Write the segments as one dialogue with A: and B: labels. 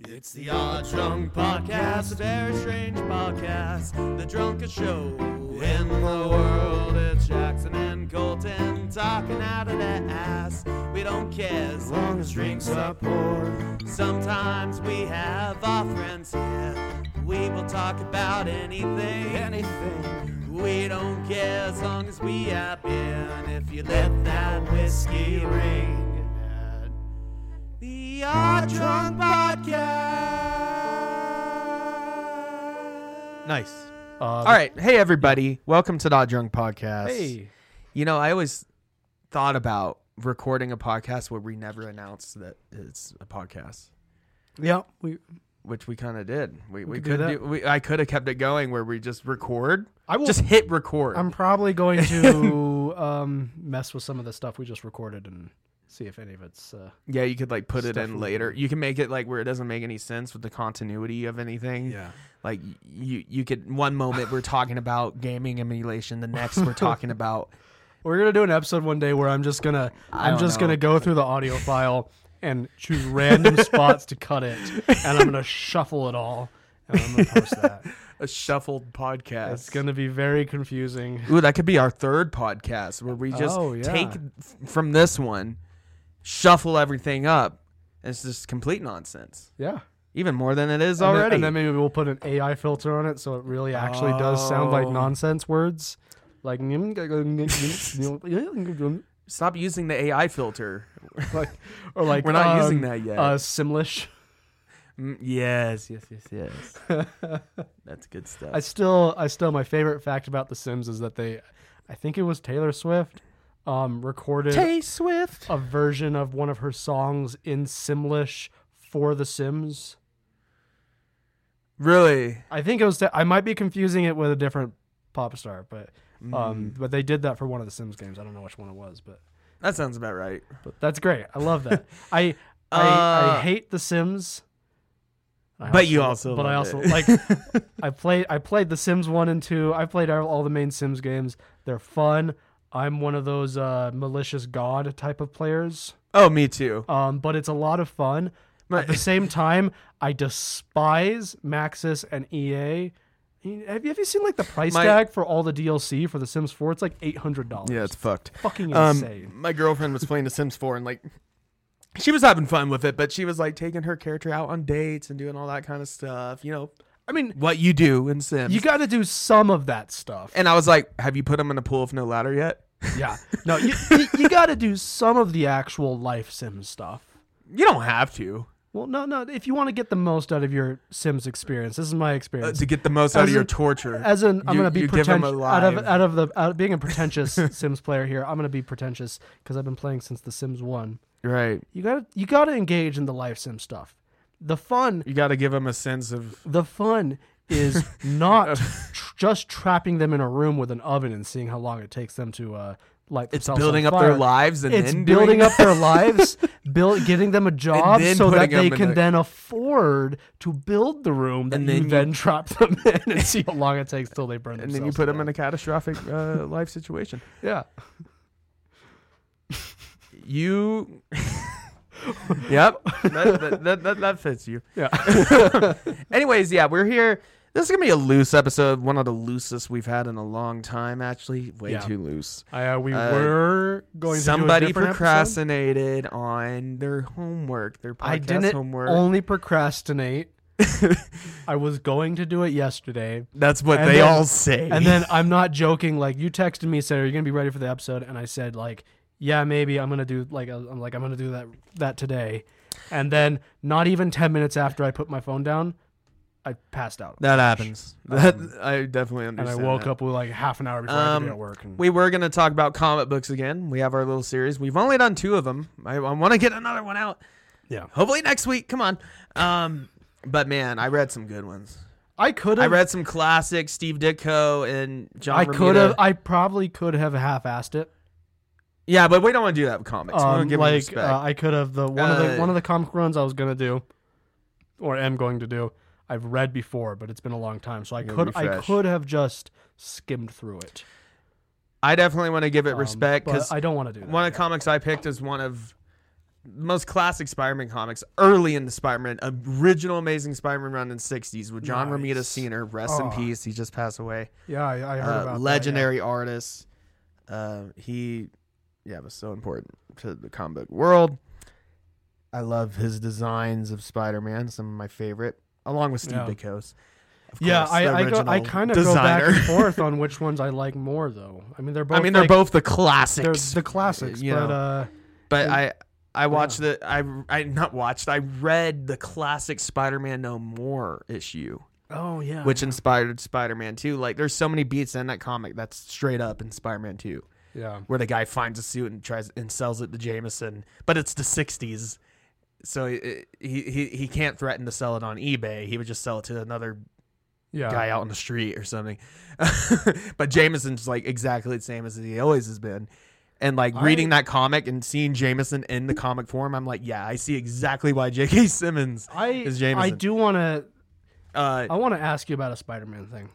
A: It's the Odd Drunk Podcast, a very strange podcast, the drunkest show in the world. It's Jackson and Colton talking out of their ass. We don't care as long as drinks are poured. Sometimes we have our friends here. We will talk about anything. Anything. We don't care as long as we have beer. And if you let that whiskey ring. And the Odd Drunk Podcast.
B: Nice.
C: All right. Hey, everybody. Welcome to Not Drunk Podcast.
B: Hey.
C: You know, I always thought about recording a podcast where we never announced that it's a podcast,
B: Yeah. We.
C: which we kind of did. We, we,
B: could do
C: could
B: that.
C: do, we, I could have kept it going where we just record.
B: I will-
C: Just hit record.
B: I'm probably going to um, mess with some of the stuff we just recorded and see if any of it's. Uh,
C: yeah, you could like put it
B: Stuff we-
C: in later. You can make it like where it doesn't make any sense with the continuity of anything.
B: Yeah.
C: Like y- you, you could, one moment we're talking about gaming emulation, the next we're talking about.
B: we're gonna do an episode one day where I'm just gonna I'm
C: don't
B: just
C: know.
B: gonna go through the audio file and choose random spots to cut it, and I'm gonna shuffle it all, and I'm gonna post that.
C: A shuffled podcast.
B: It's gonna be very confusing.
C: Ooh, that could be our third podcast where we just
B: Oh, yeah.
C: take f- from this one, shuffle everything up. and It's just complete nonsense,
B: Yeah.
C: even more than it is
B: And then-
C: already.
B: and then maybe we'll put an AI filter on it so it really actually does sound like
C: Oh.
B: nonsense words. Like, like
C: Stop using the AI filter.
B: or like
C: We're not
B: um,
C: using that yet.
B: Uh, Simlish.
C: Mm, yes, yes, yes, yes. That's good stuff.
B: I still, I still, my favorite fact about The Sims is that they, I think it was Taylor Swift, um, recorded
C: Tay Swift.
B: a version of one of her songs in Simlish for The Sims.
C: Really?
B: I think it was. I might be confusing it with a different pop star, but um,
C: Hmm.
B: but they did that for one of the Sims games. I don't know which one it was, but
C: That sounds about right.
B: but that's great. I love that. I I, I
C: Uh,
B: hate the Sims. I
C: but you also
B: but I
C: love
B: also
C: it.
B: like I played I played the Sims one and two. I played all, all the main Sims games. They're fun. I'm one of those uh, malicious god type of players.
C: Oh, me too.
B: Um, but it's a lot of fun.
C: My-
B: At the same time, I despise Maxis and EA. Have you, have you seen like the price
C: My-
B: tag for all the DLC for The Sims 4? It's like eight hundred dollars.
C: Yeah, it's um, fucked.
B: fucking insane.
C: My girlfriend was playing The Sims 4 and like she was having fun with it, but she was like taking her character out on dates and doing all that kind of stuff. You know
B: I mean,
C: what you do in Sims.
B: you got to do some of that stuff.
C: and I was like, "Have you put him in a pool with no ladder yet?"
B: Yeah. No, you, you, you got to do some of the actual life Sims stuff.
C: You don't have to
B: Well, no, no. If you want to get the most out of your Sims experience, this is my
C: uh,
B: experience.
C: to get the most out
B: As
C: of your
B: in-
C: torture.
B: As in, I'm
C: You-
B: gonna be
C: you give 'em
B: pretentious.
C: a
B: Out of
C: live.
B: out of the out of being a pretentious Sims player here, I'm gonna be pretentious because I've been playing since The Sims One.
C: right.
B: You gotta you gotta engage in the life Sim stuff. The fun
C: You got to give him a sense of
B: the fun is not tr- just trapping them in a room with an oven and seeing how long it takes them to uh, light
C: it's
B: themselves
C: building
B: on
C: up their
B: fire.
C: lives and
B: it's
C: then
B: building
C: doing
B: up their lives, build, getting them a job
C: then
B: so that
C: putting 'em
B: they
C: in
B: can
C: the-
B: then afford to build the room that
C: And
B: you
C: then you-
B: then trap them in and see how long it takes till they burn
C: and then you put him in a catastrophic uh, life situation.
B: yeah.
C: You. yep, that, that, that, that, that fits you.
B: Yeah.
C: Anyways, yeah, we're here. This is gonna be a loose episode, one of the loosest we've had in a long time. Actually, way
B: Yeah.
C: too loose.
B: I, uh, we
C: Uh,
B: were going to do
C: Somebody
B: a different episode.
C: procrastinated on their homework, their podcast
B: I didn't
C: homework.
B: only procrastinate. I was going to do it yesterday.
C: That's what
B: And
C: they
B: then-
C: all say.
B: And then I'm not joking. Like you texted me, said, "Are you gonna be ready for the episode?" And I said, "Like, yeah, maybe. I'm gonna do like I'm like I'm gonna do that that today." And then not even ten minutes after I put my phone down, I passed out.
C: that happens. That I definitely
B: and I
C: understand.
B: woke
C: that.
B: up with like half an hour before I had to be
C: Um,
B: at work. And
C: We were gonna talk about comic books again. We have our little series. We've only done two of them. I, I want to get another one out.
B: yeah,
C: Hopefully next week. Come on. Um, but man, I read some good ones.
B: I could
C: I
B: have.
C: read some classics, Steve Ditko and John.
B: I could have.
C: Romita.
B: I probably could have half-assed it.
C: Yeah, but we don't want to do that with comics. we
B: Um,
C: want to give 'em
B: like
C: respect.
B: uh, I could have the one of
C: Uh,
B: the one of the comic runs I was gonna do, or am going to do. I've read before, but it's been a long time, so I
C: You'll
B: could I
C: refresh.
B: could have just skimmed through it.
C: I definitely want to give it respect
B: Um, but
C: because
B: I don't want to do that.
C: one of
B: yeah.
C: the comics I picked is one of most classic Spider-Man comics, early in the Spider-Man, original Amazing Spider-Man run in '60s with John
B: Nice.
C: Romita Sr. Rest
B: Oh.
C: in peace. He just passed away.
B: Yeah, I, I heard
C: Uh,
B: about that, yeah.
C: legendary artist. Uh, he, yeah, was so important to the comic book world. I love his designs of Spider-Man. Some of my favorite, along with Steve
B: Yeah.
C: Ditko's. of
B: Yeah,
C: course, the
B: I, I, go, I
C: original
B: kind of go back
C: designer.
B: and forth on which ones I like more, though. I mean, they're both.
C: I mean, they're
B: like-
C: both the classics.
B: they're the classics,
C: you
B: but
C: know.
B: uh,
C: But
B: And-
C: I I watched the I I not watched I read the classic Spider-Man No More issue,
B: oh yeah,
C: which inspired Spider-Man Two. Like there's so many beats in that comic that's straight up in Spider-Man Two,
B: yeah,
C: where the guy finds a suit and tries and sells it to Jameson, but it's the '60s, so he he he, he can't threaten to sell it on eBay. He would just sell it to another
B: yeah,
C: guy out on the street or something. but Jameson's like exactly the same as he always has been. And like
B: I-
C: reading that comic and seeing Jameson in the comic form, I'm like, yeah, I see exactly why J.K. Simmons
B: I
C: is
B: I
C: Jameson.
B: do want to
C: Uh,
B: I want to ask you about a Spider-Man thing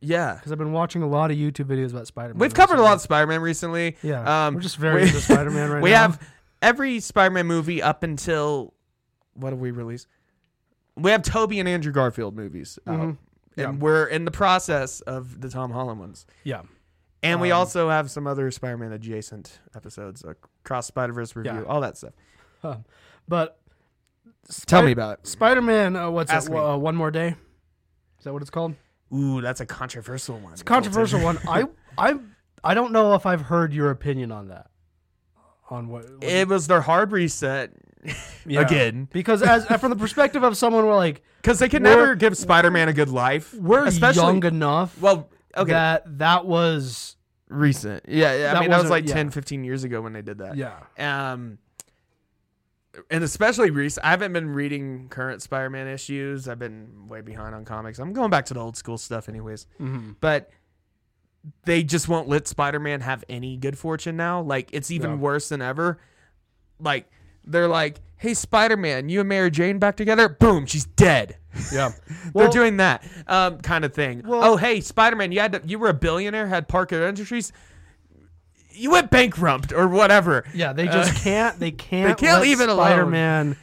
C: yeah.
B: because I've been watching a lot of YouTube videos about Spider-Man.
C: We've covered a lot of Spider Man recently.
B: Yeah,
C: Um,
B: we're just very into Spider-Man right
C: we
B: now.
C: have every Spider Man movie up until what have we released? We have Toby and Andrew Garfield movies. out.
B: Mhm. Yeah.
C: And we're in the process of the Tom Holland ones.
B: yeah,
C: And we
B: Um,
C: also have some other Spider-Man adjacent episodes, uh, cross Spider-Verse review,
B: Yeah.
C: all that stuff.
B: but
C: Tell me about it.
B: Spider-Man, uh, what's
C: Ask
B: that?
C: me.
B: Uh, one more day. Is that what it's called?
C: Ooh, that's a controversial one. It's
B: Controversial one. I I I don't know if I've heard your opinion on that. On what, what
C: It was their hard reset
B: Yeah.
C: again
B: Because as uh, from the perspective of someone, we're like
C: because they could
B: We're-
C: never give Spider-Man a good life.
B: we're
C: especially
B: young enough
C: well, okay,
B: that that was
C: recent. Yeah, yeah, I
B: That
C: mean that was
B: wasn't-
C: like
B: yeah.
C: 10, 15 years ago when they did that.
B: yeah
C: Um, and especially recent. I haven't been reading current Spider-Man issues. I've been way behind on comics. I'm going back to the old school stuff, anyways.
B: mm-hmm.
C: but they just won't let Spider-Man have any good fortune now. Like it's even
B: Yeah.
C: worse than ever. Like they're like, "Hey Spider-Man, you and Mary Jane back together? Boom, she's dead."
B: yeah. Well,
C: they're doing that um, kind of thing.
B: Well-
C: oh, hey Spider-Man, you had to, you were a billionaire, had Parker Industries. You went bankrupt or whatever. Uh,
B: yeah. They just can't. They can't.
C: can't
B: let
C: leave it alone.
B: Spider-Man.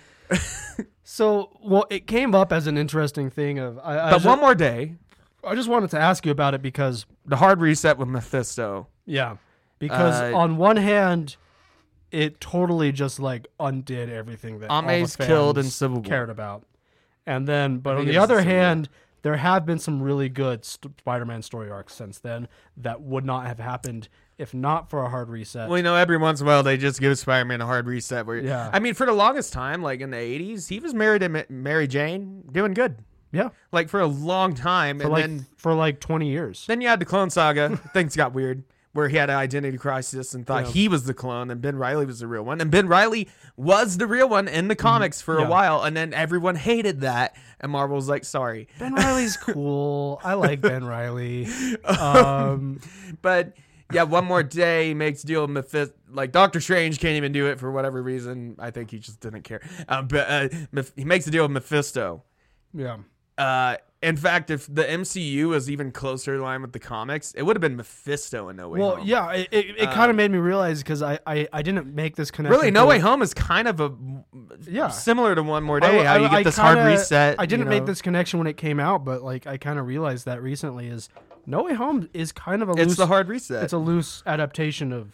B: so well, it came up as an interesting thing. Of I, I,
C: But
B: just,
C: one more day,
B: I just wanted to ask you about it because
C: the hard reset with Mephisto.
B: yeah, because
C: Uh,
B: on one hand, it totally just like undid everything that all the
C: Ame's killed in
B: fans
C: Civil War.
B: cared about, and then but on
C: think
B: the
C: it was the
B: other
C: Civil War.
B: hand. There have been some really good st- Spider-Man story arcs since then that would not have happened if not for a hard reset.
C: Well, you know, every once in a while they just give Spider-Man a hard reset. Where,
B: Yeah.
C: I mean, for the longest time, like in the '80s, he was married to Ma- Mary Jane, doing good,
B: yeah,
C: like for a long time,
B: for
C: and
B: like
C: then
B: for like 20 years.
C: then you had the Clone Saga. Things got weird, where he had an identity crisis and thought
B: Yeah.
C: he was the clone, and Ben Riley was the real one, and Ben Riley was the real one in the comics for
B: Mm-hmm. Yeah.
C: a while, and then everyone hated that, and Marvel was like, sorry,
B: Ben Riley's cool. I like Ben Riley. Um,
C: But yeah, one more day makes deal with Mephisto. Like Doctor Strange can't even do it for whatever reason. I think he just didn't care. Uh, but uh, Meph- he makes a deal with Mephisto.
B: yeah.
C: Uh, in fact, if the MCU was even closer in line with the comics, it would have been Mephisto in No Way
B: Well,
C: Home.
B: yeah, it, it, it kind of made me realize because I, I, I didn't make this connection.
C: Uh, Really, No
B: till-
C: Way Home is kind of a
B: Yeah.
C: similar to One More
B: I-
C: Day. how
B: I-
C: you
B: I
C: get this hard
B: kinda-
C: reset.
B: I didn't
C: you
B: make
C: know.
B: this connection when it came out, but like I kind of realized that recently is No Way Home is kind of a
C: It's
B: loose,
C: the hard reset.
B: it's a loose adaptation of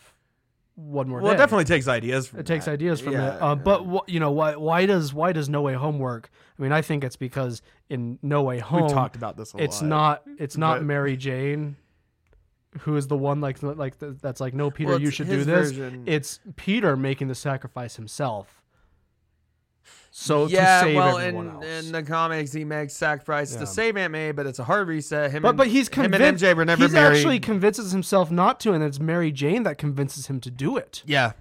B: One More
C: well, it
B: Day.
C: definitely takes ideas. From
B: It takes
C: that.
B: ideas from
C: Yeah.
B: that. Uh, but wh- you know why? Why does why does No Way Home work? I mean, I think it's because in No Way Home
C: We've talked about this a
B: it's
C: lot.
B: not it's not
C: But-
B: Mary Jane who is the one like like th- that's like no Peter
C: Well,
B: you
C: it's
B: should do
C: his
B: this
C: version.
B: it's Peter making the sacrifice himself so
C: yeah,
B: to save
C: well,
B: everyone
C: in,
B: else
C: in the comics, he makes sacrifice
B: Yeah.
C: to save Aunt May, but it's a hard reset. Him
B: but
C: and,
B: but he's
C: him and
B: convinced
C: MJ were never
B: he's
C: married.
B: actually convinces himself not to and it's Mary Jane that convinces him to do it
C: yeah.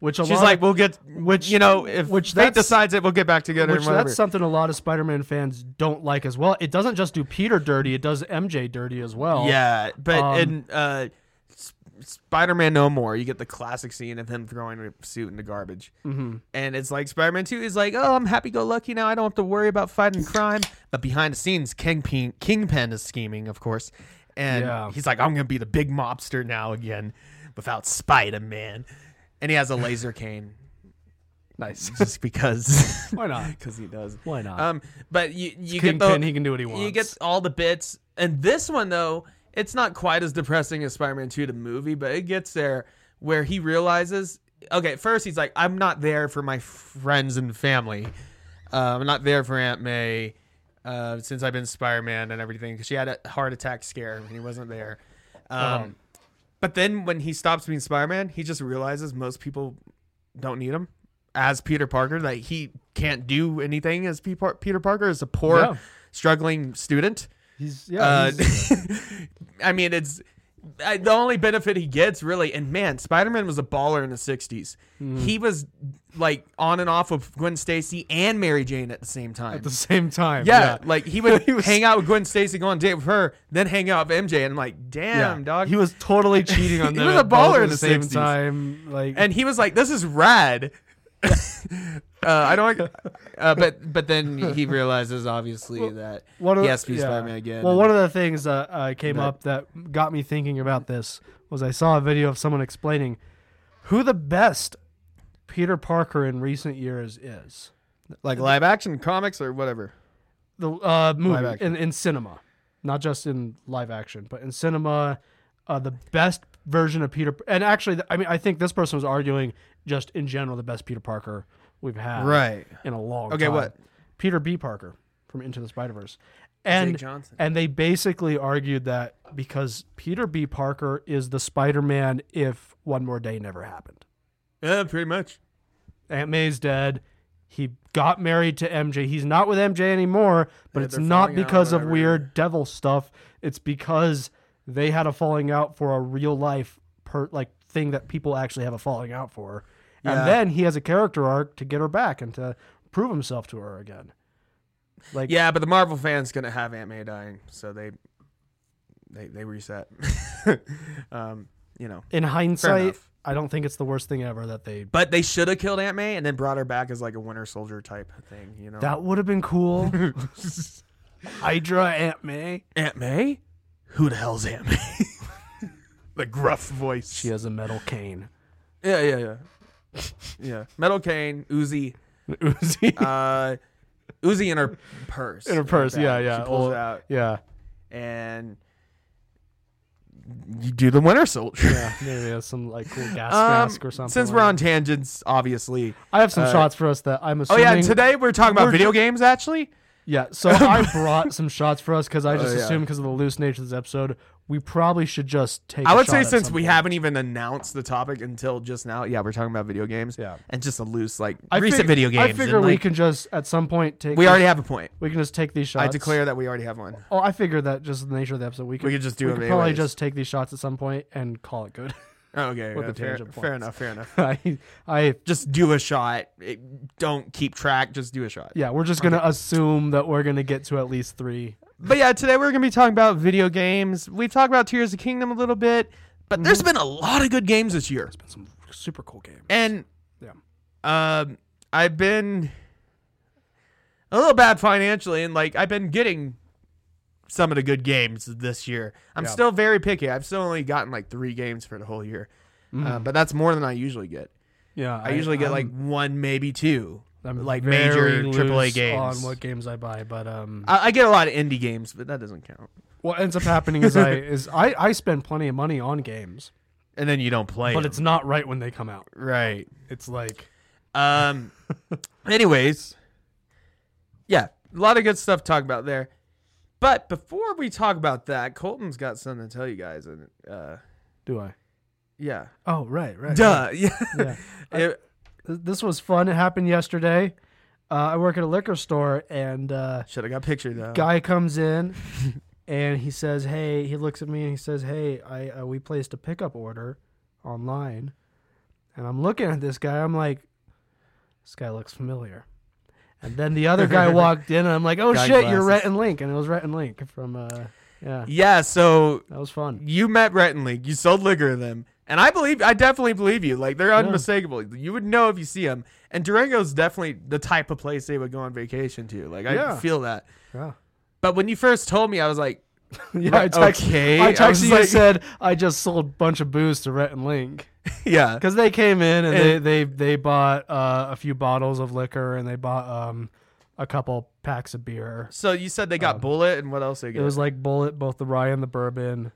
B: which a
C: She's
B: lot of-
C: like, we'll get
B: which-
C: which you know if
B: which
C: which
B: that's-
C: fate decides it, we'll get back together
B: which
C: and whatever.
B: that's something a lot of Spider-Man fans don't like as well. It doesn't just do Peter dirty; it does MJ dirty as well.
C: yeah, but
B: Um,
C: in uh, S- Spider-Man No More, you get the classic scene of him throwing a suit in the garbage, mm-hmm. and it's like Spider-Man Two is like, oh, I'm happy-go-lucky now. I don't have to worry about fighting crime. But behind the scenes, Kingpin Kingpin is scheming, of course, and
B: Yeah.
C: he's like, I'm gonna be the big mobster now again, without Spider-Man, and he has a laser cane.
B: Nice.
C: just because.
B: Why not?
C: Because he does.
B: Why not?
C: Um, but you you get the
B: Kingpin, he can do what he wants.
C: you get all the bits, and this one though, it's not quite as depressing as Spider-Man Two the movie, but it gets there where he realizes. Okay, first he's like, I'm not there for my friends and family. Uh, I'm not there for Aunt May uh, since I've been Spider-Man and everything because she had a heart attack scare and he wasn't there. Um, But then when he stops being Spider-Man, he just realizes most people don't need him as Peter Parker. That he can't do anything as P- Par- Peter Parker as a poor,
B: Yeah.
C: struggling student.
B: he's yeah.
C: Uh,
B: he's-
C: I mean, it's I, the only benefit he gets, really. And man, Spider Man was a baller in the 60s.
B: Mm.
C: He was like on and off with Gwen Stacy and Mary Jane at the same time.
B: at the same time.
C: yeah, like he would
B: He was-
C: hang out with Gwen Stacy, go on a date with her, then hang out with MJ. And I'm like, damn, dog.
B: He was totally cheating on
C: He
B: them.
C: was a
B: at both
C: baller
B: at
C: in
B: the
C: the
B: same
C: 60s.
B: time. Like
C: and he was like, "This is rad." uh, I don't. Uh, but but then he realizes obviously that
B: one of
C: he
B: the-
C: has to be
B: yeah.
C: Spider-Man again.
B: Well,
C: and-
B: one of the things that uh, came
C: But-
B: up that got me thinking about this was I saw a video of someone explaining who the best Peter Parker in recent years is.
C: like live action comics or whatever.
B: the uh, movie
C: action.
B: in, in cinema, not just in live action, but in cinema, uh, the best version of Peter. And actually, I mean, I think this person was arguing just in general the best Peter Parker we've had,
C: Right.
B: in a long
C: Okay,
B: time.
C: what?
B: Peter B. Parker from Into the Spider Verse, and
C: Johnson.
B: and they basically argued that because Peter B. Parker is the Spider Man if One More Day never happened.
C: Yeah, pretty much.
B: Aunt May's dead. He got married to MJ. He's not with MJ anymore, but
C: Yeah,
B: it's
C: they're
B: not
C: falling out,
B: because of
C: whatever.
B: weird devil stuff. It's because they had a falling out for a real life per like thing that people actually have a falling out for.
C: Yeah.
B: And then he has a character arc to get her back and to prove himself to her again. Like
C: Yeah, but the Marvel fans gonna have Aunt May dying, so they they they reset. um, you know,
B: in hindsight,
C: enough.
B: I don't think it's the worst thing ever that they
C: but they should have killed Aunt May and then brought her back as like a Winter Soldier type thing. You know,
B: that would have been cool. Hydra Aunt May.
C: Aunt May. Who the hell's Aunt May? the gruff voice.
B: She has a metal cane.
C: Yeah, yeah, yeah. yeah. Metal cane, Uzi,
B: Uzi.
C: uh, Uzi in her purse.
B: in her purse.
C: Like
B: Yeah,
C: that.
B: yeah.
C: She pulls
B: Well,
C: it out
B: Yeah,
C: and you do the Winter Soldier.
B: yeah. Maybe that's some like cool gas
C: Um,
B: mask or something.
C: since we're on tangents, obviously.
B: I have some
C: uh,
B: shots for us that I'm
C: Oh
B: assuming.
C: yeah, today we're talking about
B: we're
C: video games. Actually,
B: Yeah, so I brought some shots for us because I just
C: Oh, yeah.
B: assumed because of the loose nature of this episode, we probably should just take.
C: I
B: a
C: would
B: shot
C: say
B: at
C: since we
B: something.
C: haven't even announced the topic until just now, yeah, we're talking about video games.
B: Yeah.
C: and just a loose like
B: I
C: recent
B: fig-
C: video games.
B: I figure
C: and,
B: we
C: like,
B: can just at some point take.
C: we
B: these-
C: already have a point.
B: We can just take these shots.
C: I declare that we already have one.
B: Oh, I figured that just the nature of the episode, we could
C: could just do
B: We
C: them
B: could probably
C: anyways.
B: just take these shots at some point and call it good.
C: Oh, okay,
B: With
C: yeah,
B: the
C: fair,
B: tangent
C: fair
B: points.
C: enough. Fair enough.
B: I, I,
C: just do a shot. It- don't keep track. Just do a shot.
B: yeah, we're just gonna assume that we're gonna get to at least three.
C: But yeah, today we're gonna be talking about video games. We've talked about Tears of the Kingdom a little bit, but there's been a lot of good games this year.
B: Some super cool game.
C: And
B: Yeah.
C: um, I've been a little bad financially, and like I've been getting some of the good games this year. I'm
B: Yeah.
C: still very picky. I've still only gotten like three games for the whole year,
B: Mm.
C: uh, but that's more than I usually get.
B: Yeah,
C: I, usually get
B: I'm-
C: like one, maybe two,
B: I'm
C: like
B: very
C: major AAA
B: loose
C: games.
B: on what games I buy, but um,
C: I, I get a lot of indie games, but that doesn't count.
B: what ends up happening is I is I I spend plenty of money on games,
C: And then you don't play.
B: but
C: 'em.
B: it's not right when they come out.
C: right.
B: It's like
C: Um. anyways, yeah, a lot of good stuff to talk about there. But before we talk about that, Colton's got something to tell you guys, and uh,
B: do I?
C: yeah,
B: Oh right, right.
C: duh, yeah,
B: Yeah.
C: It-
B: Th- This was fun. It happened yesterday. Uh, I work at a liquor store, and uh,
C: should have got pictured though.
B: guy comes in, and he says, "Hey." He looks at me and he says, "Hey, I uh, we placed a pickup order online," and I'm looking at this guy. I'm like, "This guy looks familiar." And then the other guy walked in, and I'm like, "Oh
C: Guy
B: shit, you're
C: glasses.
B: Rhett and Link," and it was Rhett and Link from, uh, yeah,
C: Yeah, so
B: that was fun.
C: you met Rhett and Link, you sold liquor to them, and I believe, I definitely believe you. Like they're unmistakable. You would know if you see them. And Durango's definitely the type of place they would go on vacation to. Like I
B: Yeah.
C: feel that.
B: Yeah,
C: But when you first told me, I was like,
B: yeah, I text,
C: okay. I
B: I
C: was
B: texted you and
C: like-
B: said I just sold a bunch of booze to Rhett and Link
C: yeah.
B: because they came in and,
C: And-
B: they they they bought uh, a few bottles of liquor and they bought um a couple packs of beer.
C: So you said they got bullet and what else they
B: It
C: got?
B: was like bullet, both the rye and the bourbon.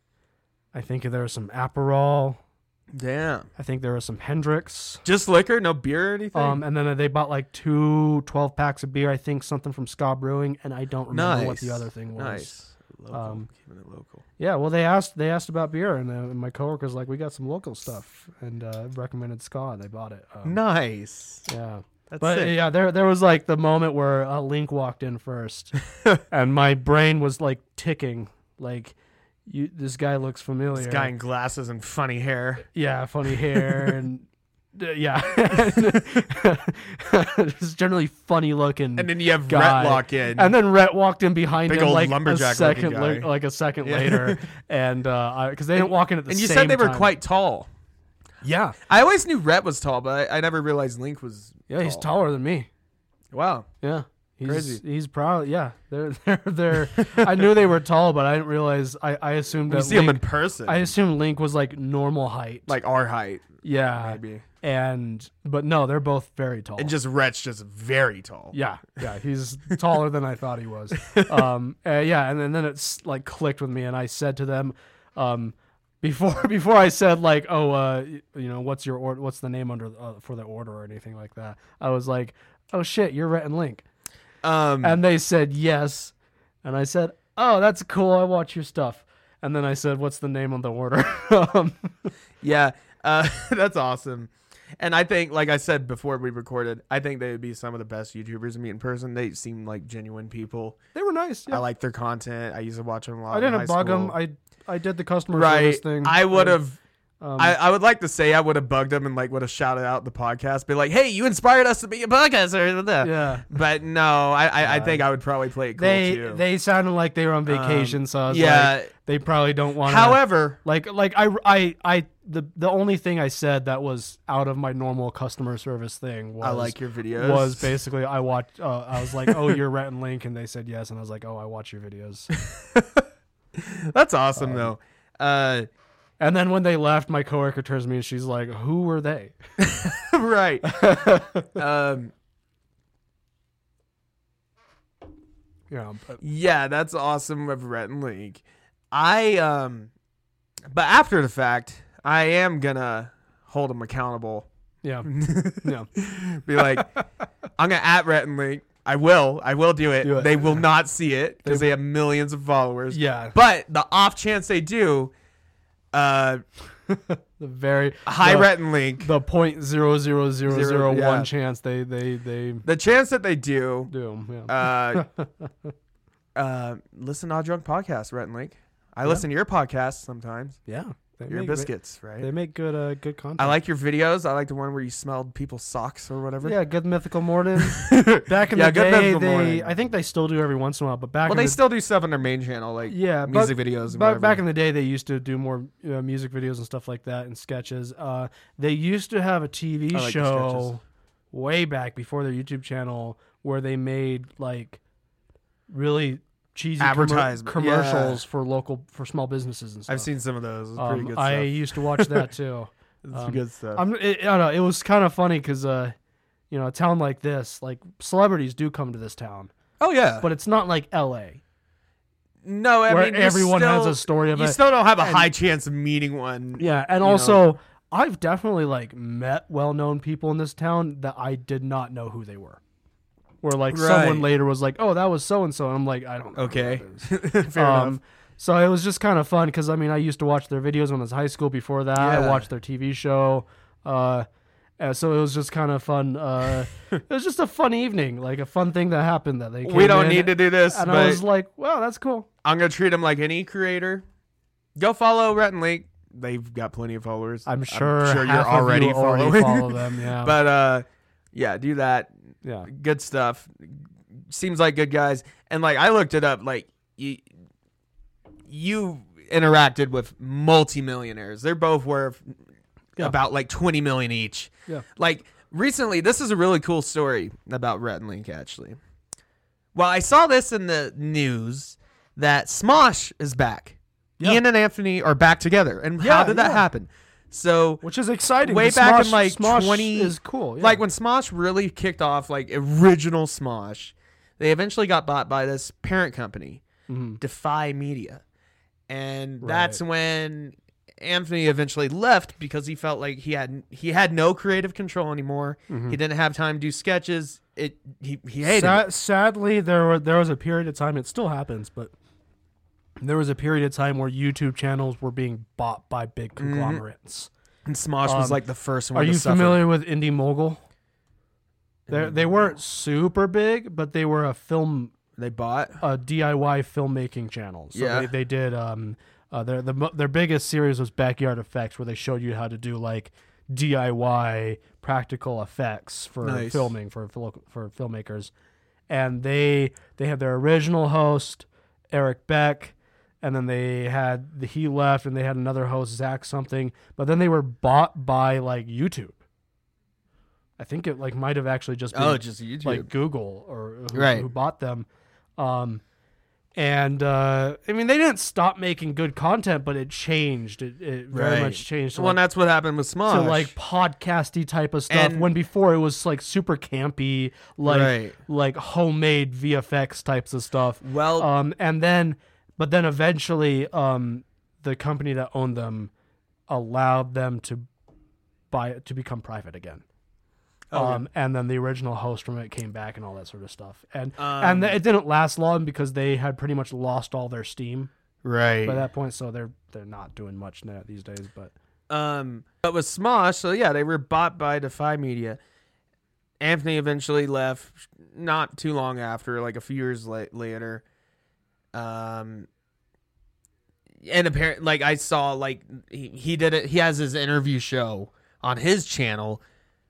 B: I think there was some Aperol.
C: Damn.
B: I think there was some Hendrix.
C: Just liquor, no beer or anything.
B: Um, and then they bought like two 12 packs of beer. I think something from Ska Brewing, and I don't remember what the
C: Nice.
B: other thing was.
C: nice. Local.
B: Um,
C: Keeping it local.
B: Yeah, well, they asked they asked about beer, and, uh, and my coworker's like, "We got some local stuff," and uh, recommended Ska, and they bought it. Um,
C: Nice.
B: Yeah.
C: That's
B: But
C: sick.
B: yeah, there there was like the moment where uh, Link walked in first, and my brain was like ticking, like, "You, this guy looks familiar."
C: This guy in glasses and funny hair.
B: yeah, funny hair and uh, yeah, just generally funny looking.
C: And then you have
B: guy.
C: Retlock in.
B: And then Rhett walked in behind
C: Big
B: him
C: old
B: like a
C: lumberjack looking
B: second, la-
C: guy.
B: like a second
C: Yeah.
B: later, and because they didn't walk in at the
C: and
B: same
C: you said they were
B: time.
C: quite tall.
B: yeah
C: I always knew Rhett was tall, but I, I never realized Link was.
B: yeah he's taller than me
C: Wow.
B: yeah he's
C: Oh, Crazy.
B: he's probably yeah they're they're they're I knew they were tall but I didn't realize I I assumed
C: You
B: that
C: see
B: Link,
C: him in person,
B: I assumed Link was like normal height
C: like our height,
B: yeah
C: maybe.
B: and but no they're both very tall
C: And just Rhett's just very tall.
B: Yeah, yeah, he's taller than I thought he was. Um, uh, yeah, and then, then it's like clicked with me, and I said to them, um, before before I said like, oh, uh, y- you know, what's your order? What's the name under uh, for the order or anything like that? I was like, oh shit, you're Rhett and Link,
C: Um,
B: and they said yes, and I said, oh, that's cool, I watch your stuff, and then I said, what's the name on the order? um,
C: Yeah, uh, that's awesome. And I think, like I said before we recorded, I think they would be some of the best YouTubers to meet in person. They seem like genuine people.
B: they were nice.
C: I
B: Yeah.
C: like their content. I used to watch them a lot.
B: I,
C: in high
B: didn't bug
C: school.
B: them. I I did the customer
C: right.
B: service thing.
C: I would
B: I-
C: have.
B: um,
C: I, I would like to say I would have bugged them and like would have shouted out the podcast, be like, "Hey, you inspired us to be a podcast," or blah, blah.
B: yeah.
C: But no, I, I, I think I would probably play it cool
B: they
C: too.
B: they sounded like they were on vacation, so I was
C: yeah.
B: like, they probably don't want.
C: However,
B: like like I I I the the only thing I said that was out of my normal customer service thing was
C: I like your videos.
B: was basically I watched. Uh, I was like, oh, you're Rhett and Link, and they said yes, and I was like, oh, I watch your videos.
C: that's awesome though. Uh,
B: and then when they left, my coworker turns to me and she's like, who were they?
C: right. um,
B: Yeah, but
C: Yeah, that's awesome with Rhett and Link. I um but after the fact, I am gonna hold them accountable.
B: yeah,
C: Be
B: yeah.
C: like, I'm gonna at Rhett and Link. I will. I will do it.
B: Do it.
C: They will not see it because they have millions of followers.
B: Yeah,
C: But the off chance they do, uh
B: the very
C: hi
B: the,
C: Rhett and Link.
B: The point zero zero zero
C: Zero,
B: zero one
C: yeah.
B: chance they they they
C: The chance that they do,
B: do. Yeah.
C: uh uh listen to Odd Drunk Podcast, Rhett and Link. I listen to your podcast sometimes.
B: yeah. They
C: Your
B: make-
C: biscuits, right?
B: They make good uh, good content.
C: I like your videos. I like the one where you smelled people's socks or whatever.
B: Yeah, Good Mythical Morning. back in
C: Yeah,
B: the
C: Good
B: day,
C: Mythical
B: they
C: Morning.
B: I think they still do every once in a while, but back
C: Well,
B: in
C: they
B: the,
C: still do stuff on their main channel, like
B: yeah, but-
C: music videos. And
B: But back
C: whatever.
B: in the day, they used to do more uh, music videos and stuff like that and sketches. Uh, they used to have a TV
C: I like the sketches.
B: show way back before their YouTube channel where they made like really cheesy commer-
C: Advertisement,
B: commercials for local for small businesses and stuff.
C: I've seen some of those. It's pretty
B: Um,
C: good stuff.
B: I used to watch that too.
C: it's
B: um,
C: good stuff.
B: I'm, it, I don't know. It was kind of funny because, uh, you know, a town like this, like celebrities do come to this town,
C: oh yeah,
B: but it's not like L.A.
C: no, I
B: where
C: mean, you
B: everyone
C: still,
B: has a story of
C: You
B: it.
C: still don't have a
B: and-
C: high chance of meeting one.
B: yeah, and
C: you
B: also I've definitely like met well-known people in this town that I did not know who they were. Where like
C: Right.
B: someone later was like, "Oh, that was so and so," and I'm like, "I don't." know who
C: Okay,
B: that is."
C: fair
B: Um,
C: enough.
B: So it was just kind of fun because I mean I used to watch their videos when I was high school. Before that,
C: Yeah.
B: I watched their TV show. Uh, and so it was just kind of fun. Uh, it was just a fun evening, like a fun thing that happened that they. Came
C: We don't
B: in,
C: need to do this,
B: And
C: but
B: I was like, wow, that's cool.
C: I'm gonna treat them like any creator. Go follow Rhett and Link. They've got plenty of followers.
B: I'm sure.
C: you're
B: half of
C: already
B: you
C: following.
B: follow them. Yeah.
C: but uh, yeah, do that.
B: yeah.
C: good stuff. Seems like good guys. And like I looked it up, like you you interacted with multimillionaires. They're both worth
B: Yeah.
C: about like twenty million each.
B: Yeah.
C: Like recently, this is a really cool story about Rhett and Link actually. Well, I saw this in the news that Smosh is back.
B: Yeah.
C: Ian and Anthony are back together. And how
B: Yeah,
C: did that
B: yeah.
C: happen? So
B: which is exciting.
C: way
B: 'cause
C: back
B: Smosh-
C: in like
B: Smosh
C: 20
B: is cool. yeah.
C: Like when Smosh really kicked off, like original Smosh, they eventually got bought by this parent company,
B: Mhm.
C: Defy Media. And that's when Anthony eventually left because he felt like he had he had no creative control anymore. He didn't have time to do sketches. It he, he hated it.
B: Mm-hmm. Sa- sadly, there were there was a period of time. It still happens, but there was a period of time where YouTube channels were being bought by big conglomerates.
C: And Smosh was
B: Um,
C: like Mm-hmm. the first one.
B: Are
C: to
B: you
C: suffer. Mm.
B: familiar with Indie Mogul? They they weren't super big, but they were a film
C: They bought.
B: a DIY filmmaking channel. So
C: Yeah.
B: they, they did um uh, their the, mo- their biggest series was Backyard Effects, where they showed you how to do like DIY practical effects for
C: Nice.
B: filming for fil- for filmmakers, and they they had their original host Eric Beck, and then they had the, he left, and they had another host Zach something, but then they were bought by like YouTube. I think it like might have actually just been
C: Oh, just YouTube.
B: like Google or who,
C: Right.
B: who bought them. Um, and uh, I mean, they didn't stop making good content, but it changed. It, it very
C: Right.
B: much changed. To,
C: well, and
B: like,
C: that's what happened with Smosh.
B: to like podcasty type of stuff.
C: And-
B: when before it was like super campy, like
C: Right.
B: like homemade VFX types of stuff.
C: Well-
B: um, and then but then eventually, um, the company that owned them allowed them to buy to become private again.
C: Oh,
B: um, and then the original host from it came back and all that sort of stuff. And and
C: Um,
B: it didn't last long because they had pretty much lost all their steam
C: right.
B: by that point. So they're they're not doing much now these days. But
C: Um, but with Smosh, so yeah, they were bought by Defy Media. Anthony eventually left, not too long after, like a few years la- later. Um, and apparently, like I saw, like he, he did it. He has his interview show on his channel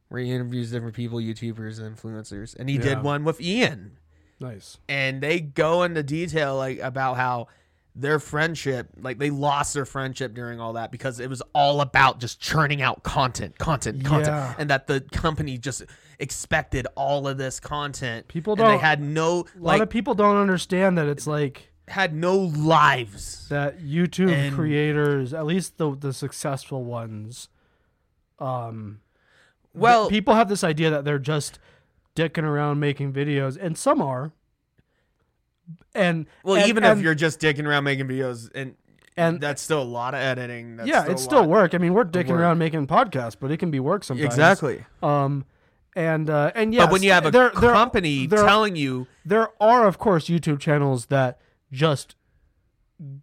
C: where he interviews different people, YouTubers, and influencers, and he
B: Yeah.
C: did one with Ian.
B: nice.
C: and they go into detail like about how their friendship like they lost their friendship during all that because it was all about just churning out content content content
B: Yeah.
C: and that the company just expected all of this content
B: People
C: and they
B: don't-
C: had no
B: A lot
C: like
B: of people don't understand that it's like
C: had no lives
B: that YouTube
C: And-
B: creators, at least the the successful ones, um,
C: well
B: people have this idea that they're just dicking around making videos, and some are. And
C: well
B: and-
C: even
B: and-
C: if you're just digging around making videos and
B: and
C: that's still a lot of editing that's
B: yeah,
C: still
B: it's
C: a
B: still
C: lot.
B: work. I mean, we're dicking
C: work.
B: around making podcasts, but it can be work sometimes.
C: exactly
B: Um, and uh, and yeah,
C: but when you have a
B: there, there,
C: company
B: there,
C: telling you
B: there are of course YouTube channels that just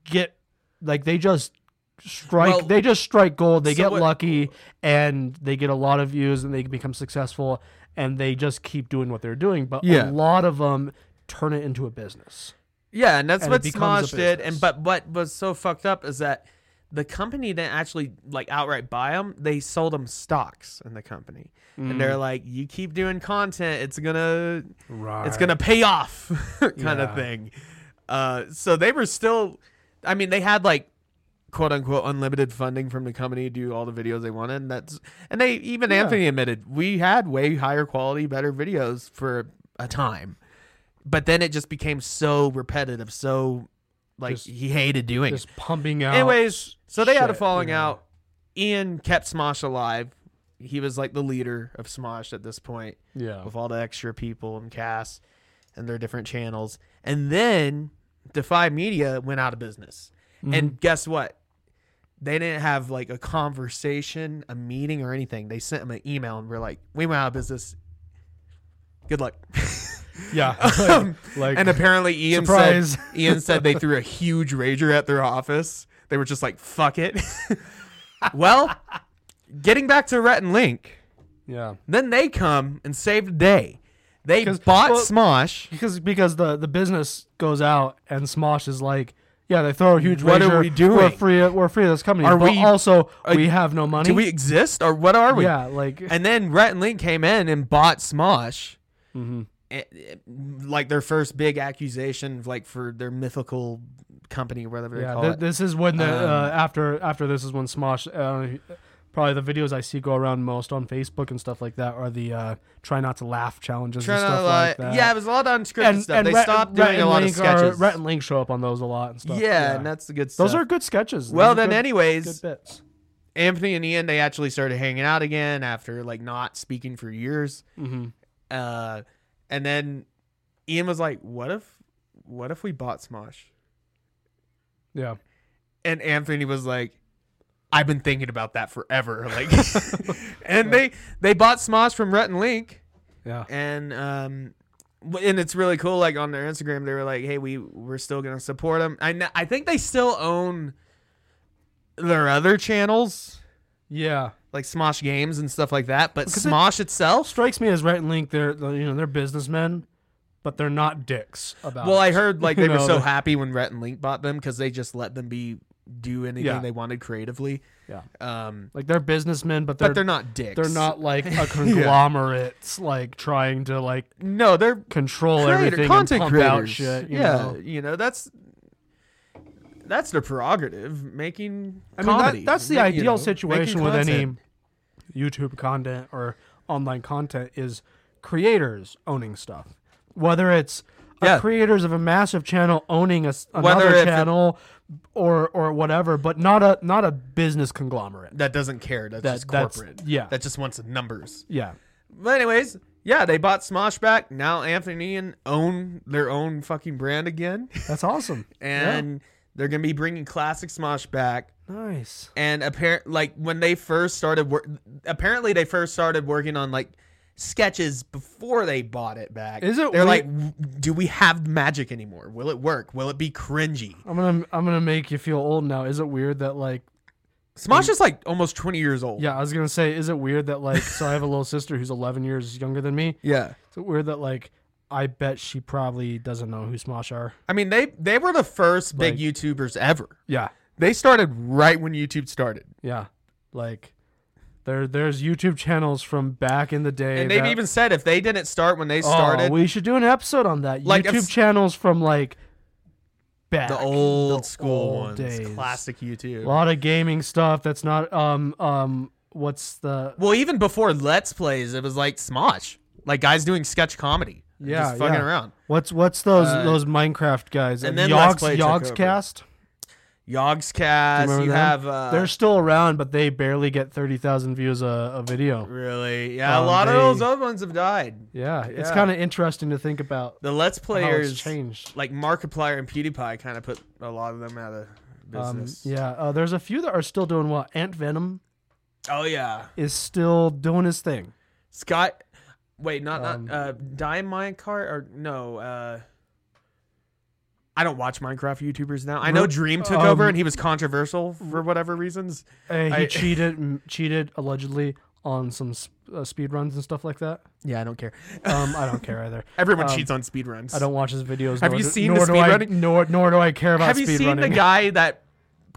B: get like they just strike
C: Well,
B: they just strike gold. They
C: so
B: get
C: what-
B: lucky and they get a lot of views and they become successful and they just keep doing what they're doing. But
C: Yeah.
B: a lot of them turn it into a business.
C: Yeah, and that's
B: and
C: what
B: it becomes
C: Smosh
B: a
C: did.
B: business.
C: And but what was so fucked up is that the company didn't actually like outright buy them. They sold them stocks in the company, and
B: Mm.
C: they're like, "You keep doing content, it's gonna,
B: Right.
C: it's gonna pay off," kind
B: Yeah.
C: of thing. Uh, so they were still, I mean, they had like quote unquote unlimited funding from the company to do all the videos they wanted. And that's and they even Anthony admitted we had way higher quality, better videos for a time. But then it just became so repetitive, so like
B: Just-
C: he hated doing it.
B: just pumping out.
C: Anyways, so they had a
B: shit,
C: falling
B: yeah.
C: out. Ian kept Smosh alive. He was like the leader of Smosh at this point
B: yeah,
C: with all the extra people and casts and their different channels. And then Defy Media went out of business. And guess what? They didn't have like a conversation, a meeting, or anything. They sent him an email and were like, "We went out of business. Good luck."
B: yeah. like
C: and apparently, Ian
B: surprise.
C: said Ian said they threw a huge rager at their office. They were just like, "Fuck it." well, getting back to Rhett and Link,
B: yeah.
C: then they come and save the day. They
B: 'Cause-
C: bought
B: well-
C: Smosh.
B: because because the the business goes out and Smosh is like, yeah, they throw a huge.
C: What are
B: wager.
C: we doing?
B: We're free. We're free of this company.
C: Are
B: but
C: we-
B: also
C: are-
B: we have no money.
C: Do we exist or what are we?
B: yeah, like
C: And then Rhett and Link came in and bought Smosh.
B: Mm-hmm.
C: Eh, eh, Like their first big accusation, of, like for their mythical company, whatever they
B: yeah.
C: call
B: th-
C: it.
B: this is when the uh,
C: Um,
B: after after this is when Smosh. Uh, probably the videos I see go around most on Facebook and stuff like that are the uh, try not to laugh challenges
C: Trying
B: and stuff
C: to,
B: like
C: uh,
B: that.
C: yeah, it was a lot of unscripted
B: and,
C: stuff.
B: and
C: they
B: Rhett-
C: stopped
B: Rhett
C: doing a
B: and
C: lot
B: Link
C: of sketches.
B: Are, Rhett and Link show up on those a lot and stuff.
C: yeah, and that's the good stuff.
B: those are good sketches.
C: well,
B: Those
C: then,
B: good-
C: anyways,
B: good bits.
C: Anthony and Ian they actually started hanging out again after like not speaking for years.
B: Mhm.
C: Uh, and then Ian was like, "What if, what if we bought Smosh?"
B: Yeah.
C: and Anthony was like, "I've been thinking about that forever." Like, and they they bought Smosh from Rhett and Link,
B: Yeah.
C: and um, w- and it's really cool. Like on their Instagram, they were like, "Hey, we we're still gonna support them." I kn- I think they still own their other channels
B: Yeah.
C: like Smosh Games and stuff like that, but
B: it-
C: Smosh itself.
B: Strikes me as Rhett and Link, they're they're, you know, they're businessmen, but they're not dicks about
C: Well,
B: it.
C: I heard like they
B: No,
C: were so
B: the-
C: happy when Rhett and Link bought them because they just let them be do anything
B: Yeah.
C: they wanted creatively.
B: Yeah.
C: Um,
B: like they're businessmen, but they're
C: but they're not dicks.
B: they're not like a conglomerate like trying to like
C: No, they're
B: control
C: creator-
B: everything
C: content
B: and pump out
C: creators.
B: shit. you
C: yeah,
B: know?
C: you know that's that's their prerogative. Making
B: I mean
C: comedy.
B: that, that's the
C: ma- you
B: ideal
C: know,
B: situation
C: making
B: with
C: content.
B: any YouTube content or online content is creators owning stuff, whether it's a
C: Yeah.
B: creators of a massive channel owning a, s-
C: Whether
B: another
C: if it-
B: channel or or whatever, but not a not a business conglomerate.
C: that doesn't care. That's
B: That-
C: just
B: that's-
C: corporate.
B: yeah.
C: that just wants the numbers.
B: Yeah.
C: But anyways, yeah, they bought Smosh back. Now Anthony and Ian own their own fucking brand again,
B: That's awesome.
C: and they're gonna be bringing classic Smosh back.
B: Yeah. nice.
C: and apparent like when they first started work apparently they first started working on like sketches before they bought it back
B: Is it
C: they're
B: we-
C: like "W- do we have magic anymore will it work will it be cringy
B: I'm gonna I'm gonna make you feel old now. Is it weird that like
C: smosh is like almost 20 years old
B: yeah, I was gonna say, is it weird that like so I have a little sister who's eleven years younger than me.
C: yeah
B: Is it weird that like I bet she probably doesn't know who Smosh are?
C: i mean they they were the first big
B: Like-
C: youtubers ever
B: Yeah.
C: they started right when youtube started
B: Yeah. Like there there's YouTube channels from back in the day.
C: and they've
B: that-
C: even said if they didn't start when they
B: Oh,
C: started
B: we should do an episode on that.
C: Like, if
B: YouTube
C: s-
B: channels from like back
C: the old
B: the
C: school
B: old
C: ones
B: days.
C: classic youtube
B: a lot of gaming stuff that's not um um what's the
C: Well, even before Let's Plays, it was like Smosh, like guys doing sketch comedy,
B: Yeah,
C: just fucking
B: yeah.
C: around.
B: What's what's those
C: Uh,
B: those Minecraft guys?
C: and
B: And
C: then
B: then
C: Let's
B: Yogg's,
C: Play took
B: Yogg's
C: over.
B: cast.
C: Yogg's
B: Do
C: Cast. You,
B: remember them?
C: have uh,
B: They're still around, but they barely get thirty thousand views a, a video.
C: really yeah. a
B: Um,
C: lot of
B: they-
C: those other ones have died.
B: Yeah, it's
C: Yeah.
B: kind of interesting to think about
C: The Let's
B: how Oh, it's
C: Players,
B: changed.
C: like Markiplier and PewDiePie, kind of put a lot of them out of
B: Um,
C: business.
B: yeah, uh, there's a few that are still doing well. Ant Venom
C: Oh yeah.
B: is still doing his thing.
C: Scott. Wait, not
B: Um,
C: not uh, Die Minecart or no. uh I don't watch Minecraft YouTubers now. I know
B: Ru-
C: Dream took
B: um,
C: over and he was controversial for whatever reasons.
B: Uh, he
C: I-
B: cheated, m- cheated allegedly on some sp- uh, speed runs and stuff like that.
C: Yeah, I don't care.
B: Um, I don't care either.
C: Everyone
B: Um,
C: cheats on speedruns.
B: I don't watch his videos.
C: Have
B: nor
C: you
B: do-
C: seen the
B: nor do I-
C: speedrunning?
B: Nor, nor do I care about
C: Have you
B: speed
C: seen
B: running.
C: the guy that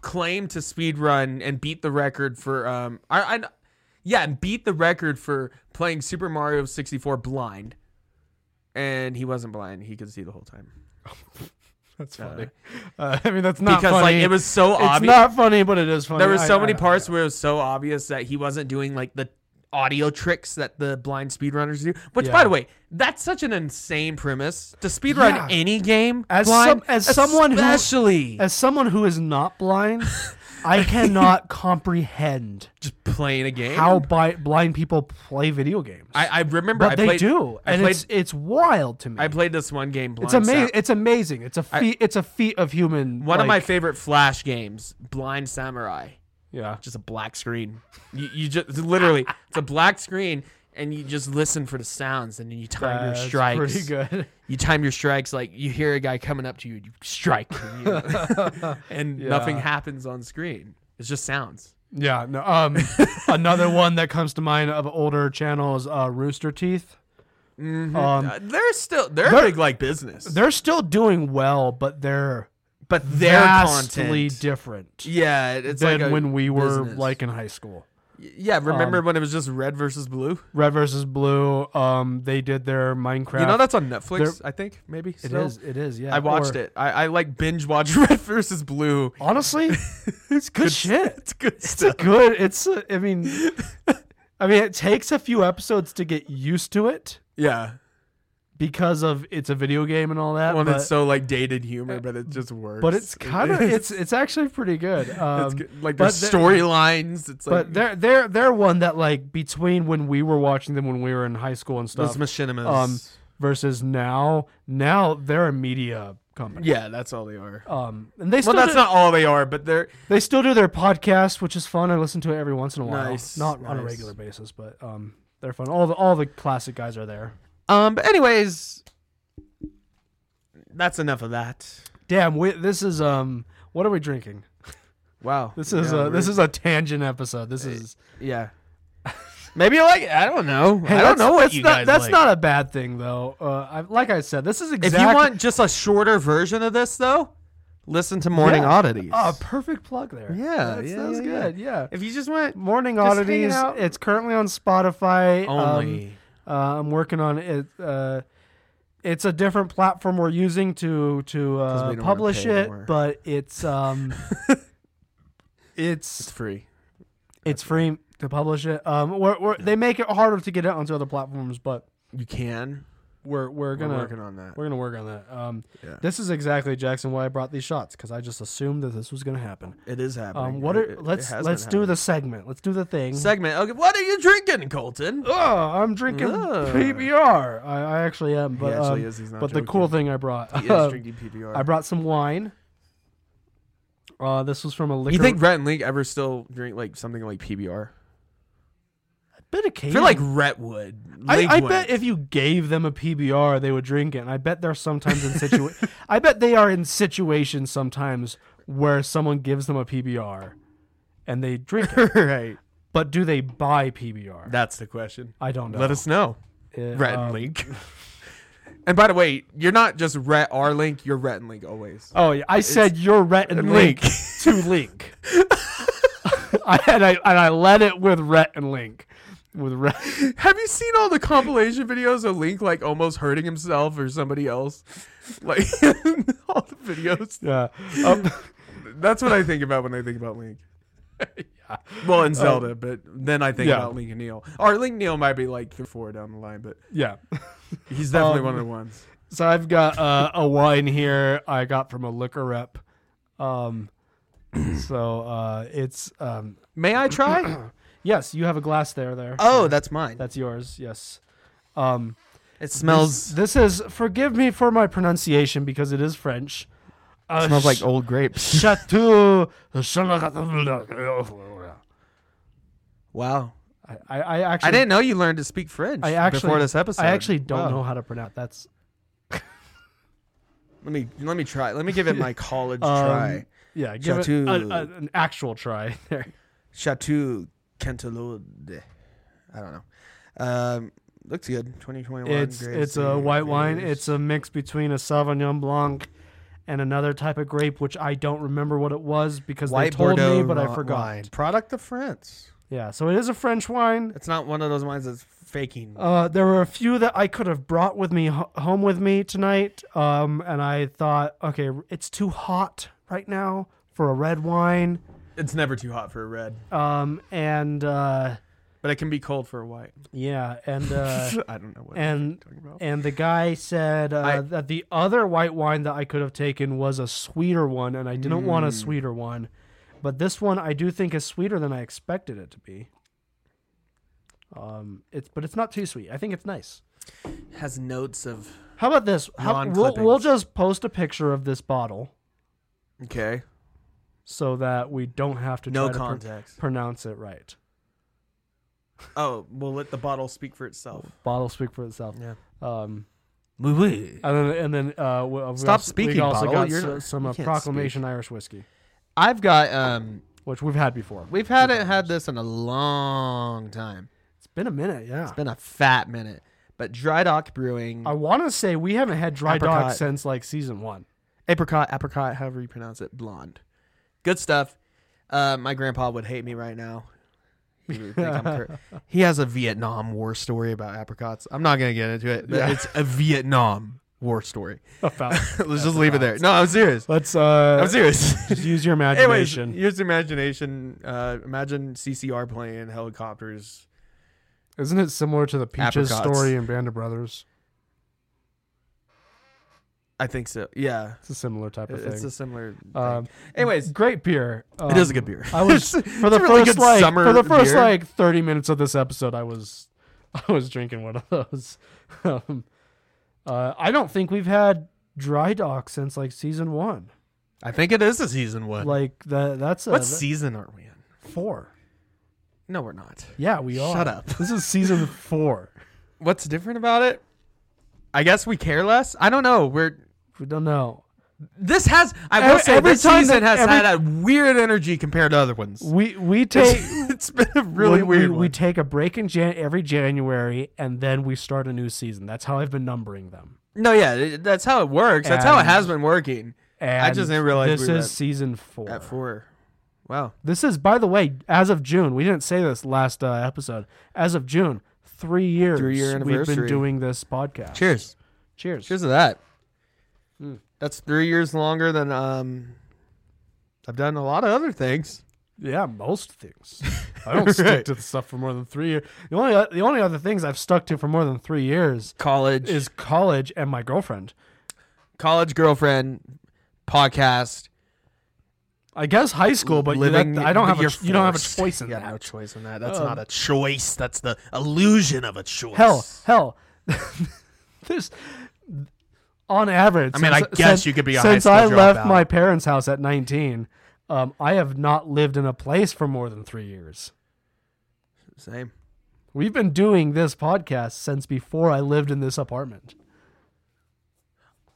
C: claimed to speedrun and beat the record for um I, I yeah, and beat the record for playing Super Mario 64 blind. And he wasn't blind. He could see the whole time.
B: That's funny. Uh, I mean, that's not
C: because
B: funny.
C: like it was so
B: It's
C: obvious.
B: not funny, but it is funny.
C: there were
B: I-
C: so
B: I-
C: many parts where it was so obvious that he wasn't doing like the audio tricks that the blind speedrunners do. Which by
B: Yeah.
C: the way, that's such an insane premise. To speedrun
B: Yeah.
C: any game
B: As some-
C: blind,
B: as someone who-
C: especially
B: As someone who is not blind, I cannot comprehend
C: just playing a game.
B: how bi- blind people play video games.
C: I, I remember
B: but
C: I
B: they
C: played,
B: do,
C: I
B: and
C: played,
B: it's it's wild to me.
C: I played this one game. Blind
B: it's amazing.
C: Sam-
B: It's amazing. It's a feat. it's a feat of human.
C: one of my
B: like-
C: favorite Flash games, Blind Samurai.
B: yeah.
C: Just a black screen. You, you just literally, it's a black screen, and you just listen for the sounds, and then you time
B: That's
C: your strikes.
B: pretty good.
C: You time your strikes like you hear a guy coming up to you, and you strike, and, you- and nothing
B: Yeah.
C: happens on screen. It's just sounds.
B: Yeah. No. Um. another one that comes to mind of older channels, uh, Rooster Teeth. Um,
C: Uh, they're still they're,
B: They're-
C: big like business,
B: they're still doing well, but they're
C: but their
B: vastly
C: content,
B: different
C: yeah, it's
B: than
C: like a
B: when um, we were
C: business.
B: like in high school.
C: Y- Yeah, remember when it was just red versus blue?
B: Red versus Blue. Um, they did their Minecraft.
C: You know that's on Netflix, I think maybe.
B: uh, it
C: still?
B: is. It is. Yeah.
C: I watched
B: Or-
C: it. I, I like binge watch red versus blue.
B: Honestly, it's good shit.
C: It's good
B: It's a
C: stuff.
B: good. It's. A, I mean, I mean, it takes a few episodes to get used to it
C: yeah,
B: because of it's a video game and all that.
C: one
B: but,
C: that's so like dated humor, but it just works.
B: but it's kind of it's it's actually pretty good. Um,
C: it's good. like
B: but
C: there's
B: the-
C: storylines. It's like
B: But they're they're they're one that like between when we were watching them when we were in high school and
C: those
B: stuff
C: machinimas.
B: um, versus now now they're a media company.
C: yeah, that's all they are.
B: Um, and they still
C: Well, that's
B: do,
C: not all they are, but they're
B: they still do their podcast, which is fun. I listen to it every once in a while,
C: Nice,
B: not on a
C: nice.
B: regular basis, but um, they're fun. All the all the classic guys are there.
C: um. But anyways, that's enough of that.
B: Damn, we, this is um, what are we drinking?
C: Wow,
B: This is
C: Yeah,
B: a this
C: we're-
B: is a tangent episode. This is
C: yeah. Maybe you like it. I don't know.
B: Hey,
C: I
B: that's-
C: don't know what
B: that's
C: you
B: not,
C: guys
B: That's
C: like.
B: not a bad thing though. Uh, I, like I said, this is
C: If
B: exactly
C: you want just a shorter version of this, though, listen to Morning
B: Yeah.
C: Oddities.
B: Oh, perfect plug there.
C: Yeah,
B: That's-
C: yeah,
B: that was
C: yeah, yeah.
B: good. Yeah.
C: if you just went
B: Morning
C: Just hanging
B: Oddities.
C: out.
B: It's currently on Spotify. Um,
C: only,
B: uh, I'm working on it. Uh, it's a different platform we're using to to
C: we
B: uh,
C: don't wanna
B: publish
C: pay
B: it,
C: anymore.
B: but it's um,
C: it's
B: it's
C: free.
B: it's free to publish it. Um, we're, we're, they make it harder to get it onto other platforms, but
C: You can.
B: we're we're
C: We're
B: gonna
C: working on that.
B: we're gonna work on that. Um,
C: Yeah.
B: this is exactly Jackson why I brought these shots because I just assumed that this was gonna happen.
C: It is happening.
B: Um, what
C: It-
B: are,
C: it- it
B: let's
C: has
B: let's
C: been
B: do
C: happening.
B: the segment. Let's do the thing.
C: segment. Okay, what are you drinking, Colton?
B: oh, I'm drinking
C: Ugh.
B: PBR. I, I actually am, but
C: actually
B: um,
C: is. He's not
B: but the cool
C: joking.
B: thing I brought,
C: He
B: uh,
C: is drinking PBR.
B: I brought some wine. Uh, this was from a liquor.
C: you think Rhett and Link ever still drink like something like PBR?
B: bit
C: I
B: occasion.
C: feel like Rhett would.
B: I,
C: Link
B: I
C: would.
B: bet if you gave them a PBR, they would drink it. And I bet they're sometimes in situ. I bet they are in situations sometimes where someone gives them a PBR, and they drink it.
C: right.
B: but do they buy PBR?
C: That's the question.
B: I don't know.
C: Let us know,
B: Uh,
C: Rhett and
B: um,
C: Link. and by the way, you're not just Rhett or Link. You're Rhett and Link always.
B: Oh yeah, I said your Rhett and
C: and
B: Link
C: Link.
B: to Link. I, and I and I led it with Rhett and Link, with Rhett.
C: Have you seen all the compilation videos of Link like almost hurting himself or somebody else? Like all the videos.
B: Yeah, um,
C: That's what I think about when I think about Link. Um, Well, in Zelda, but then I think
B: yeah.
C: about Link and Neil. Or Link Neil might be like three, four down the line, but
B: yeah.
C: he's definitely
B: Um,
C: one of the ones.
B: So I've got uh, a wine here I got from a liquor rep. Um, so uh, it's um,
C: May I try?
B: yes, you have a glass there. There,
C: oh, that's mine.
B: that's yours. Yes. Um,
C: it smells
B: this is forgive me for my pronunciation because it is French. Uh,
C: smells
B: sh-
C: like old grapes.
B: Chateau.
C: Wow.
B: I, I, I actually
C: I didn't know you learned to speak French
B: I actually
C: before this episode.
B: I actually don't
C: Wow.
B: know how to pronounce. That's
C: Let me let me try. Let me give it my college
B: um,
C: try.
B: Yeah, give it a,
C: Chateau.
B: a, an actual try there.
C: Chateau Cantaloude. I don't know. Um, looks good. 2021.
B: It's
C: grapes,
B: it's
C: three
B: a white wine.
C: years.
B: It's a mix between a Sauvignon Blanc and another type of grape, which I don't remember what it was because
C: white
B: they told
C: Bordeaux
B: me, but I
C: ro-
B: forgot.
C: wine. Product of France.
B: Yeah, so it is a French wine.
C: It's not one of those wines that's faking.
B: Uh, there were a few that I could have brought with me ho- home with me tonight, um, and I thought, okay, it's too hot right now for a red wine,
C: it's never too hot for a red,
B: um, and uh,
C: but it can be cold for a white.
B: yeah, and. Uh,
C: I don't know what
B: and
C: you're talking about.
B: and the guy said uh,
C: I-
B: that the other white wine that I could have taken was a sweeter one, and I didn't
C: Mm.
B: want a sweeter one, but this one I do think is sweeter than I expected it to be. Um, it's but it's not too sweet. I think it's nice.
C: has notes of
B: How about this? How,
C: Lawn
B: we'll we'll
C: clippings.
B: just post a picture of this bottle
C: okay,
B: so that we don't have to
C: no
B: try to pr-
C: context.
B: pronounce it right.
C: oh, we'll let the bottle speak for itself.
B: Bottle speak for itself.
C: Yeah.
B: Um,
C: Oui, oui.
B: and then and then uh, we, we
C: Stop
B: also, We
C: speaking,
B: also
C: bottle.
B: got
C: You're
B: so-
C: not-
B: some
C: you
B: uh,
C: can't
B: proclamation Irish whiskey.
C: I've got um,
B: which we've had before.
C: we've hadn't had this in a long time.
B: It's been a minute, yeah.
C: Been a fat minute. But Dry Dock Brewing,
B: I want to say we haven't had dry dock
C: Apricot.
B: since like season one.
C: apricot, apricot, however you pronounce it, blonde. Good stuff. Uh, my grandpa would hate me right now. You would think I'm cur- he has a Vietnam War story about apricots. I'm not gonna get into it, but
B: Yeah.
C: it's a Vietnam War story.
B: About-
C: Let's just leave it there. No, I'm serious.
B: Let's
C: I'm
B: uh,
C: serious.
B: just use your
C: Anyways,
B: imagination.
C: use the imagination. Uh, imagine CCR playing helicopters.
B: Isn't it similar to the Peaches
C: Apricots.
B: story in Band of Brothers?
C: I think so. Yeah,
B: It's a similar type of
C: it's
B: thing.
C: a similar. Thing. Uh,
B: Um,
C: Anyways,
B: great beer.
C: it is a
B: Um,
C: good beer.
B: I was
C: It's-
B: for the
C: it's a really
B: first
C: good
B: like
C: summer
B: for the first
C: beer.
B: like thirty minutes of this episode, I was I was drinking one of those. um, uh, I don't think we've had dry dock since like season one.
C: I think it is a season one.
B: Like that that's a
C: what
B: that-
C: season are we in?
B: four.
C: No, we're not.
B: Yeah, we are.
C: Shut up.
B: This is season four.
C: What's different about it? I guess we care less. I don't know. We're
B: We don't know.
C: this has. I will
B: Every-
C: say
B: every
C: this
B: time
C: season
B: that-
C: has
B: every-
C: had a weird energy compared to other ones.
B: We we take
C: it's been a really
B: we-
C: weird
B: We, we
C: one.
B: take a break in Jan- every January, and then we start a new season. That's how I've been numbering them.
C: no, yeah, it- that's how it works. That's how it
B: And-
C: has been working.
B: And
C: just didn't realize
B: this
C: we were
B: is
C: at-
B: season four.
C: At four, wow.
B: This is, by the way, as of June. We didn't say this last uh, episode. As of June, three years.
C: Three-year
B: We've been
C: anniversary.
B: doing this podcast.
C: Cheers.
B: Cheers.
C: Cheers to that. Hmm. That's three years longer than um. I've done a lot of other things.
B: Yeah, most things. I don't stick to the stuff for more than three years. The only uh, the only other things I've stuck to for more than three years
C: College
B: is college and my girlfriend.
C: college girlfriend podcast.
B: I guess high school, but you- that, I don't have a,
C: you're
B: you don't have a
C: forced.
B: choice in
C: yeah,
B: that.
C: no choice in that. That's
B: Um,
C: not a choice. That's the illusion of a choice.
B: hell, hell. There's on average.
C: I mean, I
B: since-
C: guess
B: since-
C: you could be a high
B: since
C: school
B: I left
C: dropout.
B: my parents' house at 19. Um, I have not lived in a place for more than three years.
C: Same.
B: We've been doing this podcast since before I lived in this apartment.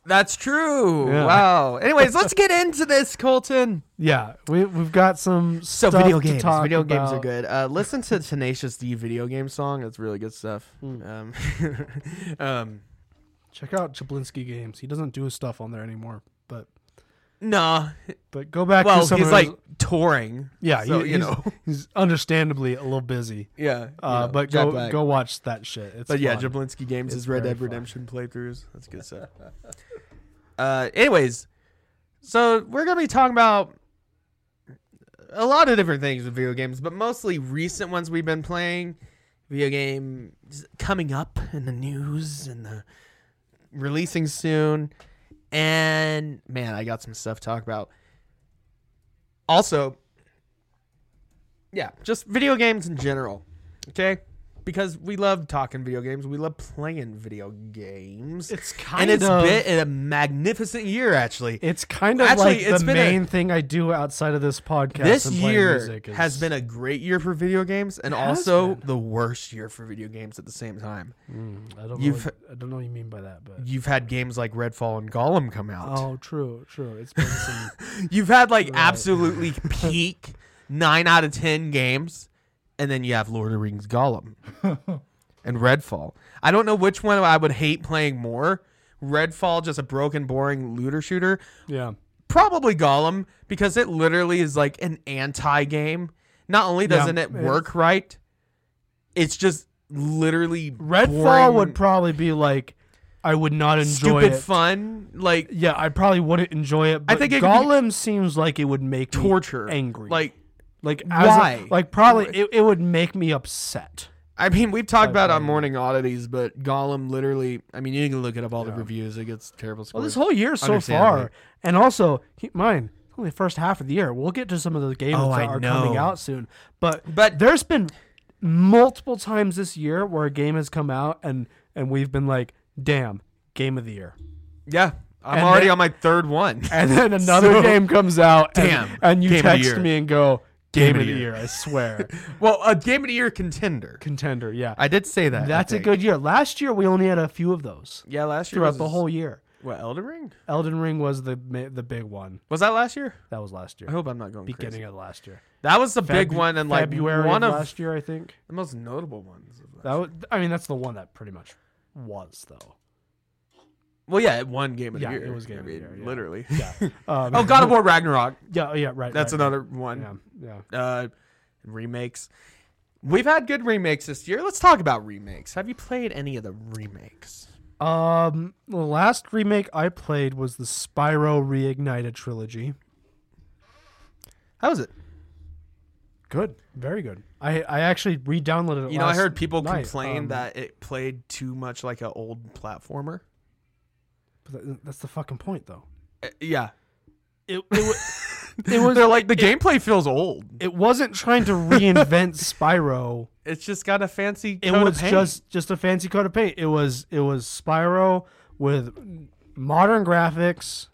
C: That's true.
B: Yeah.
C: Wow. Anyways, let's get into this, Colton.
B: Yeah, we we've got some
C: So
B: stuff
C: video
B: to
C: games.
B: talk
C: Video games are
B: about.
C: good. Uh, listen to Tenacious D video game song. It's really good stuff.
B: Hmm.
C: Um, um,
B: Check out Jablinski Games. He doesn't do stuff on there anymore, but
C: nah.
B: but go back
C: Well,
B: to some
C: he's
B: of his-
C: like touring.
B: yeah,
C: so,
B: he,
C: you
B: he's-
C: know.
B: he's understandably a little busy.
C: Yeah. you
B: Uh,
C: know,
B: but
C: Jack
B: go
C: Black.
B: go watch that shit. It's
C: But yeah,
B: fun.
C: Jablinski Games
B: It's
C: is Red
B: very
C: Dead
B: fun.
C: Redemption playthroughs. That's good stuff. uh, anyways, so we're gonna be talking about a lot of different things with video games, but mostly recent ones we've been playing. Video games coming up in the news and the releasing soon. And man, I got some stuff to talk about. Also, yeah, just video games in general. Okay? Because we love talking video games. We love playing video games.
B: It's
C: and
B: kind
C: it's
B: of
C: been a magnificent year, actually.
B: it's kind of
C: Actually,
B: like
C: it's
B: the
C: been a-
B: main thing I do outside of this podcast.
C: This
B: and playing
C: year
B: music is-
C: has been a great year for video games and
B: has
C: also
B: been.
C: the worst year for video games at the same time.
B: Mm, I don't
C: you've-
B: know. What, I don't know what you mean by that, but
C: You've had games like Redfall and Gollum come out.
B: oh, true, true. It's been some.
C: You've had like absolutely peak nine out of ten games, and then you have Lord of the Rings Gollum and Redfall. I don't know which one I would hate playing more. Redfall, just a broken, boring looter shooter.
B: yeah,
C: Probably Gollum because it literally is like an anti game. Not only
B: Yeah,
C: doesn't it
B: it's-
C: work right, it's just literally
B: Redfall
C: boring,
B: would probably be like I would not enjoy
C: stupid
B: it.
C: fun like
B: Yeah, I probably wouldn't enjoy it. But I
C: think
B: think
C: it could be-
B: Gollum seems like it would make me
C: torture
B: angry.
C: like
B: like as a-
C: why?
B: like probably it, it would make me upset.
C: I mean, we've talked about on
B: played it.
C: Morning Oddities, but Gollum literally. I mean, you can look at up all the reviews; it gets terrible
B: Well, this
C: scores.
B: whole year so
C: Understandably.
B: far, and also keep in mind, it's only the first half of the year. We'll get to some of the games
C: Oh,
B: that
C: I
B: are coming
C: know.
B: out soon, but
C: But-
B: there's been multiple times this year where a game has come out and and we've been like, damn, game of the year,
C: yeah, I'm
B: and
C: already
B: then-
C: on my third one.
B: and then another
C: So-
B: game comes out, and-
C: Damn,
B: and, you
C: game of the
B: text
C: year.
B: me and go, game, of the year. I swear,
C: well, a game of the year contender.
B: contender, yeah,
C: I did say that. I
B: that's a
C: think.
B: good year. Last year we only had a few of those
C: Yeah, last year
B: throughout
C: was-
B: the whole year.
C: What Elden Ring
B: Elden Ring was the ma- the big one.
C: was that last year?
B: That was last year.
C: I hope I'm not going
B: Beginning
C: crazy.
B: of last year.
C: That was the big
B: Feb-
C: one, and like
B: February
C: one
B: of
C: of
B: last year, I think.
C: the most notable ones. of last-
B: That was, I mean, that's the one that pretty much was though.
C: Well, yeah, it won game of
B: Yeah,
C: the year.
B: it was Game
C: I
B: of the
C: mean,
B: Year, yeah.
C: Literally.
B: Um,
C: oh, God of War Ragnarok.
B: yeah, yeah, right.
C: That's
B: right,
C: another one.
B: right. Yeah, yeah.
C: uh, remakes. We've had good remakes this year. Let's talk about remakes. Have you played any of the remakes?
B: Um, the last remake I played was the Spyro Reignited trilogy.
C: How was it?
B: Good, very good. I I actually re-downloaded it.
C: You know, I
B: last
C: heard people
B: night,
C: complain
B: um,
C: that it played too much like an old platformer.
B: but th- that's the fucking point, though.
C: Uh, yeah.
B: It it, w- it was
C: They're like, the gameplay feels old.
B: it wasn't trying to reinvent Spyro.
C: It's just got a fancy.
B: It
C: coat of
B: was
C: paint.
B: just just a fancy coat of paint. It was it was Spyro with modern graphics,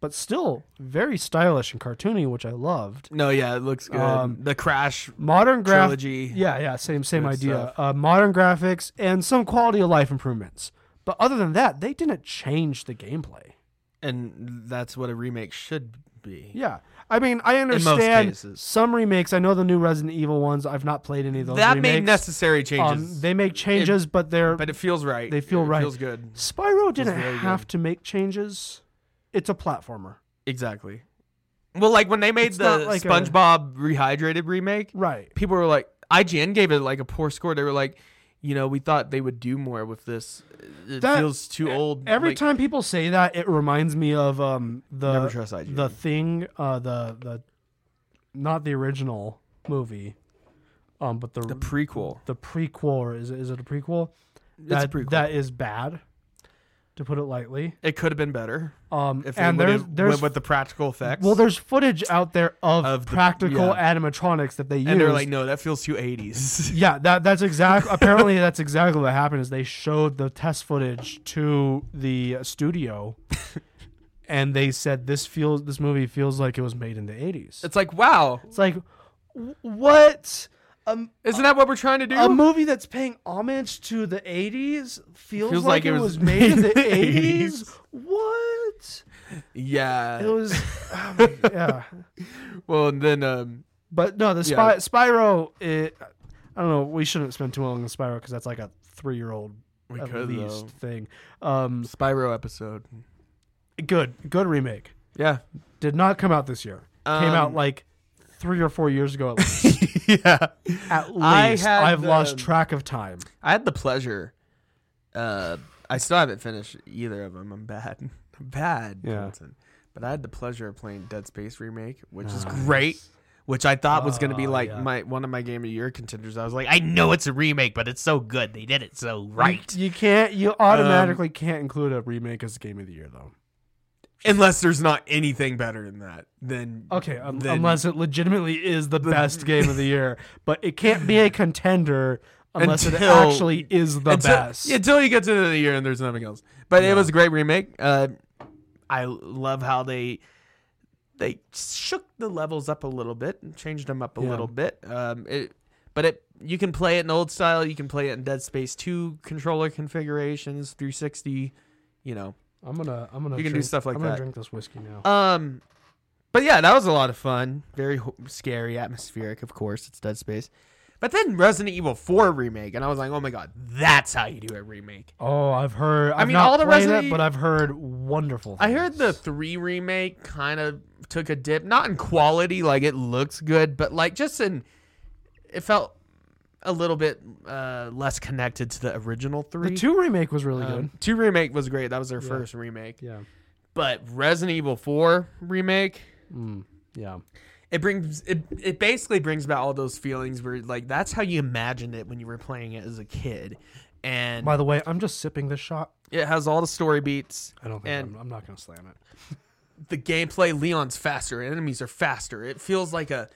B: but still very stylish and cartoony, which I loved.
C: No, yeah, it looks good.
B: Um,
C: the Crash
B: Modern graph
C: Trilogy.
B: Yeah, yeah, same same
C: Good
B: idea.
C: stuff.
B: Uh, modern graphics and some quality of life improvements. But other than that, they didn't change the gameplay.
C: and that's what a remake should be.
B: Yeah. I mean, I
C: most
B: understand
C: cases.
B: some remakes. I know the new Resident Evil ones. I've not played any of those.
C: that made
B: remakes.
C: necessary changes,
B: Um, they make changes, but they're
C: but it feels right.
B: they feel
C: it
B: right.
C: Feels good.
B: Spyro didn't
C: very
B: have to make changes. It's a platformer,
C: Exactly. Well, like when they made
B: It's
C: the
B: not like a-
C: SpongeBob rehydrated remake,
B: right?
C: people were like, IGN gave it like a poor score. They were like, you know, we thought they would do more with this. It
B: That- e-,
C: feels too old.
B: Every
C: Like,
B: time people say that, it reminds me of um the
C: Never trust IGN.
B: the thing uh the the not the original movie, um but the the,
C: the prequel.
B: prequel or is it, is it a prequel?
C: It's
B: That
C: a prequel.
B: that is bad, to put it lightly.
C: it could have been better
B: Um
C: if
B: and
C: they
B: there's
C: would've
B: there's
C: went with the practical effects.
B: well there's footage out there of,
C: Of the-
B: practical
C: yeah.
B: animatronics that they use.
C: and they're like, no, that feels too 80s.
B: Yeah, that that's exact. apparently, that's exactly what happened. Is they showed the test footage to the studio, and they said this feels this movie feels like it was made in the eighties.
C: It's like, wow,
B: It's like w- what um,
C: isn't that what we're trying to do?
B: a movie that's paying homage to the eighties feels,
C: Feels
B: like, it was, made in the eighties. What
C: yeah.
B: it was? oh my- yeah,
C: well, and then um,
B: but no, the
C: Yeah.
B: Spy- Spyro. It, I don't know. We shouldn't spend too long on Spyro because that's like a three-year-old
C: we
B: at
C: could
B: least
C: though.
B: thing. Um,
C: Spyro episode.
B: good, good remake.
C: Yeah,
B: Did not come out this year. Came out
C: Um,
B: like three or four years ago. At least.
C: yeah.
B: At
C: I
B: least.
C: had
B: I've lost
C: the-
B: track of time.
C: I had the pleasure. Uh, I still haven't finished either of them. I'm bad. I'm bad.
B: Yeah.
C: Johnson. But I had the pleasure of playing Dead Space remake, which is great. Which I thought was going to be
B: Oh,
C: like
B: Ah. yeah.
C: my one of my game of the year contenders. I was like, I know it's a remake, but it's so good. They did it so right.
B: You can't. You automatically can't include a remake as game of the year though.
C: Unless there's not anything better than that, then
B: Okay, um,
C: then-
B: unless it legitimately is the best game of the year, but it can't be a contender unless it
C: Until-
B: actually is the
C: until,
B: best.
C: yeah, until you get to the end of the year and there's nothing else. But it was a great remake. Uh, I love how they they shook the levels up a little bit and changed them up a
B: Yeah.
C: little bit. Um, it, but it you can play it in old style. You can play it in Dead Space Two controller configurations, 360. You know.
B: I'm gonna. I'm gonna.
C: You can do
B: drink-
C: stuff like
B: I'm gonna
C: that.
B: drink this whiskey now.
C: Um, but yeah, that was a lot of fun. Very ho- scary, atmospheric. Of course, it's Dead Space. But then Resident Evil 4 remake, and I was like, oh my god, that's how you do a remake.
B: Oh, I've heard. I've
C: mean,
B: not
C: all the
B: played
C: Resident
B: it,
C: E-
B: but I've heard wonderful.
C: I heard
B: things.
C: the three remake kind of took a dip, not in quality, like it looks good, but like just in, it felt a little bit uh, less connected to the original three.
B: the two remake was really
C: Um,
B: good.
C: two remake was great. That was their first remake,
B: Yeah.
C: but Resident Evil Four remake.
B: Mm, yeah.
C: It brings it. It basically brings about all those feelings where like that's how you imagined it when you were playing it as a kid, and
B: By the way, I'm just sipping this shot.
C: it has all the story beats.
B: I don't think
C: And-
B: I'm, I'm not gonna slam it.
C: the gameplay leon's faster enemies are faster it feels like a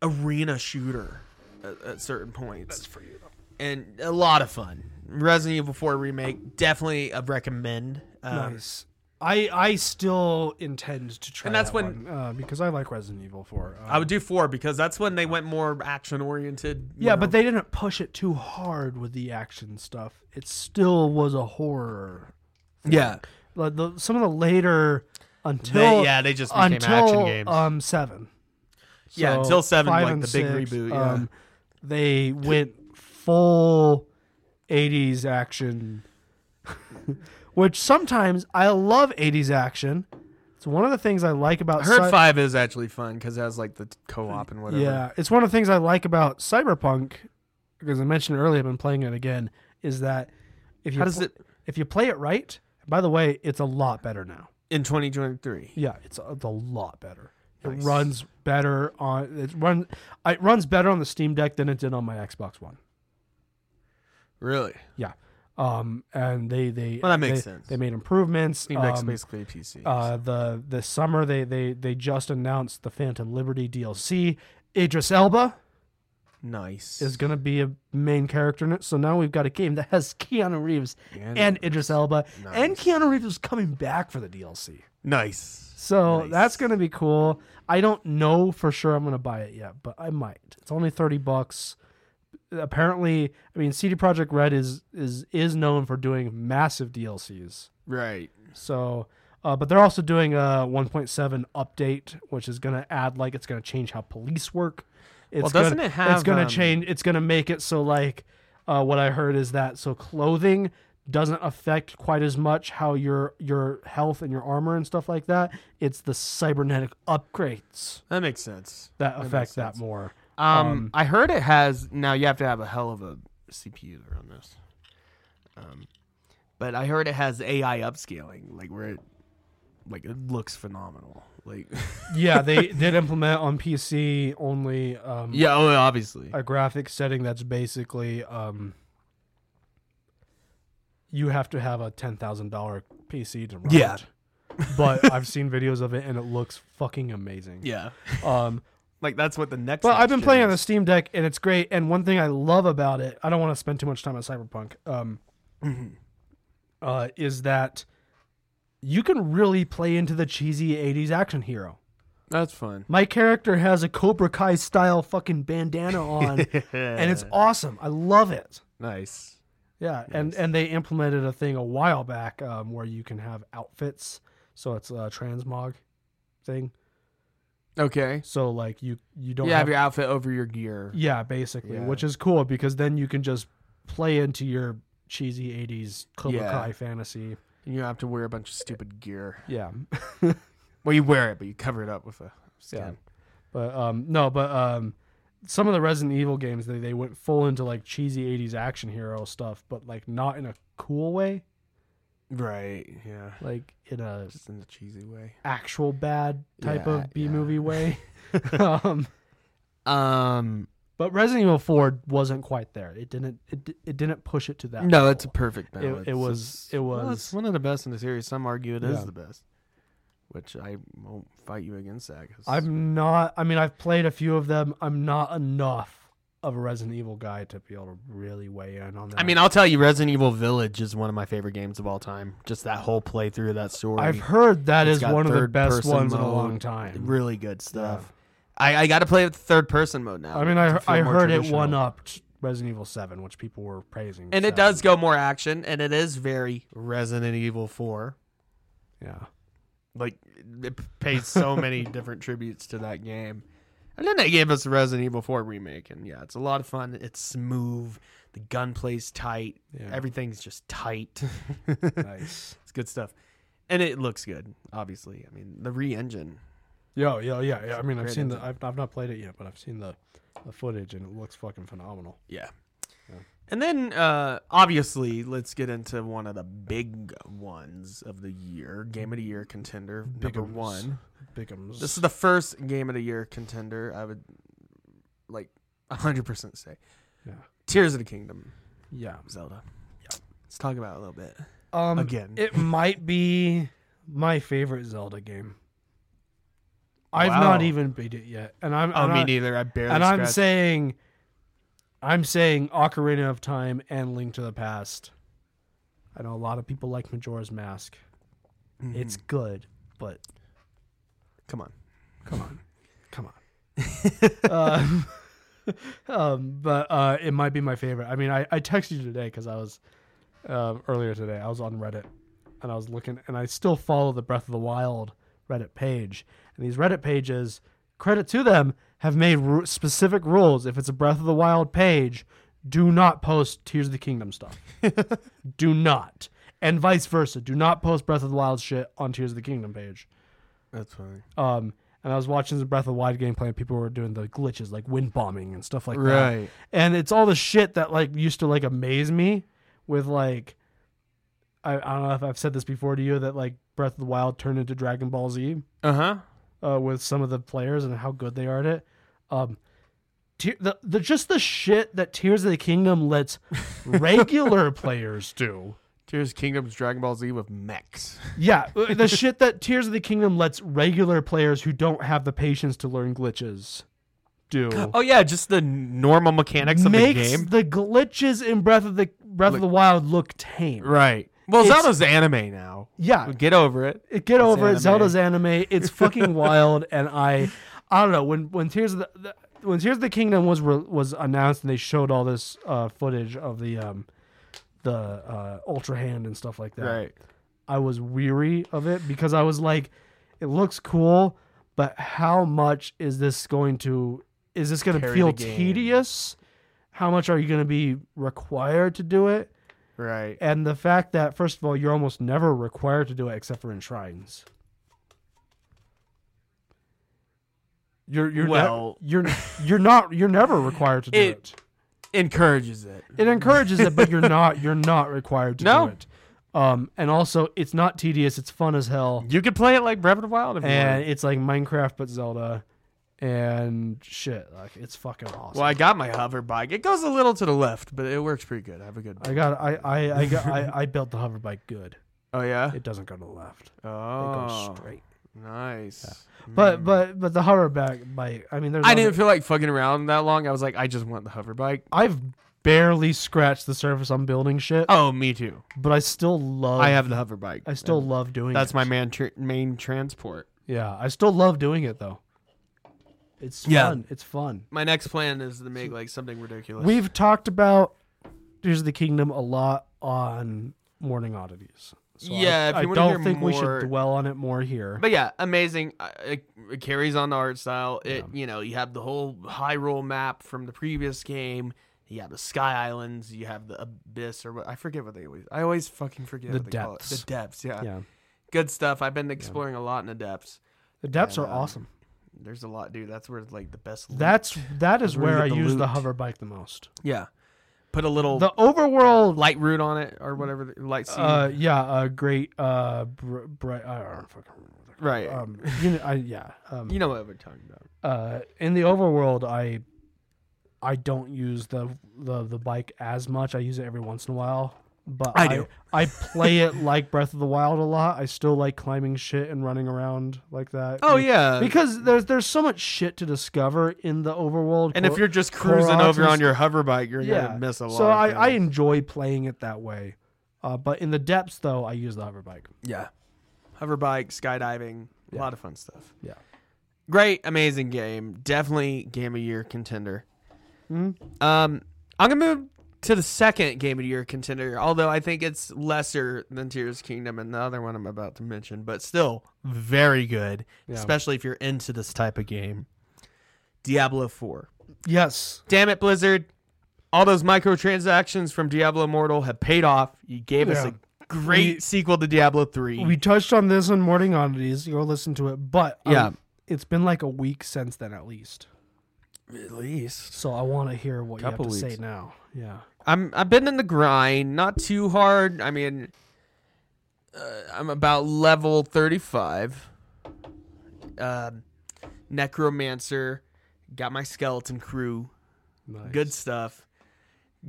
C: arena shooter at, at certain points that's for you though. and a lot of fun resident evil 4 remake definitely a recommend um,
B: nice. I I still intend to try.
C: And that's
B: that
C: when-
B: one, uh, because I like Resident Evil Four. Uh,
C: i would do 4 because that's when they went more action oriented
B: yeah, but they didn't push it too hard with the action stuff. It still was a horror.
C: yeah
B: Like the, some of the later until
C: They- yeah, they just became
B: until
C: action games.
B: um seven.
C: Yeah,
B: So,
C: until seven,
B: five
C: like
B: and
C: the big
B: six, um,
C: reboot, yeah.
B: they went full '80s action, which sometimes I love '80s action. It's one of the things I like about
C: Herd
B: Cy-
C: Five is actually fun because it has like the t- co-op and whatever.
B: Yeah, it's one of the things I like about Cyberpunk because I mentioned earlier I've been playing it again is that if you
C: How does
B: pl-
C: it
B: if you play it right, by the way, it's a lot better now.
C: in 2023?
B: Yeah, it's a, it's a lot better.
C: Nice.
B: It runs better on it run it runs better on the Steam Deck than it did on my Xbox One.
C: Really?
B: Yeah. Um and they they
C: Well, that makes
B: they-
C: sense.
B: They made improvements.
C: Steam Deck's
B: um,
C: basically a PC.
B: uh, the the summer they they they just announced the Phantom Liberty DLC. Idris Elba
C: nice.
B: is going to be a main character in it. So now we've got a game that has Keanu Reeves
C: And-
B: and, Idris Elba, and
C: Nice.
B: Keanu Reeves is coming back for the DLC.
C: nice.
B: So
C: Nice.
B: that's going to be cool. I don't know for sure I'm going to buy it yet, but I might. It's only 30 bucks. Apparently, I mean CD Projekt Red is is is known for doing massive DLCs.
C: Right.
B: So, uh, but they're also doing a 1.7 update, which is going to add like it's going to change how police work. It's
C: doesn't
B: gonna,
C: it have,
B: It's going to
C: um,
B: change. It's going to make it so like uh, what I heard is that so clothing doesn't affect quite as much how your your health and your armor and stuff like that. It's the cybernetic upgrades
C: That makes sense.
B: that affect that
C: sense.
B: more.
C: Um,
B: Um,
C: I heard it has now. You have to have a hell of a CPU to run this. Um, but I heard it has AI upscaling, like where it, like it looks phenomenal. Like,
B: Yeah, they did implement on PC only um,
C: yeah, oh, obviously.
B: a graphic setting that's basically um, you have to have a ten thousand dollar PC to run
C: Yeah.
B: it. But I've seen videos of it and it looks fucking amazing.
C: yeah,
B: Um,
C: like that's what the next.
B: but I've
C: next
B: been
C: gen
B: playing on the
C: is.
B: Steam Deck and it's great. And one thing I love about it, I don't want to spend too much time on Cyberpunk, um,
C: Mm-hmm.
B: uh, is that you can really play into the cheesy '80s action hero.
C: That's fun.
B: My character has a Cobra Kai style fucking bandana on, and it's awesome. I love it.
C: nice.
B: Yeah, and and they implemented a thing a while back um, where you can have outfits. So it's a transmog thing.
C: Okay.
B: So like you you don't
C: You have
B: have,
C: your outfit over your gear.
B: yeah basically,
C: Yeah.
B: which is cool because then you can just play into your cheesy '80s Cobra
C: Yeah.
B: Kai fantasy.
C: You don't have to wear a bunch of stupid gear.
B: Yeah,
C: Well, you wear it, but you cover it up with a skin.
B: Yeah. but um no, but um some of the Resident Evil games they they went full into like cheesy '80s action hero stuff, but like not in a cool way,
C: Right. Yeah.
B: like in a
C: Just in the cheesy way.
B: actual bad type
C: Yeah,
B: of B
C: yeah.
B: movie way. um
C: Um.
B: But Resident Evil 4 wasn't quite there. It didn't. It, di- it didn't push it to that.
C: No, it's a
B: level.
C: perfect
B: it
C: balance.
B: was- it
C: well,
B: was-
C: it's one of the best in the series. Some argue it is
B: Yeah.
C: the best, which I won't fight you against that. Cause
B: I'm not. I mean, I've played a few of them. I'm not enough of a Resident Evil guy to be able to really weigh in on that.
C: I mean, I'll tell you, Resident Evil Village is one of my favorite games of all time. Just that whole playthrough, of that story.
B: I've heard that
C: It's
B: is
C: got
B: one of the best
C: third-person
B: ones in a
C: mode.
B: long time.
C: really good stuff. I, I got to play with third person mode now.
B: I mean,
C: to
B: I
C: feel
B: I
C: more
B: heard it
C: traditional.
B: one upped Resident Evil 7, which people were praising.
C: and
B: 7.
C: it does go more action, and it is very Resident Evil Four.
B: Yeah.
C: Like it p- pays so many different tributes to that game. And then they gave us Resident Evil 4 remake, and yeah, it's a lot of fun. It's smooth. The gunplay's tight.
B: Yeah.
C: Everything's just tight.
B: Nice.
C: it's good stuff, and it looks good. Obviously, I mean the re-engine.
B: Yo, yo, yeah, yeah. I mean, I've
C: Great
B: seen the.
C: engine.
B: I've, I've not played it yet, but I've seen the, the footage, and it looks fucking phenomenal.
C: Yeah. And then, uh, obviously, let's get into one of the big ones of the year, game of the year contender number
B: Biggums.
C: one.
B: Biggums.
C: This is the first game of the year contender. I would like hundred percent say
B: Yeah.
C: Tears of the Kingdom,
B: yeah.
C: Zelda. Let's talk about it a little bit
B: Um,
C: again.
B: It might be my favorite Zelda game. I've
C: Wow.
B: not even beat it yet, and I'm
C: oh,
B: and,
C: me
B: I,
C: neither. I barely.
B: and I'm
C: scratched-
B: saying, I'm saying Ocarina of Time and Link to the Past. I know a lot of people like Majora's Mask. It's good, but
C: come on.
B: come on, come on. um, um, but uh, it might be my favorite. I mean, I, I texted you today because I was um, earlier today. I was on Reddit and I was looking, and I still follow the Breath of the Wild Reddit page. And these Reddit pages, credit to them, have made ru specific rules. If it's a Breath of the Wild page, do not post Tears of the Kingdom stuff. do not. And vice versa. Do not post Breath of the Wild shit on Tears of the Kingdom page.
C: That's funny.
B: Um, and I was watching the Breath of the Wild gameplay, and people were doing the glitches like wind bombing and stuff like that.
C: Right.
B: And it's all the shit that like used to like amaze me with like I, I don't know if I've said this before to you that like Breath of the Wild turned into Dragon Ball Z
C: Uh huh.
B: uh, with some of the players and how good they are at it. Um, te- the, the just the shit that Tears of the Kingdom lets regular players do.
C: Tears Kingdom's Dragon Ball Z with mechs.
B: Yeah, uh, the shit that Tears of the Kingdom lets regular players who don't have the patience to learn glitches do.
C: Oh yeah, just the normal mechanics of the
B: makes
C: game.
B: glitches in Breath of the Breath of the Wild look tame.
C: Right. Well,
B: It's-
C: Zelda's anime now.
B: Yeah,
C: Get over it.
B: it- get over
C: anime.
B: it. Zelda's anime. It's fucking wild, and I, I don't know when when Tears of the, the when Tears of the Kingdom was re- was announced and they showed all this uh, footage of the um the uh, Ultra Hand and stuff like that.
C: Right.
B: I was weary of it because I was like, it looks cool, but how much is this going to is this going to
C: Carry
B: feel
C: the game.
B: tedious? How much are you going to be required to do it?
C: Right.
B: And the fact that first of all, you're almost never required to do it except for in shrines. You're you're ne-
C: Well-
B: you're you're not you're never required to do
C: It-
B: it.
C: Encourages it.
B: It encourages it, but you're not you're not required to
C: No.
B: do it. Um, and also, it's not tedious. It's fun as hell
C: You could play it like Breath of the Wild if you
B: and
C: want.
B: it's like Minecraft but Zelda, and shit, like it's fucking awesome.
C: Well, I got my hover bike. It goes a little to the left, but it works pretty good. I have a good.
B: I got I I I, got, I I built the hover bike good.
C: Oh yeah.
B: It doesn't go to the left. It
C: Oh,
B: goes straight.
C: nice.
B: But but but the hover back bike. I mean, there's
C: I
B: other-
C: didn't feel like fucking around that long. I was like, I just want the hover bike.
B: I've barely scratched the surface on building shit,
C: Oh, me too.
B: but I still love.
C: I have the hover bike.
B: I still love doing.
C: That's
B: it.
C: my man tr- main transport.
B: Yeah, I still love doing it though. It's
C: Yeah.
B: fun. It's fun.
C: My next plan is to make like something ridiculous.
B: We've talked about Tears of the Kingdom a lot on Morning Oddities. So I-
C: Yeah, if
B: I,
C: you wanna
B: don't
C: hear
B: think we
C: more-
B: should dwell on it more here.
C: But yeah, amazing. Uh, It, it carries on the art style. It you know you have the whole Hyrule map from the previous game. You have the Sky Islands. You have the Abyss or what I forget what they always. I always fucking forget
B: The
C: what they call it.
B: depths.
C: The depths. Yeah.
B: yeah,
C: Good stuff. I've been exploring a lot in the depths.
B: the depths
C: And,
B: are
C: um,
B: awesome.
C: There's a lot, dude. That's where like the best. loot-
B: That's that is
C: where you
B: where I
C: get the
B: use the
C: loot.
B: hover bike the most.
C: yeah. Put a little
B: The overworld,
C: light root on it or whatever. the- Light seed.
B: uh, yeah, uh, great, uh, br- bright. I don't fucking remember. what they're
C: right.
B: called. Um, you know, I, yeah. Um,
C: you know what we're talking about.
B: uh, in the overworld, I, I don't use the, the the bike as much. I use it every once in a while, but
C: I do.
B: I, play it like Breath of the Wild a lot. I still like climbing shit and running around like that.
C: Oh
B: Be-
C: yeah.
B: because there's there's so much shit to discover in the overworld.
C: and if
B: Cor-
C: you're just cruising
B: Koroks
C: over
B: and
C: on your hover bike, you're
B: yeah,
C: gonna miss a lot.
B: so
C: of
B: I, I
C: things.
B: enjoy playing it that way. Uh, but in the depths, though, I use the hover bike.
C: Yeah. Hover bike, skydiving, a
B: Yeah.
C: lot of fun stuff.
B: Yeah.
C: Great, amazing game. Definitely game of year contender.
B: Mhm.
C: Um, I'm gonna move to the second game of the year contender, although I think it's lesser than Tears of the Kingdom and the other one I'm about to mention, but still very good,
B: Yeah.
C: especially if you're into this type of game. Diablo 4.
B: Yes.
C: Damn it, Blizzard. All those microtransactions from Diablo Immortal have paid off. You gave us
B: Yeah.
C: a great
B: We-
C: sequel to Diablo 3.
B: We touched on this on Morning Oddities. You'll listen to it. But um,
C: Yeah.
B: it's been like a week since then, at least.
C: At least.
B: So I want to hear what
C: Couple
B: you have to
C: weeks.
B: say now. Yeah.
C: I'm I've been in the grind, not too hard. I mean, uh, I'm about level 35. Um, necromancer, got my skeleton crew,
B: Nice.
C: good stuff.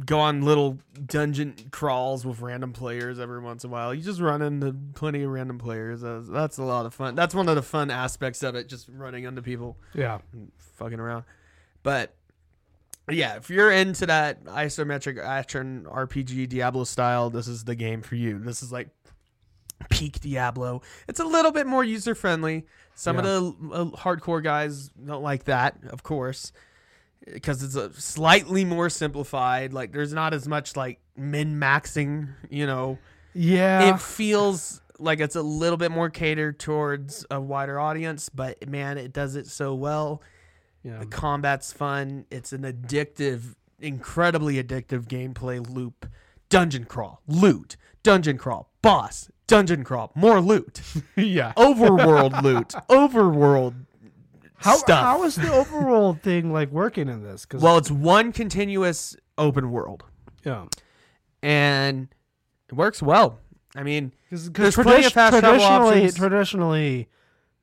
C: Go on little dungeon crawls with random players every once in a while. You just run into plenty of random players. That's, that's a lot of fun. That's one of the fun aspects of it, just running into people
B: Yeah.
C: fucking around. But yeah, if you're into that isometric action RPG Diablo style, this is the game for you. This is like peak Diablo. It's a little bit more user friendly. Some of the uh, hardcore guys don't like that, of course, because it's a slightly more simplified. Like there's not as much like min maxing, you know
B: Yeah.
C: it feels like it's a little bit more catered towards a wider audience, but man, it does it so well.
B: yeah.
C: The combat's fun. It's an addictive, incredibly addictive gameplay loop. Dungeon crawl, loot, dungeon crawl, boss, dungeon crawl, more loot,
B: yeah.
C: overworld loot, overworld
B: how,
C: stuff.
B: how is the overall thing like working in this? Because
C: well, it's one continuous open world,
B: yeah.
C: and it works well. I mean,
B: Cause,
C: There's plenty of fast travel
B: traditionally,
C: options.
B: traditionally,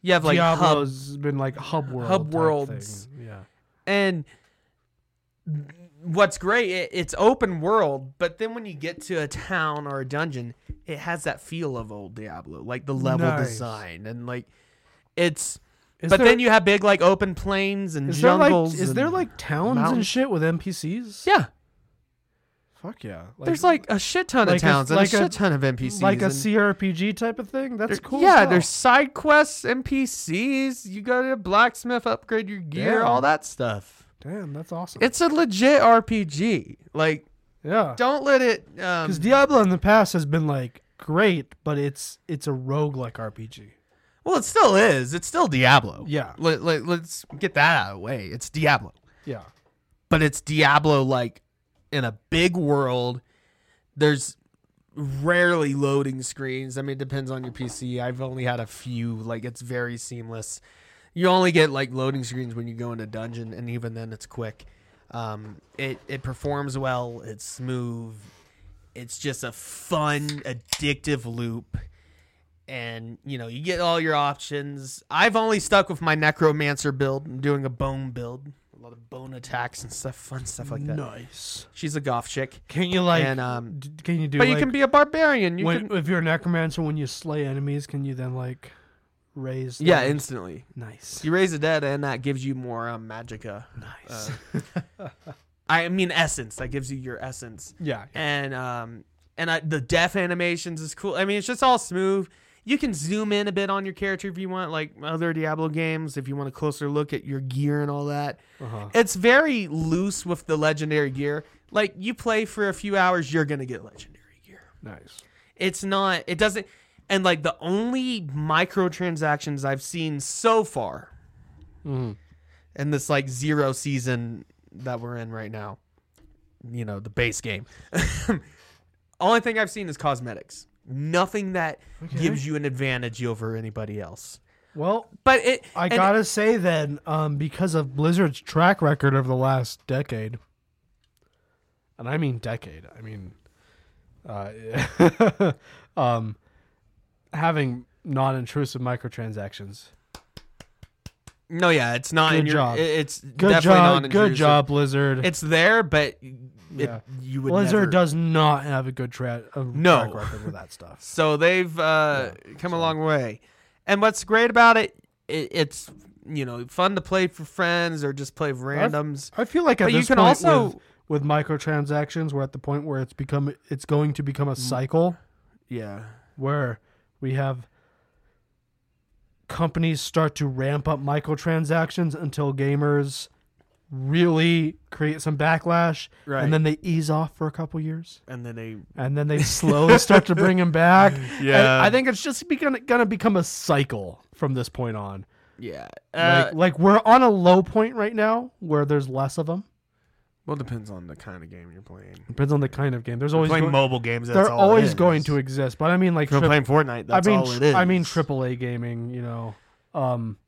C: you have like hub,
B: Diablo's been like hub world,
C: hub
B: type
C: worlds.
B: thing. Yeah,
C: and what's great, it, it's open world, but then when you get to a town or a dungeon, it has that feel of old Diablo, like the level
B: Nice.
C: design, and like it's.
B: Is
C: but
B: there-
C: then you have big like open plains and
B: is there like
C: jungles.
B: is there
C: and-
B: like towns and
C: mountains.
B: shit with NPCs?
C: yeah?
B: Fuck yeah! Like,
C: There's like a shit ton
B: like a-
C: of towns
B: like a-
C: and a shit ton of NPCs.
B: like a
C: and-
B: CRPG type of thing. That's
C: There-
B: cool. as
C: Yeah,
B: hell.
C: there's side quests, NPCs. You go to a blacksmith, upgrade your gear,
B: Damn.
C: all that stuff.
B: damn. That's awesome.
C: It's a legit RPG. Like,
B: yeah,
C: don't let it. Um,
B: because Diablo in the past has been like great, but it's it's a roguelike RPG.
C: well, it still is. It's still Diablo.
B: Yeah.
C: Let, let, let's get that out of the way. It's Diablo,
B: Yeah,
C: but it's Diablo like in a big world. There's rarely loading screens. I mean, it depends on your PC. I've only had a few. Like, it's very seamless. You only get like loading screens when you go into dungeon, and even then, it's quick. Um, it it performs well. It's smooth. It's just a fun, addictive loop. And you know, you get all your options. I've only stuck with my necromancer build. I'm doing a bone build, a lot of bone attacks and stuff, fun stuff like that.
B: nice.
C: She's a goth chick,
B: Can you like?
C: and um,
B: d- can you do?
C: but
B: like,
C: you can be a barbarian. You
B: when,
C: can,
B: if you're a necromancer, when you slay enemies, can you then like raise?
C: yeah,
B: them?
C: instantly.
B: nice,
C: You raise the dead, and that gives you more um, magica.
B: nice.
C: uh, I mean, essence. That gives you your essence.
B: yeah,
C: and um and I, the death animations is cool. I mean, it's just all smooth. You can zoom in a bit on your character if you want, like other Diablo games, if you want a closer look at your gear and all that.
B: Uh-huh.
C: It's very loose with the legendary gear. Like you play for a few hours, you're gonna get legendary gear.
B: nice.
C: It's not. It doesn't. And like the only microtransactions I've seen so far
B: Mhm.
C: in this like zero season that we're in right now, you know, the base game. only thing I've seen is cosmetics. Nothing that gives you an advantage over anybody else.
B: Well,
C: But it.
B: I
C: and-
B: gotta say then, um, because of Blizzard's track record over the last decade, and I mean decade, I mean, uh, um, having non-intrusive microtransactions.
C: No, yeah, it's not.
B: Good
C: in your,
B: job.
C: it- It's
B: Good
C: definitely
B: job,
C: non-intrusive.
B: good job, Blizzard.
C: It's there, but it,
B: Yeah.
C: you would
B: Blizzard
C: never-
B: does not have a good tra- a
C: No.
B: track record for that stuff.
C: So they've uh, come a long way. And what's great about it, it, it's you know fun to play for friends or just play with randoms.
B: I feel like at
C: But you
B: this
C: can
B: point
C: also-
B: with, with microtransactions, we're at the point where it's become it's going to become a cycle
C: yeah.
B: where we have companies start to ramp up microtransactions until gamers really create some backlash,
C: Right.
B: and then they ease off for a couple years,
C: And then they
B: and then they slowly start to bring them back. And
C: Yeah.
B: I think it's just gonna gonna become a cycle from this point on.
C: yeah. Uh,
B: Like, like we're on a low point right now where there's less of them.
C: well, depends on the kind of game you're playing.
B: Depends on the kind of game. There's always
C: playing
B: go-
C: mobile games. That's
B: they're
C: all it
B: always
C: is.
B: going to exist, but I mean like
C: If you're
B: trip-
C: playing Fortnite.
B: I
C: That's
B: mean
C: all it
B: tr-
C: is.
B: I mean AAA gaming. You know, um,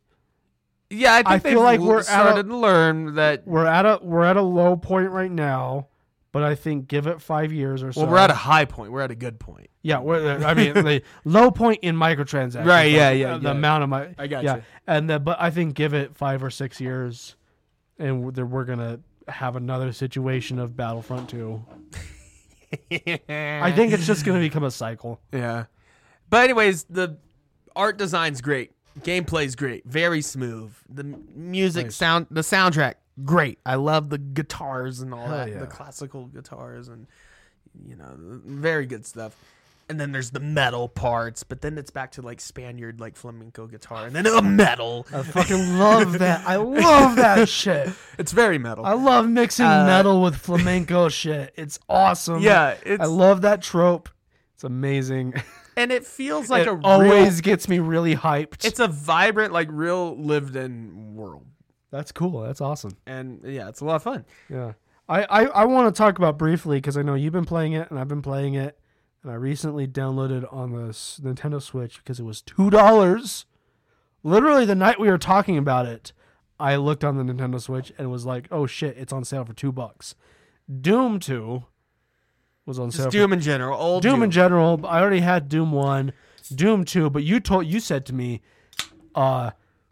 C: Yeah, I think
B: I
C: they've
B: feel like
C: l-
B: we're at
C: started
B: a-
C: to learn that.
B: we're at a we're at a low point right now, but I think give it five years or so.
C: Well, we're at a high point. We're at a good point.
B: yeah. We're, uh, I mean the low point in microtransactions.
C: Right,
B: like,
C: yeah, yeah,
B: uh, The
C: yeah.
B: amount of my
C: I gotcha.
B: yeah, and the, but I think give it five or six years, and we're, then we're gonna have another situation of Battlefront Two. I think it's just gonna become a cycle.
C: Yeah. But anyways, the art design's great. Gameplay's great. Very smooth. The m- music
B: Nice.
C: sound the soundtrack great. I love the guitars and all
B: Hell
C: that.
B: yeah.
C: The classical guitars and you know, very good stuff. And then there's the metal parts, but then it's back to like Spaniard like flamenco guitar and then a metal.
B: I fucking love that. I love that shit.
C: It's very metal.
B: I love mixing
C: Uh,
B: metal with flamenco shit. It's awesome.
C: yeah, it's
B: I love that trope. It's amazing.
C: and it feels like
B: it
C: a
B: always
C: real,
B: gets me really hyped.
C: it's a vibrant like real lived in world.
B: That's cool. That's awesome.
C: And yeah, it's a lot of fun.
B: Yeah. I, I, I want to talk about briefly because I know you've been playing it and I've been playing it. and I recently downloaded it on the S- Nintendo Switch because it was two dollars. Literally the night we were talking about it, I looked on the Nintendo Switch and was like, "Oh shit, it's on sale for two bucks." Doom Two was on sale.
C: Just
B: for
C: Doom in general. Old
B: Doom
C: Doom,
B: in general. but I already had Doom one, Doom two, but you told you said to me, uh,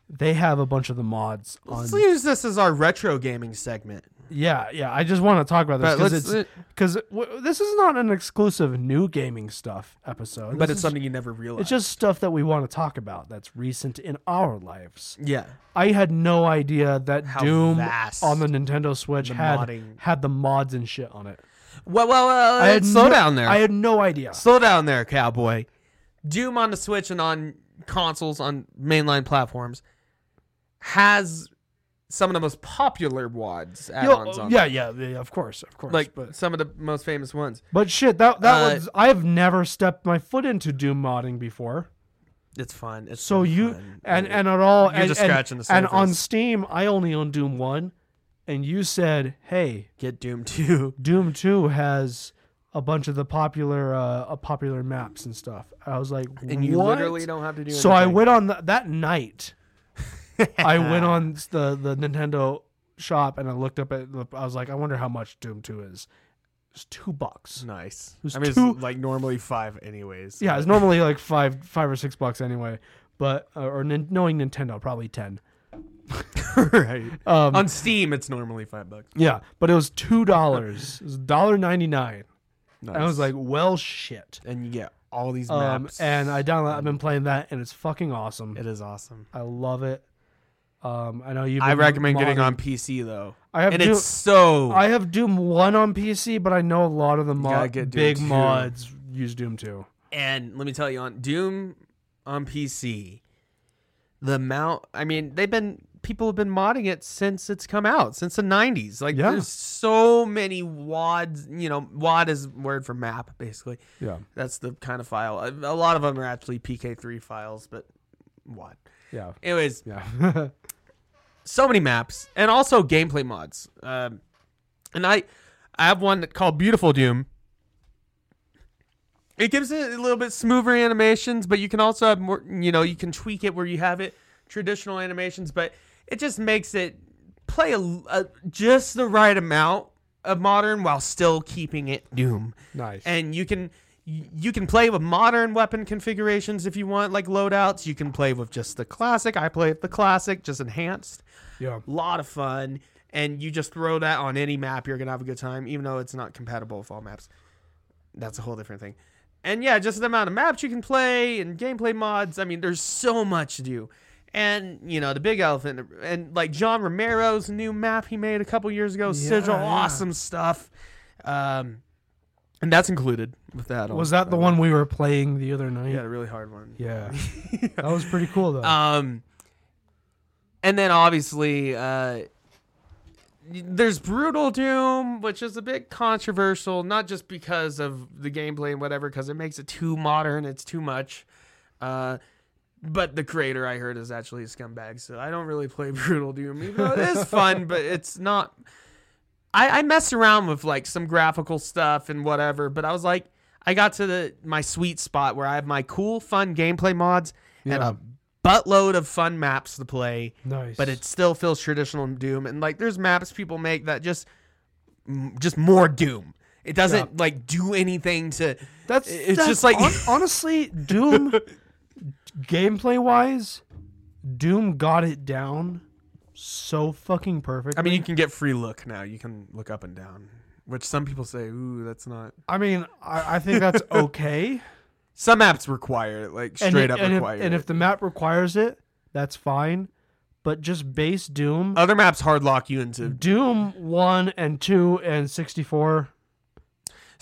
B: they have a bunch of the mods on.
C: Let's use this as our retro gaming segment.
B: Yeah, yeah. I just want to talk about this
C: But
B: because
C: let's-
B: it's because w- this is not an exclusive new gaming stuff episode,
C: But
B: This
C: it's
B: is-
C: something you never realize.
B: It's just stuff that we want to talk about that's recent in our lives.
C: yeah.
B: I had no idea that
C: How
B: Doom
C: vast
B: on the Nintendo Switch
C: the
B: had
C: modding-
B: had the mods and shit on it.
C: Well, well, well.
B: I had
C: slow
B: no-
C: down there.
B: I had no idea.
C: slow down there, cowboy. Doom on the Switch and on consoles on mainline platforms has some of the most popular wads
B: Yo,
C: add-ons on.
B: yeah, yeah, yeah, of course, of course.
C: like
B: but
C: some of the most famous ones.
B: But shit, that that
C: Uh,
B: was I've never stepped my foot into Doom modding before.
C: It's fun. It's
B: So
C: so
B: you
C: fun.
B: and and at all
C: Oh, You're
B: and,
C: just
B: and-
C: scratching the
B: And on
C: surface.
B: Steam, I only own Doom one, and you said, "Hey,
C: get Doom too.
B: Doom two has a bunch of the popular uh, uh popular maps and stuff." I was like,
C: And you
B: "What?"
C: literally don't have to do.
B: So I
C: anything.
B: went on the, that night. I went on s- the the Nintendo shop and I looked up at. the- I was like, "I wonder how much Doom two is." It's two bucks.
C: Nice.
B: was
C: I mean,
B: two-
C: it's like normally five, anyways.
B: Yeah, it's normally like five, five or six bucks anyway. But uh, or nin- knowing Nintendo, probably ten.
C: right. Uh,
B: Um,
C: on Steam, it's normally five bucks.
B: yeah, but it was two dollars. it was dollar ninety nine.
C: Nice.
B: And I was like, well, shit.
C: and you get all these
B: Um,
C: maps,
B: and I download. I've been playing that, and it's fucking awesome.
C: it is awesome.
B: I love it. Um, I know you.
C: I recommend getting on PC though,
B: I have
C: and
B: Doom,
C: it's so
B: I have Doom one on PC, but I know a lot of the
C: gotta
B: mod,
C: get Doom
B: big
C: 2.
B: mods use Doom two.
C: And let me tell you, on Doom on PC, the amount I mean, they've been people have been modding it since it's come out, since the nineties. Like
B: Yeah.
C: there's so many wads, you know, wad is word for map, basically.
B: Yeah,
C: That's the kind of file. A a lot of them are actually PK3 files, but wad.
B: yeah,
C: Anyways,
B: yeah.
C: so many maps and also gameplay mods. Um, and I, I have one called Beautiful Doom. It gives it a little bit smoother animations, but you can also have more. You know, you can tweak it where you have it traditional animations, but it just makes it play a, a just the right amount of modern while still keeping it Doom
B: nice.
C: and you can you can play with modern weapon configurations if you want like loadouts you can play with just the classic i play with the classic just enhanced
B: yeah,
C: a lot of fun and you just throw that on any map you're gonna have a good time even though it's not compatible with all maps that's a whole different thing and yeah just the amount of maps you can play and gameplay mods i mean there's so much to do and you know the big elephant and like john romero's new map he made a couple years ago sigil
B: yeah.
C: awesome stuff um and that's included with that
B: was that the one we were playing the other night?
C: Oh, yeah a really hard one
B: Yeah. that was pretty cool though.
C: Um, and then obviously, uh, there's Brutal Doom, which is a bit controversial, not just because of the gameplay and whatever, because it makes it too modern, it's too much. Uh, but the creator I heard is actually a scumbag, so I don't really play Brutal Doom, even though it is fun, but it's not. I, I messed around with like some graphical stuff and whatever, but I was like, I got to the my sweet spot where I have my cool, fun gameplay mods and
B: Yeah.
C: a buttload of fun maps to play,
B: nice.
C: but it still feels traditional Doom. And like, there's maps people make that just m- just more Doom. It doesn't like do anything to.
B: that's
C: it's just like-
B: hon- honestly Doom gameplay wise, Doom got it down so fucking perfect.
C: I mean, you can get free look now. You can look up and down, which some people say, "Ooh, that's not."
B: I mean, I, I think that's okay.
C: Some apps require it, like
B: And
C: straight
B: it-
C: up
B: and if,
C: require.
B: and
C: it.
B: if the map requires it, that's fine. But just base Doom,
C: other maps hard lock you into
B: Doom one and two and sixty four,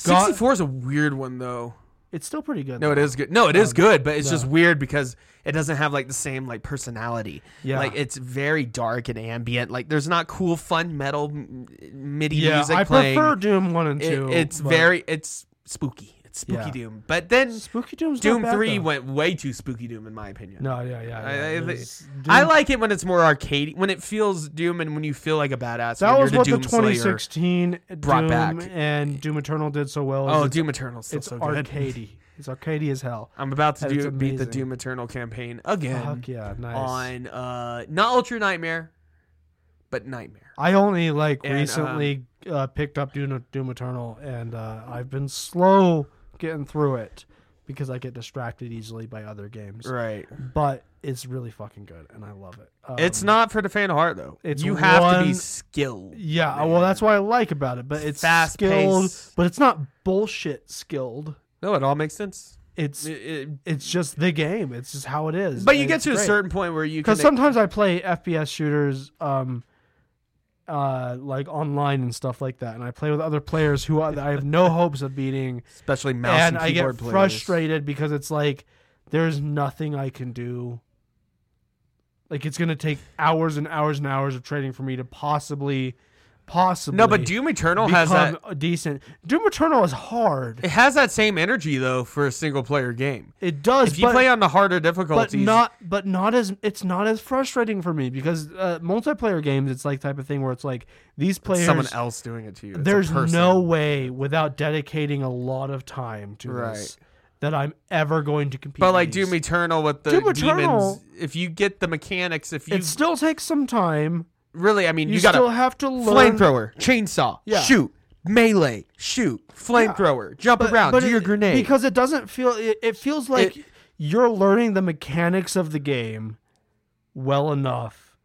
B: God-
C: 64 is a weird one though.
B: it's still pretty good.
C: No, it is good. No, it
B: Um,
C: is good, but it's just weird because it doesn't have like the same like personality.
B: Yeah.
C: like it's very dark and ambient. Like there's not cool, fun metal m- MIDI
B: yeah,
C: music
B: I
C: playing.
B: prefer Doom one and
C: It-
B: two.
C: it's
B: but-
C: very it's spooky. It's spooky
B: Yeah.
C: doom. But then
B: Spooky Doom's
C: Doom
B: not bad,
C: three
B: though.
C: went way too spooky doom in my opinion.
B: No, yeah, yeah.
C: I,
B: yeah.
C: I,
B: It
C: thi-
B: was
C: I
B: Doom-
C: like it when it's more arcade, when it feels Doom, and when you feel like a badass.
B: that
C: when
B: was
C: you're
B: what the
C: Doom Slayer.
B: 2016
C: brought
B: Doom
C: back.
B: and Doom Eternal did so well. is
C: Oh,
B: it's,
C: Doom Eternal's still
B: it's
C: so good.
B: arcadey. It's arcadey as hell.
C: I'm about to
B: And it's
C: do, beat the
B: amazing.
C: Doom Eternal campaign again
B: Fuck yeah, nice.
C: on uh, not Ultra Nightmare, but Nightmare.
B: I only like
C: And, um,
B: recently uh, picked up Doom, Doom Eternal, and uh, I've been slow getting through it because I get distracted easily by other games.
C: Right.
B: But it's really fucking good, and I love it. Um,
C: it's not for the faint of heart though.
B: it's
C: you have to be
B: one-
C: skilled.
B: Yeah, well, that's what I like about it. But it's
C: Fast
B: skilled,
C: pace.
B: but it's not bullshit skilled.
C: No, it all makes sense.
B: It's
C: It- it-
B: it's just the game. It's just how it is.
C: but you
B: and
C: get
B: it's
C: to a
B: great.
C: certain point where you can.
B: because sometimes I play FPS shooters, um, uh, like online and stuff like that, and I play with other players who I, I have no hopes of beating,
C: especially mouse and,
B: and I
C: keyboard
B: get
C: players.
B: frustrated because it's like there's nothing I can do. Like it's gonna take hours and hours and hours of trading for me to possibly, possibly
C: No, but Doom Eternal has that.
B: become decent. Doom Eternal is hard.
C: It has that same energy though for a single player game.
B: It does,
C: If you
B: but
C: play on the harder
B: but
C: difficulties,
B: not but not as it's not as frustrating for me because uh, multiplayer games it's like type of thing where it's like these players
C: someone else doing it to you. It's a
B: there's
C: person.
B: no way without dedicating a lot of time to
C: Right.
B: this that I'm ever going to compete.
C: But like
B: with
C: Doom
B: these.
C: Eternal with the
B: Doom
C: demons,
B: Eternal-
C: if you get the mechanics, if you
B: it still takes some time.
C: really, I mean,
B: You,
C: you, got
B: still
C: a
B: have to learn.
C: flamethrower, chainsaw,
B: Yeah.
C: shoot, melee, shoot, flamethrower, jump around, do your
B: it-
C: grenade.
B: because it doesn't feel it, it feels like you're learning the mechanics of the game well enough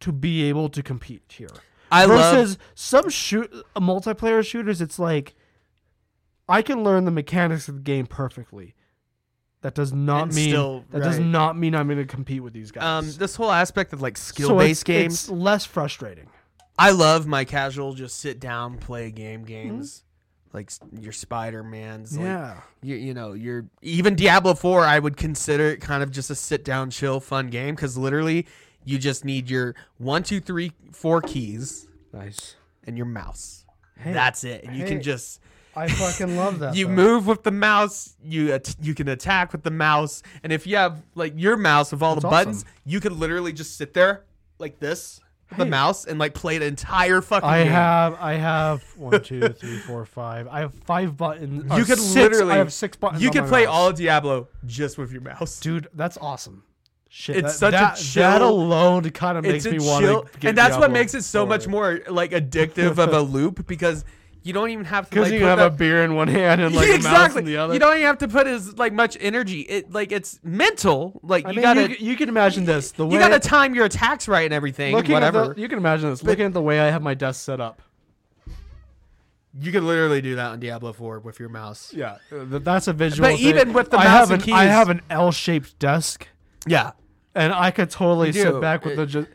B: to be able to compete here.
C: I love
B: versus some shoot uh, multiplayer shooters it's like I can learn the mechanics of the game perfectly. That does not
C: And
B: mean
C: still-
B: that does
C: right.
B: not mean I'm going to compete with these
C: um,
B: guys.
C: this whole aspect of like
B: So
C: skill based
B: it's-
C: games.
B: it's less frustrating.
C: I love my casual, just sit down, play game games, like s- your Spider Man's, like
B: Hmm? yeah.
C: you, you know, you're even Diablo 4, I would consider it kind of just a sit down, chill, fun game because literally you just need your one, two, three, four keys
B: Nice.
C: and your mouse.
B: Hey.
C: That's it. And you
B: Hey.
C: can just
B: I fucking love that.
C: you
B: though.
C: move with the mouse. You at- you can attack with the mouse, and if you have like your mouse with all the
B: That's
C: buttons,
B: awesome.
C: you could literally just sit there like this with
B: Hey.
C: the mouse and like play the entire fucking.
B: I
C: game.
B: have I have one, two, three, four, five. I have five buttons. or
C: You could
B: six-
C: literally
B: I have six buttons.
C: You
B: on
C: could
B: my
C: play
B: mouse.
C: all Diablo just with your mouse.
B: dude. That's awesome. Shit,
C: It's
B: that,
C: such a
B: that, that
C: chill-
B: alone kind of makes
C: it's a
B: me
C: chill,
B: want to.
C: and that's what makes it so much more like addictive of a loop because you don't even have to
B: Because
C: like
B: you
C: put
B: have
C: that-
B: a beer in one hand and like a mouse
C: exactly.
B: in the other.
C: You don't even have to put as like much energy. It like it's mental. Like
B: I
C: you
B: mean,
C: gotta
B: you, you can imagine this. The way
C: you gotta time your attacks right and everything.
B: looking
C: Whatever.
B: At the, you can imagine this. looking at the way I have my desk set up.
C: you could literally do that on Diablo 4 with your mouse.
B: Yeah, uh, th- that's a visual.
C: But
B: thing.
C: even with the
B: I
C: mouse
B: have
C: and
B: an, I
C: keys-
B: have an L-shaped desk,
C: Yeah.
B: and I could totally
C: You do.
B: sit back with the. Ju-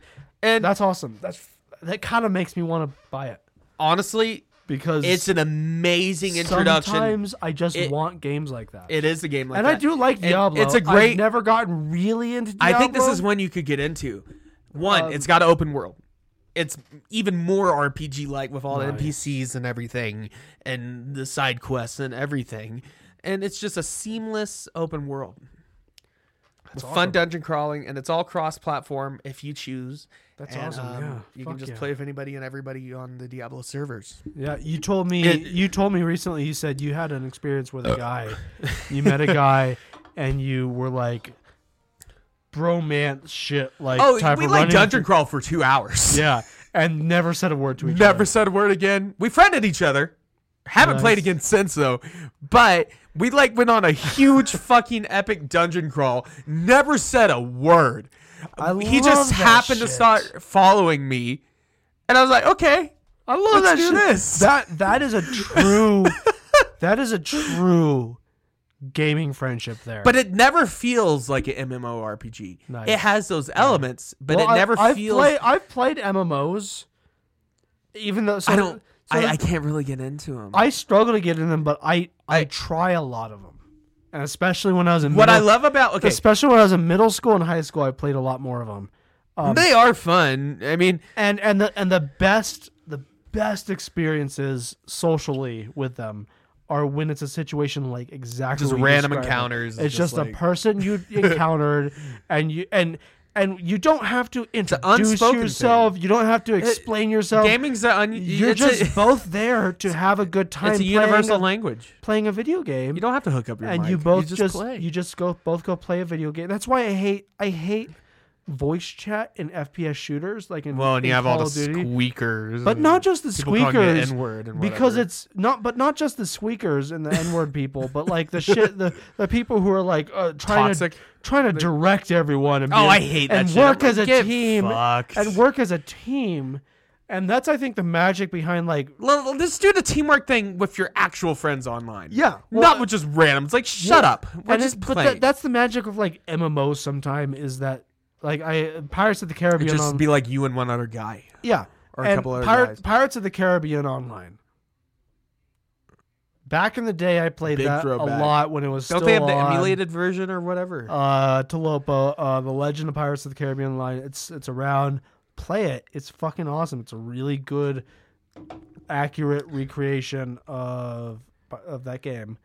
C: And
B: that's awesome. That's that kind of makes me want to buy it
C: honestly,
B: because
C: it's an amazing introduction.
B: Sometimes I just
C: It-
B: want games like that.
C: it is a game like
B: and
C: that.
B: I do like
C: And
B: Diablo.
C: It's a
B: I've
C: great
B: never gotten really into Diablo.
C: I think this is one you could get into. One,
B: Um,
C: it's got an open world. It's even more RPG like with all the
B: Nice.
C: NPCs and everything, and the side quests and everything. And it's just a seamless open world. With
B: awesome.
C: Fun dungeon crawling, and it's all cross platform if you choose.
B: That's
C: And, um,
B: awesome, yeah.
C: You
B: Fuck
C: can just
B: yeah.
C: play with anybody and everybody on the Diablo servers.
B: Yeah, you told me
C: It-
B: you told me recently you said you had an experience with a guy. you met a guy and you were like bromance shit like
C: Oh,
B: type
C: we
B: of
C: like
B: running
C: dungeon crawl for two hours.
B: through- Yeah. And never said a word to each
C: Never
B: other.
C: said a word again. We friended each other. Haven't
B: Nice.
C: played again since though. But we like went on a huge fucking epic dungeon crawl. Never said a word.
B: I
C: he
B: love
C: just
B: that
C: happened
B: shit.
C: to start following me, and I was like, okay,
B: I love
C: Let's
B: that
C: do
B: shit.
C: this.
B: That that is a true that is a true gaming friendship there.
C: but it never feels like an MMORPG.
B: Nice.
C: It has those elements, but
B: Well,
C: it never
B: I've,
C: feels.
B: I've, play, I've played MMOs, even though so
C: I don't.
B: so
C: I, I can't really get into them.
B: I struggle to get in them, but I I try a lot of them, and especially when I was in
C: what I
B: middle-
C: love about okay,
B: especially when I was in middle school and high school, I played a lot more of them.
C: they are fun. I mean,
B: And and the and the best the best experiences socially with them are when it's a situation like exactly
C: Just
B: what you
C: random
B: described.
C: encounters.
B: It's just,
C: like-
B: a person you encountered, and you and and you don't have to introduce
C: unspoken
B: yourself. You don't have to explain yourself.
C: Gaming's a un-
B: Oh, You're
C: it's
B: just
C: a,
B: both there to have a good time.
C: it's a
B: playing
C: universal
B: a-
C: language.
B: playing a video game
C: You don't have to hook up your
B: and
C: mic.
B: you both
C: just,
B: just,
C: play.
B: you just go both go play a video game. That's why I hate I hate voice chat in FPS shooters like in
C: well, and
B: in
C: you have
B: Call
C: all the
B: of Duty.
C: squeakers,
B: But
C: and
B: not just the
C: people calling you
B: squeakers,
C: N-word and
B: because
C: whatever.
B: it's not but not just the squeakers and the n-word people but like the shit the, the people who are like uh, trying
C: Toxic.
B: to trying to direct everyone and be
C: Oh,
B: a-
C: I hate that
B: and
C: shit.
B: work
C: I'm
B: as
C: like,
B: a
C: "Get
B: team
C: fucked."
B: and work as a team and that's i think the magic behind like
C: Let- let- Let's do the teamwork thing with your actual friends online.
B: Yeah, well,
C: not with just random. It's like shut up. We're
B: and
C: just
B: it- but
C: playing.
B: that, that's the magic of like mmos sometime is that like i pirates of the caribbean
C: It'd
B: on,
C: just be like you and one other guy.
B: yeah
C: or a
B: and
C: couple other
B: Pirate-
C: guys.
B: pirates of the caribbean online Back in the day, I played
C: Big
B: that
C: throwback.
B: a lot when it was
C: Don't
B: still
C: they have the
B: on.
C: emulated version or whatever?
B: uh Talopa, uh The Legend of Pirates of the Caribbean line. It's it's around. Play it. It's fucking awesome. It's a really good accurate recreation of of that game.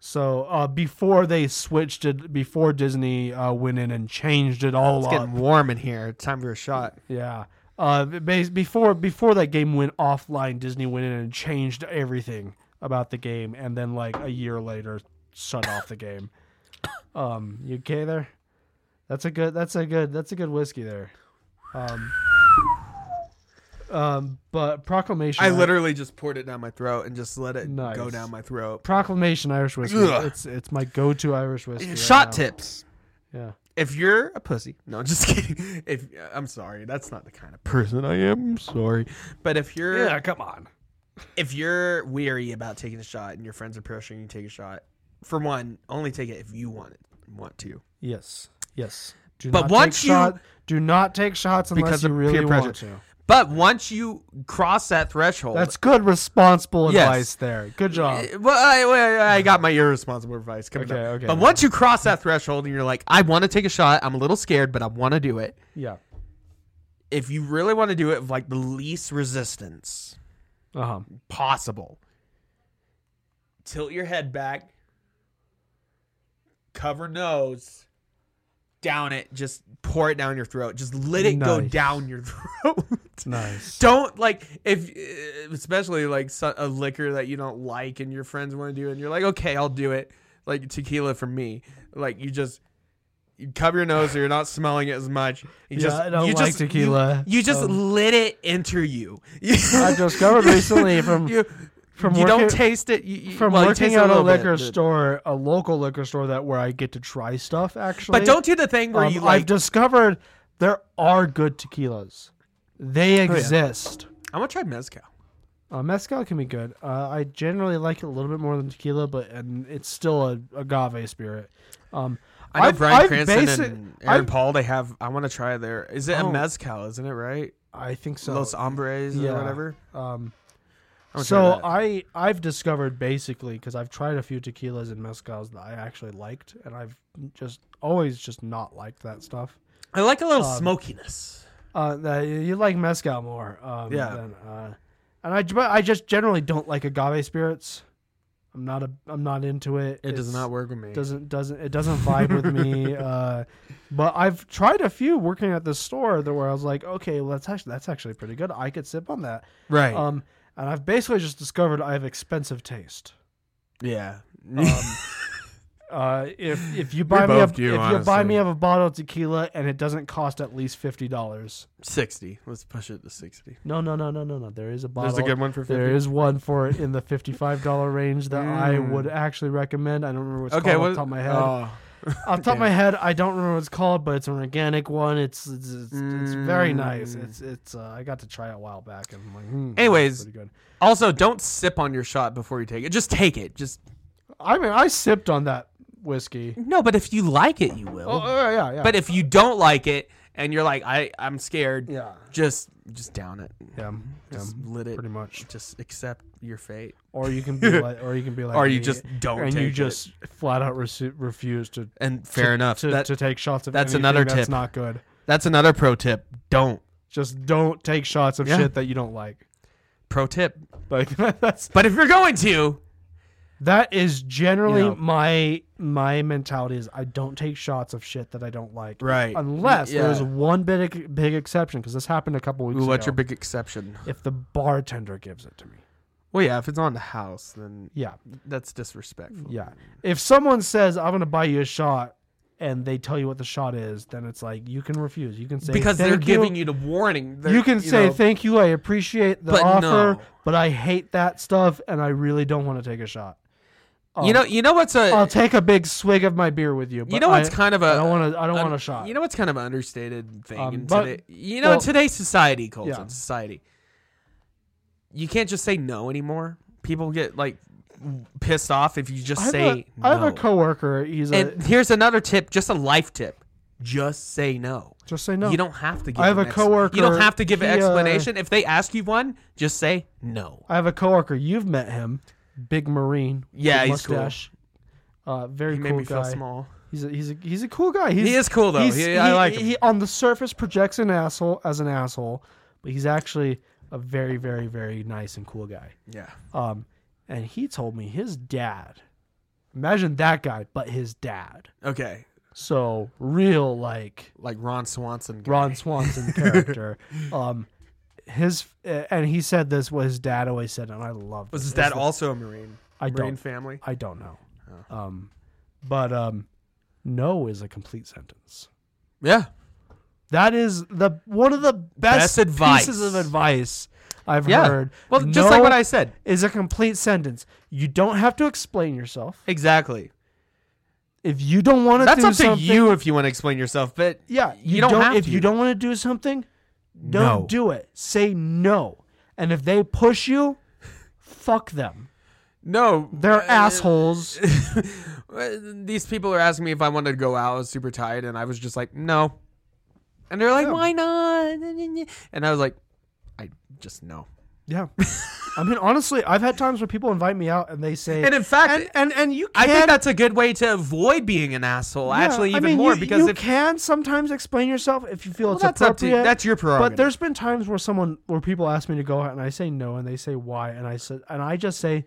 B: So uh before they switched it before Disney uh went in and changed it all
C: it's
B: up.
C: getting warm in here. Time for a shot.
B: Yeah. Uh, bas- before before that game went offline, Disney went in and changed everything about the game, and then like a year later, shut off the game. Um, you okay there? That's a good. That's a good. That's a good whiskey there. Um. Um, but proclamation.
C: I literally just poured it down my throat and just let it
B: Nice.
C: go down my throat.
B: proclamation Irish whiskey.
C: Ugh.
B: It's it's my go-to Irish whiskey. right
C: Shot
B: now.
C: tips.
B: Yeah.
C: If you're a pussy, no, I'm just kidding. If I'm sorry, that's not the kind of person I am. I'm sorry, but if you're
B: Come on.
C: if you're weary about taking a shot and your friends are pressuring you to take a shot, for one, only take it if you want it, want to.
B: Yes. Yes. Do
C: But
B: not
C: once
B: take
C: you-
B: shot- do not take shots unless
C: Because
B: you
C: of
B: really
C: peer pressure.
B: want to.
C: But once you cross that threshold,
B: That's good, responsible
C: Yes.
B: advice there. Good job.
C: Eh, well, I, well, I- I got my irresponsible advice coming
B: Okay,
C: up.
B: okay.
C: But once you cross that threshold and you're like, I want to take a shot, I'm a little scared, but I want to do it.
B: Yeah.
C: If you really want to do it, with, like the least resistance
B: Uh huh.
C: possible, tilt your head back, cover nose, down it, just pour it down your throat, just let it go
B: Nice.
C: down your throat.
B: Nice.
C: don't like if uh, especially like so- a liquor that you don't like and your friends want to do and you're like okay i'll do it like tequila for me like you just you cover your nose so you're not smelling it as much you just,
B: I don't
C: you
B: like
C: just- you-
B: tequila, Um,
C: you, just let it enter you
B: I discovered recently from
C: you,
B: from
C: you don't
B: working-
C: taste it you, you-
B: from
C: well, you taste
B: working
C: it
B: at a
C: little bit,
B: liquor
C: but-
B: store, a local liquor store that where I get to try stuff actually.
C: but don't do the thing where
B: Um,
C: you like
B: I've discovered there are good tequilas. They
C: Oh,
B: exist.
C: i'm gonna try mezcal
B: Uh, mezcal can be good. Uh, I generally like it a little bit more than tequila, but and it's still a agave spirit. Um,
C: I know
B: I've-
C: Brian
B: I've
C: Cranston
B: basic-
C: and Aaron
B: I've-
C: Paul. They have. I want to try their. Is it
B: Oh.
C: a mezcal? Isn't it right?
B: I think so.
C: Los Hombres
B: yeah.
C: or whatever.
B: Um,
C: I'm gonna try
B: So
C: that.
B: I I've discovered basically because I've tried a few tequilas and mezcals that I actually liked, and I've just always just not liked that stuff.
C: I like a little
B: Um,
C: smokiness.
B: Uh, that- you like mezcal more, um,
C: Yeah.
B: than, uh, and I but I just generally don't like agave spirits. I'm not a I'm not into it.
C: It does
B: It's-
C: not work with me.
B: doesn't doesn't it doesn't vibe with me. Uh, but I've tried a few working at this store that where I was like, okay, well that's actually that's actually pretty good. I could sip on that.
C: right.
B: Um, and I've basically just discovered I have expensive taste.
C: yeah.
B: Oh, Uh, if if you buy me a,
C: both do,
B: if you buy me
C: honestly.
B: of a bottle of tequila and it doesn't cost at least fifty dollars.
C: sixty. Let's push it to sixty.
B: No, no, no, no, no, no. There is a bottle.
C: There's a good one for
B: There
C: fifty.
B: is one for it in the fifty-five dollar range that I
C: Mm.
B: would actually recommend. I don't remember what's
C: okay.
B: called
C: What,
B: off the top of my head.
C: oh.
B: off the top of my head, I don't remember what it's called, but it's an organic one. It's it's, it's, it's very
C: Mm.
B: nice. It's it's. Uh, I got to try it a while back, and I'm like, hmm, that's
C: Anyways.
B: pretty good.
C: Also, don't sip on your shot before you take it. Just take it. Just
B: I mean, I sipped on that whiskey.
C: no. But if you like it, you will.
B: Oh, uh, yeah, yeah.
C: But if you don't like it and you're like, I, I'm scared.
B: yeah,
C: Just, just down it.
B: yeah, yeah,
C: Just let it.
B: pretty much.
C: Just accept your fate.
B: Or you can be like, or you can be like,
C: Or you
B: me,
C: just don't
B: and you
C: take it.
B: just flat out resu- refuse to.
C: And fair
B: to-
C: enough.
B: to,
C: that,
B: to take shots of.
C: that's
B: anything
C: another
B: That's
C: tip.
B: not good.
C: that's another pro tip. Don't
B: Just don't take shots of
C: Yeah.
B: shit that you don't like.
C: pro tip.
B: Like that's
C: But if you're going to,
B: That is generally
C: You know.
B: my my mentality is I don't take shots of shit that I don't like.
C: Right.
B: Unless
C: Yeah.
B: there's one big big exception because this happened a couple weeks
C: Ooh,
B: ago.
C: what's your big exception?
B: if the bartender gives it to me.
C: Well, yeah, if it's on the house, then
B: Yeah.
C: that's disrespectful.
B: Yeah. If someone says I'm going to buy you a shot and they tell you what the shot is, then it's like you can refuse. You can say
C: because they're
B: "Thank
C: giving you the warning. They're-
B: you can say
C: know,
B: thank you. I appreciate the
C: But
B: offer,
C: no.
B: but I hate that stuff, and I really don't want to take a shot.
C: you know, you know what's a
B: I'll take a big swig of my beer with you. But
C: you know what's
B: I,
C: kind of a
B: I don't want to. I don't
C: un-
B: want a shot.
C: You know what's kind of an understated thing
B: Um,
C: in
B: but-
C: today. You know,
B: well-
C: in today's society, Colton,
B: Yeah.
C: society. You can't just say no anymore. People get like pissed off if you just
B: I have,
C: say.
B: a, I have a
C: no.
B: coworker. He's a
C: And here's another tip, just a life tip. Just say no.
B: just say no.
C: You don't have to give
B: I have
C: an
B: a
C: ex-
B: coworker,
C: You don't have to give an
B: he, uh,
C: explanation. if they ask you one, just say no.
B: I have a coworker. You've met him, big marine.
C: Yeah,
B: big
C: he's cool.
B: mustache, Uh, very
C: He made
B: cool
C: me
B: guy.
C: feel small.
B: He's a, he's a, he's a cool guy. He's,
C: is cool, though.
B: he's-
C: He- I like him.
B: He on the surface projects an asshole as an asshole, but he's actually a very very very nice and cool guy.
C: Yeah.
B: Um, and he told me his dad. Imagine that guy, but his dad.
C: Okay.
B: So real like
C: Like Ron Swanson. guy.
B: Ron Swanson character. um, his uh, and he said this what his dad always said, and I love.
C: Was
B: this.
C: his dad
B: It's the-
C: also a Marine?
B: I
C: Marine
B: don't-
C: family?
B: I don't know.
C: Oh.
B: Um, but um, no is a complete sentence.
C: Yeah.
B: That is the one of the best,
C: Best advice.
B: pieces of advice I've
C: Yeah.
B: heard.
C: Well, just like
B: No
C: what I said.
B: is a complete sentence. You don't have to explain yourself.
C: Exactly.
B: If you don't want to
C: That's
B: do
C: up to
B: something,
C: you if you want to explain yourself, but
B: Yeah,
C: you, don't, have
B: if
C: to.
B: you don't want to do something, don't
C: No.
B: do it. Say no. And if they push you, fuck them.
C: No,
B: They're
C: uh,
B: assholes.
C: These people are asking me if I wanted to go out. I was super tired, and I was just like, no. And they're like, why not? And I was like, I just no.
B: yeah. I mean, honestly, I've had times where people invite me out and they say,
C: And in fact,
B: and and, and you
C: I
B: can.
C: think that's a good way to avoid being an asshole.
B: yeah,
C: actually,
B: I
C: even
B: mean,
C: more
B: you,
C: because
B: you
C: if
B: can sometimes explain yourself if you feel
C: well,
B: it's
C: that's up to
B: appropriate.
C: that's your prerogative.
B: But there's been times where someone where people ask me to go out and I say no and they say why and I said and I just say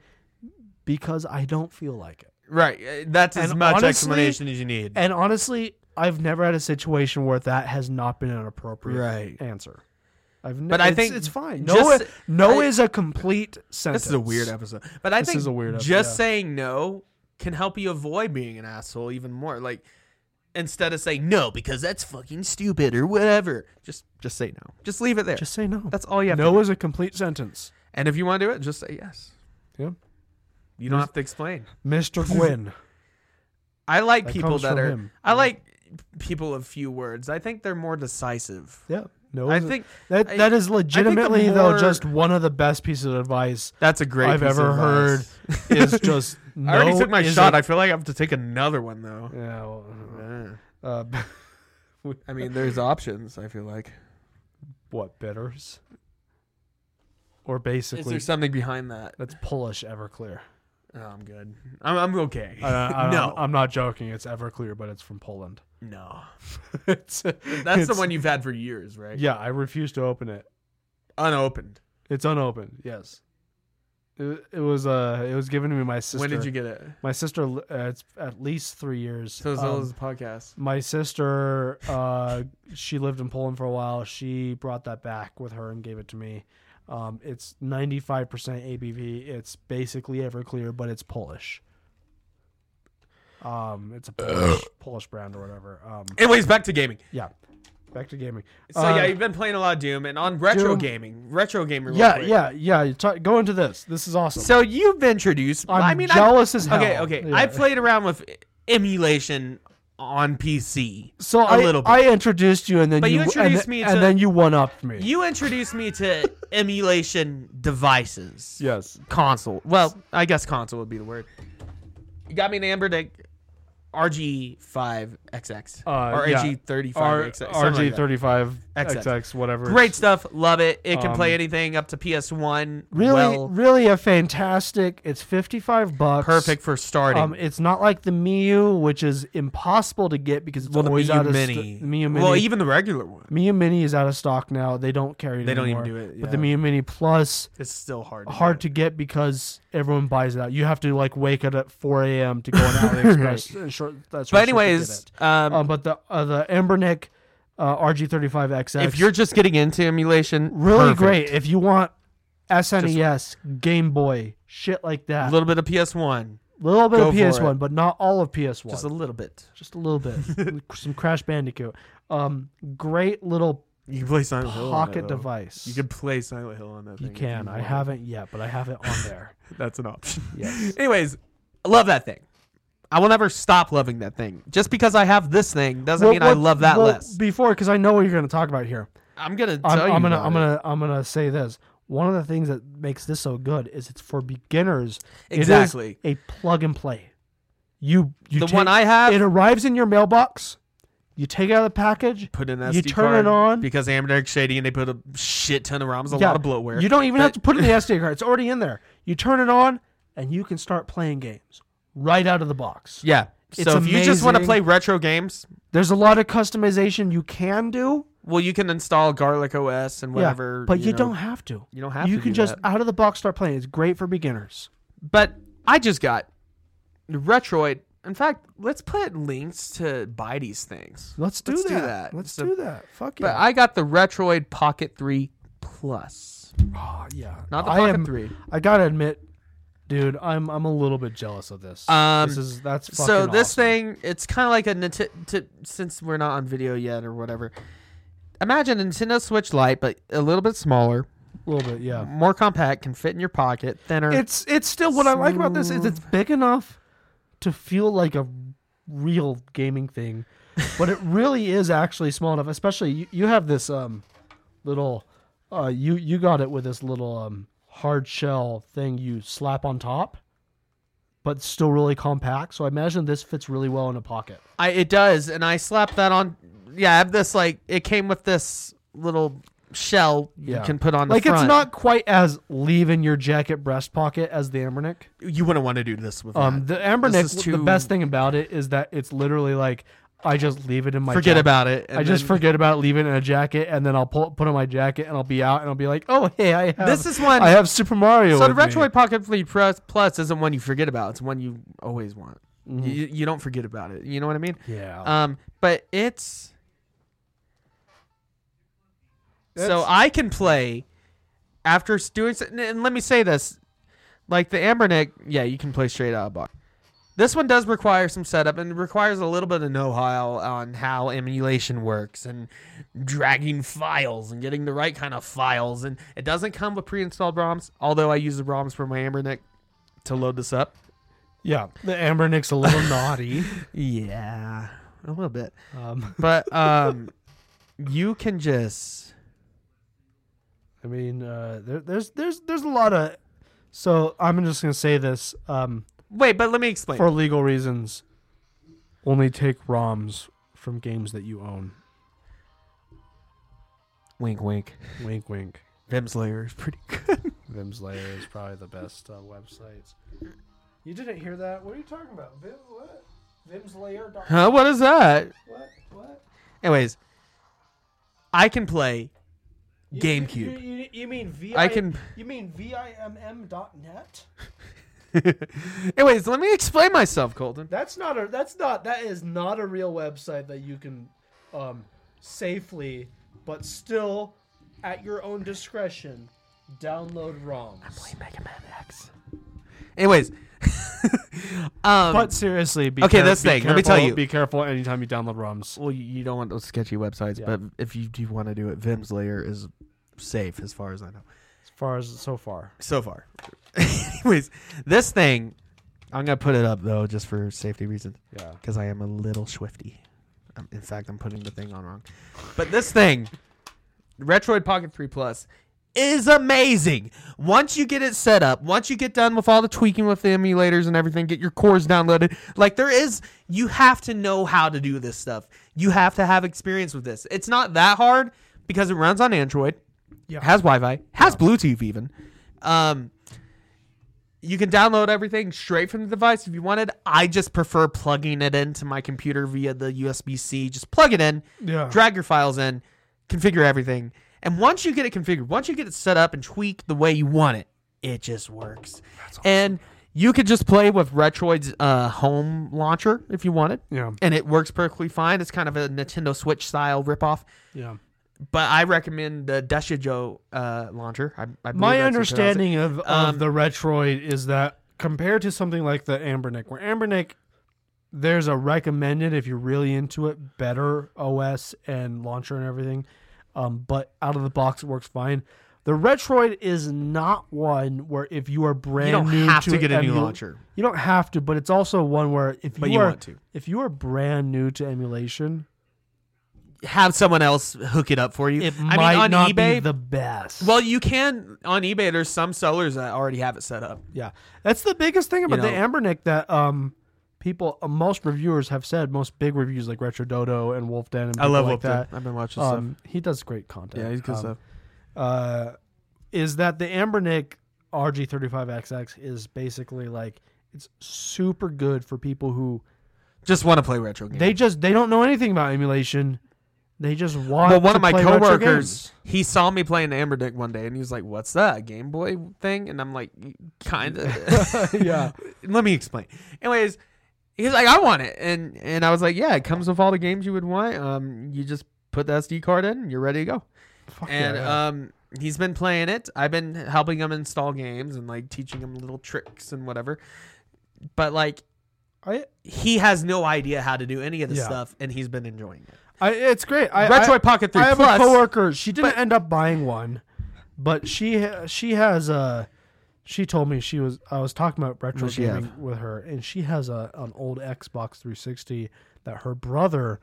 B: because I don't feel like it.
C: right. uh, That's as
B: And
C: much
B: honestly-
C: explanation as you need.
B: And honestly, I've never had a situation where that has not been an appropriate
C: Right.
B: answer. I've ne-
C: But I
B: it's-
C: think
B: it's fine. No,
C: just-
B: i- no
C: I-
B: is a complete sentence.
C: This is a weird episode. But I
B: This
C: think
B: is a weird episode,
C: just
B: yeah.
C: saying no can help you avoid being an asshole even more. Like instead of saying no because that's fucking stupid or whatever, just just say no. Just leave it there.
B: Just say no.
C: that's all you have to
B: no
C: do.
B: is a complete sentence.
C: And if you want to do it, just say yes.
B: Yeah.
C: You don't have to explain.
B: Mr. Gwyn.
C: I like
B: That
C: people
B: comes
C: that
B: from
C: are
B: him.
C: I like people of few words. I think they're more decisive.
B: yeah. No.
C: I
B: is a-
C: think
B: that
C: I-
B: that is legitimately though
C: more-
B: just one of the best pieces of advice
C: that's a great
B: I've
C: piece of
B: ever heard
C: advice.
B: is just no
C: I already took my
B: is
C: shot.
B: A,
C: I feel like I have to take another one though.
B: yeah, well,
C: Yeah.
B: uh,
C: I mean, there's options, I feel like.
B: what bitters? Or basically,
C: Is there something behind that?
B: that's Polish Everclear.
C: Oh, I'm good. I'm, I'm okay.
B: I, I,
C: no,
B: I'm, I'm not joking. It's Everclear, but it's from Poland.
C: no.
B: it's,
C: That's the
B: it's-
C: one you've had for years, right?
B: Yeah, I refuse to open it.
C: Unopened.
B: It's unopened. Yes, it, it was. Uh, it was given to me by my sister.
C: When did you get it?
B: My sister. Uh, it's at least three years.
C: So as
B: Um,
C: old as the podcast.
B: my sister, uh, she lived in Poland for a while. She brought that back with her and gave it to me. Um, it's 95% ABV. It's basically Everclear, but it's Polish. Um, it's a Polish, Polish brand or whatever. Um,
C: Anyways, back to gaming.
B: yeah. Back to gaming.
C: So
B: Uh,
C: yeah, you've been playing a lot of Doom, and on retro
B: Doom-
C: gaming, retro gamer. real
B: yeah,
C: quick.
B: yeah, yeah. you talk- go into this. This is awesome.
C: So you've introduced.
B: I'm
C: I mean,
B: jealous
C: I,
B: as hell.
C: Okay, okay.
B: Yeah.
C: I played around with emulation on PC.
B: so
C: a
B: I,
C: little bit.
B: I introduced you, and then
C: But you
B: and
C: introduced
B: th-
C: me
B: and
C: to-
B: then you one upped me.
C: you introduced me to emulation devices.
B: yes.
C: console. Well, I guess console would be the word. You got me an Amber Deck RG5XX
B: Uh,
C: or
B: yeah. R-
C: RG35XX. something like that.
B: RG35
C: XX.
B: XX, whatever.
C: Great stuff. Love it. It can
B: Um,
C: play anything up to PS1.
B: Really,
C: well,
B: really a fantastic. It's 55 bucks.
C: perfect for starting.
B: Um, it's not like the Miu, which is impossible to get because it's
C: well, the
B: always
C: Miu
B: out of
C: Mini.
B: sto- the Miu Mini.
C: Well, even the regular one.
B: Miu Mini is out of stock now. They don't carry it.
C: They don't even
B: anymore.
C: do it,
B: But the
C: yeah.
B: Miu Mini Plus
C: It's still hard. To
B: hard
C: get.
B: to get because everyone buys it out. You have to like wake up at 4 a.m. to go on AliExpress. and short, that's
C: But anyways, um,
B: um, but the uh, the Embernick uh, RG35XX.
C: if you're just getting into emulation,
B: really
C: perfect.
B: great, if you want SNES, Game Boy, shit like
C: A
B: that,
C: little bit of PS1,
B: little bit
C: go
B: of
C: for
B: PS1,
C: it.
B: but not all of PS1.
C: just a little bit.
B: just a little bit. Some Crash Bandicoot. Um, great little
C: You can play Silent Hill. on
B: pocket
C: it, though.
B: device.
C: You can play Silent Hill on that.
B: You
C: thing if
B: can. I
C: want.
B: haven't yet, but I have it on there.
C: That's an option.
B: Yes.
C: Anyways, I love that thing. I will never stop loving that thing. Just because I have this thing doesn't mean I love that
B: well,
C: less.
B: Before, because I know what you're going to talk about here.
C: I'm gonna tell
B: I'm,
C: you.
B: I'm gonna,
C: about
B: I'm
C: it.
B: gonna, I'm gonna say this. One of the things that makes this so good is it's for beginners. It is
C: Exactly.
B: a plug and play. You, you
C: the
B: take-
C: one I have.
B: it arrives in your mailbox. You take it out of the package.
C: put in an SD
B: you turn it
C: card
B: on.
C: because Amadeus Shady and they put a shit ton of ROMs, a
B: Yeah,
C: lot of bloatware.
B: You don't even have
C: But-
B: to put it in the SD card. It's already in there. You turn it on, and you can start playing games right out of the box.
C: Yeah.
B: It's
C: so if you just want to
B: amazing.
C: play retro games,
B: There's a lot of customization you can do.
C: well, you can install Garlic OS and
B: Yeah,
C: whatever.
B: but you,
C: know.
B: don't have to.
C: you don't have
B: You
C: to
B: can
C: do
B: just
C: that.
B: out of the box start playing. It's great for beginners.
C: But I just got Retroid. In fact, let's put links to buy these things.
B: Let's do
C: Let's do
B: that.
C: that.
B: Let's
C: So-
B: do that. Fuck
C: But
B: yeah.
C: I got the Retroid Pocket 3 Plus.
B: Ah, yeah.
C: Not the
B: I
C: Pocket
B: am-
C: 3.
B: I gotta admit, dude, I'm I'm a little bit jealous of this.
C: Um,
B: this is that's fucking
C: So this
B: awesome.
C: thing, it's kind of like a Nite- t- since we're not on video yet or whatever. Imagine a Nintendo Switch Lite, but a little bit smaller,
B: a little bit, yeah.
C: more compact, can fit in your pocket, thinner.
B: It's it's still what I like about this is it's big enough to feel like a real gaming thing, but it really is actually small enough. Especially you, you have this um little uh you you got it with this little um hard shell thing you slap on top, but still really compact. So I imagine this fits really well in a pocket.
C: I it does, and I slapped that on. Yeah, I have this like it came with this little shell
B: Yeah.
C: you can put on.
B: Like
C: the front.
B: it's not quite as leave in your jacket breast pocket as the Ambernick.
C: You wouldn't want to do this with.
B: Um,
C: that.
B: the Ambernick.
C: is
B: The
C: too-
B: best thing about it is that it's literally like I just leave it in my
C: forget
B: jacket.
C: about it. and
B: I just
C: then-
B: forget about leaving it in a jacket, and then I'll pull, put on my jacket, and I'll be out, and I'll be like, "Oh, hey, I have
C: This is one-
B: I have Super Mario."
C: So the
B: with me."
C: Retroid Pocket Free Plus Plus isn't one you forget about. It's one you always want. You, you don't forget about it. You know what I mean?
B: Mm-hmm. yeah.
C: Um, but it's so
B: It's-
C: I can play after s- doing. s- And, and let me say this, like the Ambernick, yeah, you can play straight out of box. This one does require some setup and requires a little bit of know-how on how emulation works and dragging files and getting the right kind of files. And it doesn't come with pre-installed ROMs, although I use the ROMs for my Ambernick to load this up.
B: yeah, the Ambernick's a little naughty.
C: Yeah, a little bit.
B: Um,
C: But um, you can just
B: I mean, uh, there, there's there's there's a lot of. So I'm just gonna say this um,
C: wait. But let me explain.
B: for legal reasons. Only take ROMs from games that you own.
C: wink, wink.
B: Wink, wink.
C: Vim Slayer is pretty good.
B: Vimslayer is probably the best uh, websites. You didn't hear that? What are you talking about? Vim what? Vimslayer. dot-
C: huh? What is that?
B: What? What?
C: Anyways, I can play
B: You-
C: GameCube.
B: You, you, you mean V?
C: I can-
B: You mean VIMM dot net?
C: Anyways, let me explain myself, Colton.
B: That's not a. That's not. That is not a real website that you can, um, safely, but still, at your own discretion, download ROMs.
C: Mega Man X. Anyways, um,
B: But seriously, be
C: Okay, this thing, let me tell you.
B: Be careful anytime you download ROMs.
C: well, you- you don't want those sketchy websites.
B: Yeah.
C: But if you do want to do it, Vim Slayer is safe as far as I know.
B: As far as so far.
C: so far. Anyways, this thing, I'm gonna put it up though, just for safety reasons,
B: Yeah.
C: because I am a little swifty. Um, in fact, I'm putting the thing on wrong. But this thing, Retroid Pocket Three Plus, is amazing. Once you get it set up, once you get done with all the tweaking with the emulators and everything, get your cores downloaded. Like there is, you have to know how to do this stuff. You have to have experience with this. It's not that hard because it runs on Android,
B: Yeah.
C: has Wi-Fi, has Bluetooth even. Um, you can download everything straight from the device if you wanted. I just prefer plugging it into my computer via the USB C. Just plug it in,
B: Yeah.
C: drag your files in, configure everything. And once you get it configured, once you get it set up and tweaked the way you want it, it just works. And you could just play with Retroid's uh, home launcher if you wanted.
B: Yeah.
C: And it works perfectly fine. It's kind of a Nintendo Switch style ripoff.
B: Yeah.
C: But I recommend the Deshijo uh, launcher. I, I believe
B: My
C: that's what it is.
B: understanding of, of
C: Um,
B: the Retroid is that compared to something like the Ambernick, where Ambernick, there's a recommended if you're really into it, better OS and launcher and everything. Um, but out of the box, it works fine. The Retroid is not one where if you are brand
C: You don't
B: new
C: have to get a new
B: emul-
C: launcher.
B: You don't have to, but it's also one where if
C: But
B: you,
C: you
B: are,
C: want to.
B: if you are brand new to emulation,
C: have someone else hook it up for you.
B: it
C: I
B: might
C: mean, on
B: not
C: eBay,
B: be the best.
C: well, you can on eBay. There's some sellers that already have it set up.
B: Yeah, that's the biggest thing about
C: know.
B: the Ambernick that um people uh, most reviewers have said most big reviews like Retro Dodo and Wolf Den and people like that.
C: I've been watching
B: Um, he does great content. Um,
C: stuff.
B: Uh, is that the Ambernick RG35XX is basically like it's super good for people who
C: Just want to play retro games.
B: they just they don't know anything about emulation. They just want.
C: But one
B: to
C: of my
B: play retro
C: coworkers,
B: games.
C: he saw me playing the Amber Deck one day, and he was like, "What's that a Game Boy thing?" And I'm like, "Kind of."
B: yeah,
C: Let me explain. Anyways, he was like, "I want it," and and I was like, "Yeah, it comes with all the games you would want. Um, you just put the SD card in, and you're ready to go."
B: Fuck
C: and
B: yeah.
C: um he's been playing it i've been helping him install games and like teaching him little tricks and whatever but like
B: I,
C: he has no idea how to do any of this
B: Yeah.
C: stuff and he's been enjoying it
B: I, it's great. I,
C: Retroid
B: I-
C: Pocket 3
B: I have
C: Plus.
B: a coworker. She didn't end up buying one, but she ha- she has a. She told me she was. I was talking about retro
C: does she have?
B: gaming with her, and she has a an old Xbox 360 that her brother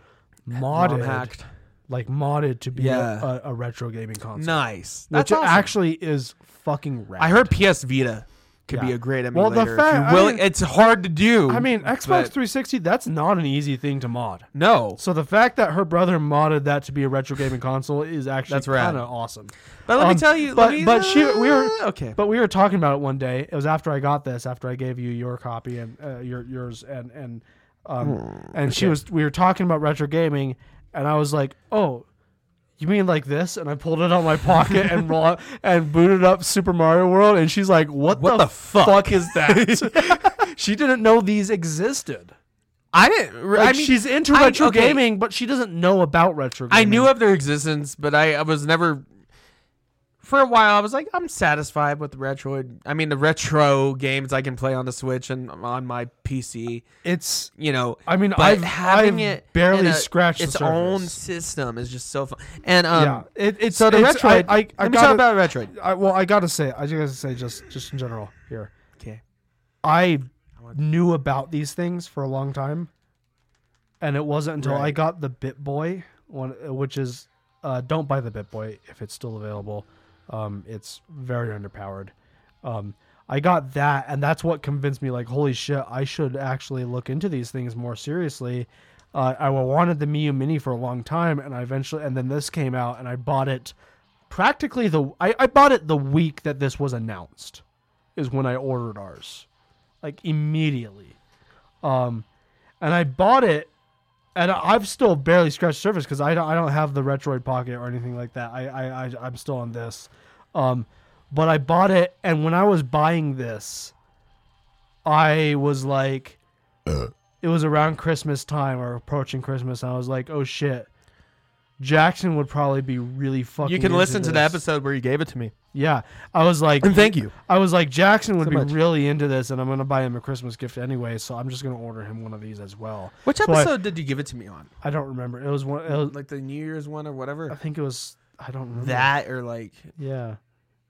B: modded,
C: hacked.
B: like modded to be
C: Yeah.
B: a, a, a retro gaming console,
C: nice
B: which
C: that's awesome.
B: actually is fucking rad.
C: i heard ps vita could be
B: Yeah.
C: a great
B: Well, the
C: emulator if
B: fact-
C: you're
B: I
C: willing-
B: mean-
C: it's hard to do
B: I mean, Xbox
C: but-
B: 360. That's not an easy thing to mod.
C: no
B: So the fact that her brother modded that to be a retro gaming console is actually
C: That's rad.
B: kind of awesome.
C: but let me
B: Um,
C: tell you
B: but
C: let me,
B: but she we were
C: okay
B: But we were talking about it one day. It was after I got this, after I gave you your copy and uh, your yours and and
C: Hmm,
B: um, and she was. We were talking about retro gaming, and I was like, "Oh, you mean like this?" And I pulled it out of my pocket and roll, and booted up Super Mario World, and she's like, "What,
C: What the fuck?"
B: is that?" she didn't know these existed.
C: i didn't
B: Like,
C: i mean
B: she's into
C: I-
B: retro
C: okay.
B: gaming, but she doesn't know about retro. gaming.
C: I knew of their existence, but I, I was never. For a while, I was like, I'm satisfied with the Retroid. I mean, the retro games I can play on the Switch and on my PC.
B: it's.
C: You know,
B: I mean,
C: but
B: I've,
C: having
B: I've
C: it
B: barely
C: in a-
B: scratched the
C: its own
B: surface.
C: system is just so fun. And um,
B: yeah, it, it's
C: so the
B: it's-
C: Retroid.
B: I, I, I
C: let me
B: gotta-
C: talk about Retroid.
B: I, well, I gotta say, I just gotta say, just just in general here,
C: Okay,
B: I knew about these things for a long time, and it wasn't until I
C: Right.
B: got the Bit Boy one, which is uh, don't buy the Bit Boy if it's still available. Um, it's very underpowered. Um, I got that, and that's what convinced me. Like, holy shit, I should actually look into these things more seriously. Uh, I wanted the Miu Mini for a long time, and I eventually, and then this came out, and I bought it practically the I, I bought it the week that this was announced is when I ordered ours. Like immediately. Um and I bought it and I- I've still barely scratched the surface because I don't I don't have the Retroid Pocket or anything like that. I, I, I I'm still on this. Um but I bought it and when I was buying this I was like it was around Christmas time or approaching Christmas and I was like, oh shit. Jackson would probably be really fucking
C: you can
B: into
C: listen to the
B: this.
C: episode where you gave it to me.
B: Yeah, I was like,
C: And thank you.
B: I was like, Jackson would
C: So
B: be
C: much.
B: really into this, and I'm gonna buy him a Christmas gift anyway, so I'm just gonna order him one of these as well.
C: Which
B: So I- Uh,
C: episode did you give it to me on?
B: I don't remember. It was one. It was,
C: Like the New Year's one or
B: I
C: whatever.
B: think it was. I don't remember.
C: That or like
B: Yeah,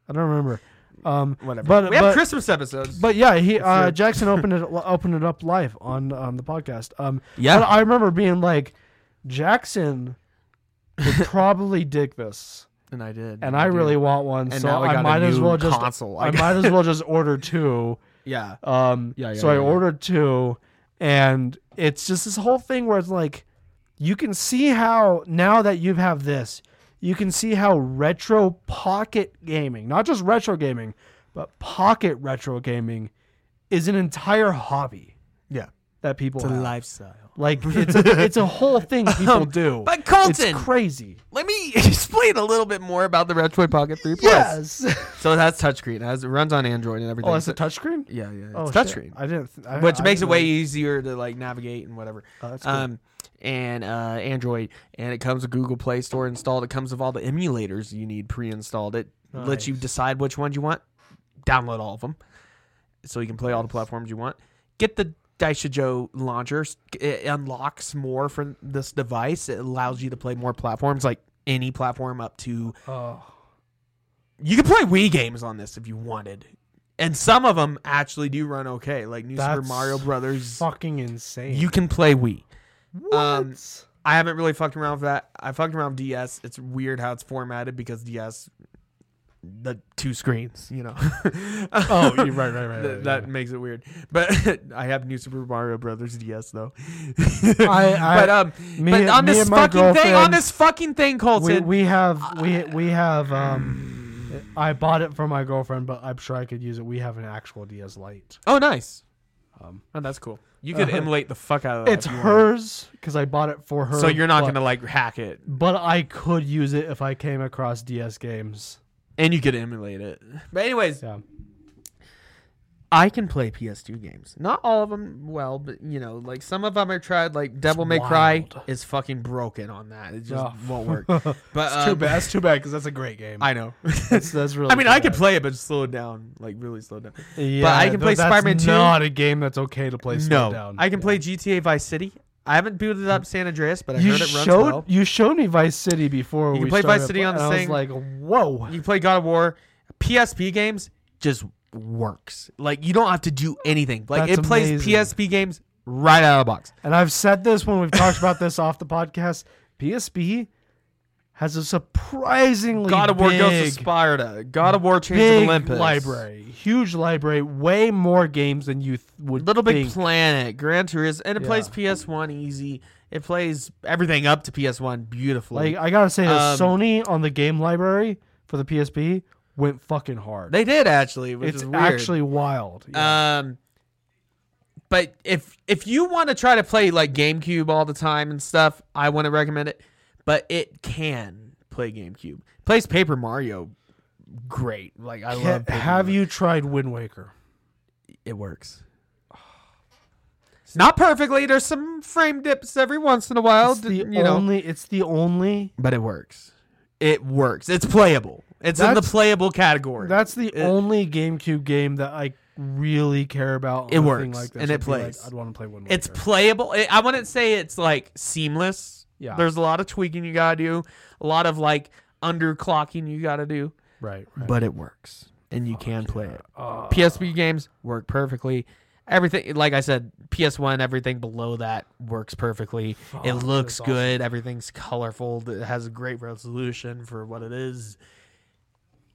B: I don't remember. Um,
C: whatever.
B: But-
C: we have
B: but-
C: Christmas episodes.
B: but yeah, he uh,
C: your-
B: Jackson opened it opened it up live on on the podcast. Um,
C: Yeah.
B: but I remember being like, Jackson would probably dig this.
C: and I did.
B: and I
C: do.
B: really want one,
C: And
B: so
C: now I
B: I,
C: got a
B: might as
C: new
B: well just
C: console. I
B: I might as well just order two.
C: yeah.
B: Um,
C: Yeah, yeah,
B: so I
C: yeah, yeah.
B: ordered two, and it's just this whole thing where it's like, you can see how now that you have this, you can see how retro pocket gaming, not just retro gaming, but pocket retro gaming, is an entire hobby
C: Yeah.
B: that people have.
C: lifestyle.
B: Like it's a, it's a whole thing people do.
C: Um, But Colton,
B: it's crazy.
C: let me explain a little bit more about the Retroid Pocket 3 Plus.
B: Yes.
C: So that's touchscreen. It, has, it runs on Android and everything.
B: oh, it's a
C: So-
B: touchscreen.
C: yeah, yeah. It's
B: Oh, shit.
C: touchscreen.
B: I didn't. Th- I,
C: which
B: I
C: makes it
B: didn't
C: way easier to like navigate and whatever.
B: Oh, that's cool.
C: um, and uh, Android, and it comes with Google Play Store installed. It comes with all the emulators you need pre-installed. It lets you decide which ones you want. Download all of them, so you can play all the platforms you want. Get the Daisha Joe launcher. It unlocks more from this device. It allows you to play more platforms, like any platform up to
B: know. Oh.
C: you can play Wii games on this if you wanted. And some of them um, actually do run okay, like New Super
B: That's
C: Mario Brothers.
B: fucking insane.
C: You can play Wii.
B: what?
C: um, I haven't really fucked around with that. I fucked around with DS. It's weird how it's formatted because DS, the two screens, you know.
B: oh, you're right, right, right.
C: Th-
B: right,
C: that
B: yeah.
C: makes it weird, but I have New Super Mario Brothers DS though.
B: I-
C: but um,
B: me
C: but
B: and-
C: on
B: me
C: this
B: and my
C: fucking thing, on
B: girlfriend-
C: this fucking thing,
B: we,
C: Colton.
B: we have we we have um, I bought it for my girlfriend, but I'm sure I could use it. We have an actual DS Lite.
C: oh, nice.
B: Um,
C: Um, oh, that's cool. You could
B: uh-huh.
C: emulate the fuck out of that.
B: It's
C: if you wanted.
B: hers because I bought it for her.
C: So you're not
B: but,
C: gonna like hack it,
B: But I could use it if I came across DS games.
C: and you could emulate it. But anyways,
B: Yeah.
C: I can play PS2 games. Not all of them well, but you know, like some of them I tried. Like Devil May Cry
B: wild.
C: is fucking broken on that. It just
B: Yeah.
C: won't work. But
B: It's too
C: um,
B: bad. That's too bad because that's a great game.
C: I know.
B: that's, that's really.
C: I mean,
B: too
C: I could
B: bad.
C: play it, but slowed down, like really slowed down.
B: Yeah,
C: I can
B: though
C: play
B: that's
C: Spider-Man 2.
B: Not a game that's okay to play.
C: no,
B: slowed down.
C: I can
B: Yeah.
C: play GTA Vice City. I haven't booted up San Andreas, but I
B: you
C: heard it runs
B: showed
C: well.
B: you showed me Vice City before.
C: You
B: we
C: can play
B: started
C: Vice City
B: pl-
C: on
B: and
C: the
B: I
C: thing.
B: was like, whoa.
C: You play God of War. PSP games just works. Like you don't have to do anything. Like
B: That's
C: it plays
B: amazing.
C: PSP games right out of the box.
B: And I've said this when we've talked about this off the podcast. PSB has a surprisingly
C: God of War
B: big,
C: Ghost of Sparta. God of War Chains
B: big
C: of Olympus.
B: library, huge library, way more games than you th- would
C: Little Big
B: think.
C: Planet. Gran Turismo. And it
B: Yeah.
C: plays PS1 easy. It plays everything up to PS1 beautifully.
B: like I gotta say, that
C: Um,
B: Sony on the game library for the PSP went fucking hard.
C: they did actually, which
B: it's
C: is weird.
B: actually wild. Yeah.
C: Um, but if if you want to try to play like GameCube all the time and stuff, I want to recommend it. But it can play GameCube. plays Paper Mario great. Like
B: Ha-
C: I love. Paper
B: have
C: Mario.
B: you tried Wind Waker?
C: it works. It's not perfectly. There's some frame dips every once in a while,
B: It's the
C: d- you know.
B: only. It's the only.
C: but it works. It works. It's playable. It's in the
B: That's-
C: playable category.
B: That's the only GameCube game that I really care about.
C: It
B: on a thing
C: works,
B: like this
C: and it
B: would be like,
C: plays.
B: I'd want to play Wind Waker.
C: it's playable. It, I wouldn't say it's like seamless.
B: Yeah.
C: There's a lot of tweaking you gotta do. A lot of like underclocking you gotta do.
B: right, right.
C: But it works, and you can play it.
B: Uh,
C: PSP games work perfectly. Everything, like I said, PS1, everything below that works perfectly. it
B: Fuck,
C: looks
B: that's awesome.
C: good. Everything's colorful. It has a great resolution for what it is.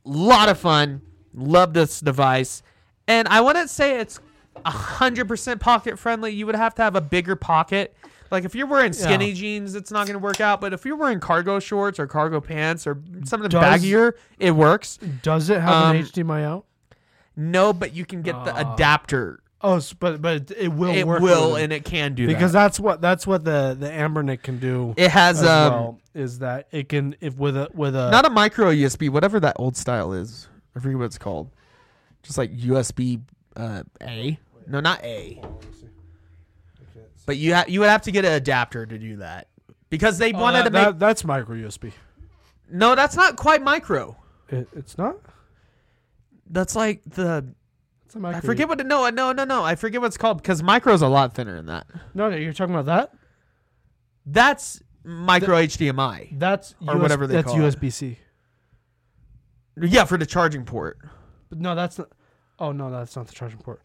C: Lot of fun. Love this device. And I wouldn't say it's 100% pocket friendly. You would have to have a bigger pocket. Like if you're wearing skinny
B: Yeah.
C: jeans, it's not going to work out. But if you're wearing cargo shorts or cargo pants or something
B: Does-
C: baggier, it works.
B: does it have
C: Um,
B: an HDMI out?
C: No, but you can get the
B: Ah.
C: adapter
B: Oh, s- but but it- it will
C: it
B: work
C: will
B: with it.
C: and it can do
B: because
C: that.
B: that's what that's what the the AmberNet can do
C: it has
B: as
C: um
B: well uh, is that it can if with a with a
C: not a micro USB, whatever that old style is. I forget what it's called. Just like USB uh, A. No, not A. But you ha- you would have to get an adapter to do that because they
B: Oh,
C: wanted
B: that-
C: to make.
B: that- that's micro USB.
C: no, that's not quite micro.
B: It, it's not.
C: That's like the
B: It's a micro.
C: I forget what it- no no no no I forget what it's called because micro's a lot thinner than that.
B: No, no, you're talking about that.
C: That's micro HDMI.
B: That's
C: Or
B: US
C: whatever they
B: that's
C: call it.
B: USB C.
C: Yeah, for the charging port.
B: But no, that's not. Oh no, that's not the charging port.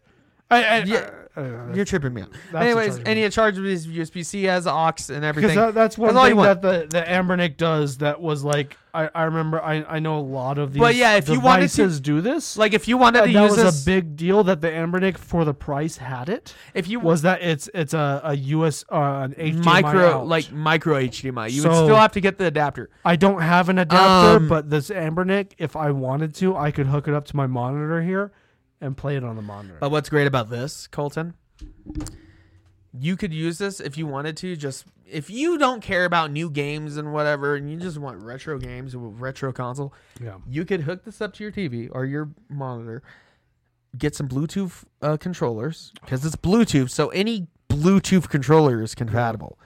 B: I, I,
C: Yeah.
B: uh,
C: You're tripping me out.
B: That's a
C: Anyways,
B: chargeable.
C: and he charged with his USB C, has aux and
B: because
C: everything.
B: that, that's one
C: That's all you
B: thing
C: want.
B: that the the Ambernick does that was like I, I remember I, I know a lot of these
C: But yeah, if you wanted to-
B: devices do this
C: like if you wanted to
B: and that
C: use
B: was
C: this,
B: a big deal that the Ambernick for the price had it
C: if you
B: was that it's it's a, a US uh, an HDMI
C: micro
B: out.
C: like micro HDMI, you would
B: So-
C: still have to get the adapter.
B: I don't have an adapter
C: Um,
B: but this Ambernick if I wanted to I could hook it up to my monitor here and play it on the monitor
C: But what's great about this, Colton? You could use this if you wanted to. Just if you don't care about new games and whatever, and you just want retro games with retro console,
B: yeah
C: you could hook this up to your TV or your monitor. Get some Bluetooth uh, controllers because it's Bluetooth, so any Bluetooth controller is compatible,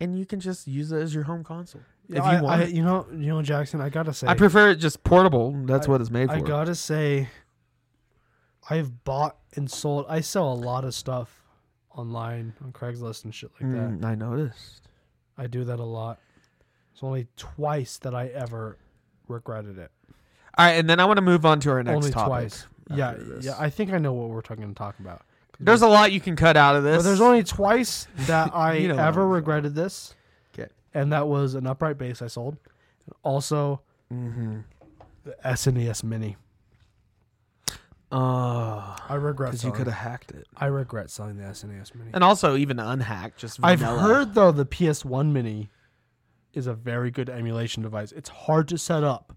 C: and you can just use it as your home console if
B: I,
C: you want.
B: I-
C: it.
B: you know you know Jackson I gotta say
C: I prefer it just portable. That's what it's made for.
B: I gotta say, I've bought and sold. I sell a lot of stuff online on Craigslist and shit like that.
C: Mm, I noticed.
B: I do that a lot. It's only twice that I ever regretted it.
C: All right, and then I want to move on to our next
B: only
C: topic.
B: twice. Yeah,
C: after this.
B: yeah. I think I know what we're talking to talk about.
C: There's a lot you can cut out of this.
B: But there's only twice that I
C: You know what
B: ever
C: I'm saying.
B: regretted this,
C: okay.
B: and that was an upright bass I sold. Also,
C: Mm-hmm.
B: the SNES Mini.
C: Oh,
B: I regret.
C: because you
B: selling-
C: could have hacked it,
B: I regret selling the SNES Mini.
C: and also even unhacked. Just
B: I've
C: vanilla.
B: heard though the PS1 Mini is a very good emulation device. It's hard to set up.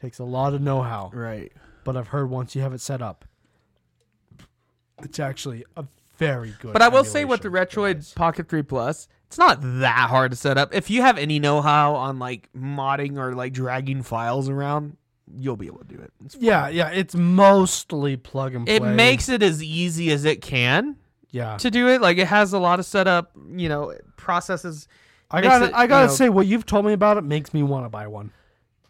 B: Takes a lot of know-how,
C: Right.
B: but I've heard once you have it set up, it's actually a very good.
C: But I will say with the
B: emulation
C: Retroid
B: device.
C: Pocket 3 Plus, it's not that hard to set up. If you have any know-how on like modding or like dragging files around, you'll be able to do it. It's-
B: Yeah, yeah, it's mostly plug and play.
C: It makes it as easy as it can
B: yeah.
C: to do it. Like it has a lot of setup, you know, processes.
B: I
C: makes
B: gotta,
C: it,
B: I
C: you
B: gotta
C: know-
B: say, what you've told me about it makes me want to buy one.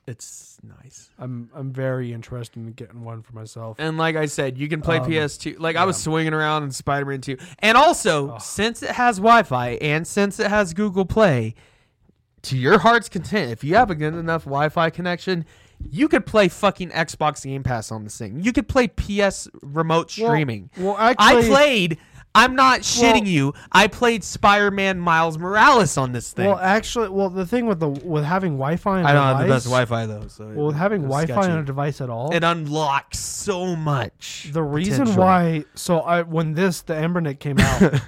C: It's nice.
B: I'm, I'm very interested in getting one for myself.
C: And like I said, you can play
B: Um,
C: PS2. Like I was swinging around in Spider-Man 2. And also, since it has Wi-Fi and since it has Google Play, to your heart's content, if you have a good enough Wi-Fi connection, you could play fucking Xbox Game Pass on this thing. You could play PS remote streaming.
B: well, actually-
C: I played. I'm not shitting you. I played Spider-Man Miles Morales on this thing.
B: Well, actually, well, the thing with the with having Wi-Fi, on
C: I don't have the
B: device-
C: best Wi-Fi though. So
B: Well, with having
C: it's
B: Wi-Fi
C: sketchy.
B: on a device at all,
C: it unlocks so much.
B: the reason
C: potential.
B: why. So I when this the AmberNet came out,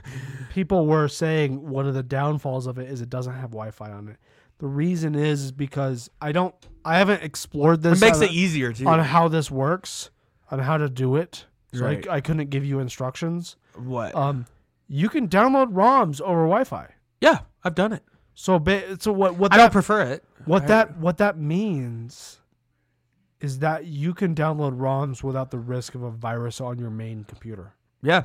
B: people were saying one of the downfalls of it is it doesn't have Wi-Fi on it. The reason is because I don't, I haven't explored this.
C: it makes
B: on,
C: it easier too.
B: on how this works, on how to do it. So I-
C: Right.
B: I, couldn't give you instructions.
C: What?
B: Um, you can download ROMs over Wi-Fi.
C: yeah, I've done it.
B: So ba- so what what
C: I
B: that
C: don't prefer it.
B: What that what that means is that you can download ROMs without the risk of a virus on your main computer.
C: Yeah.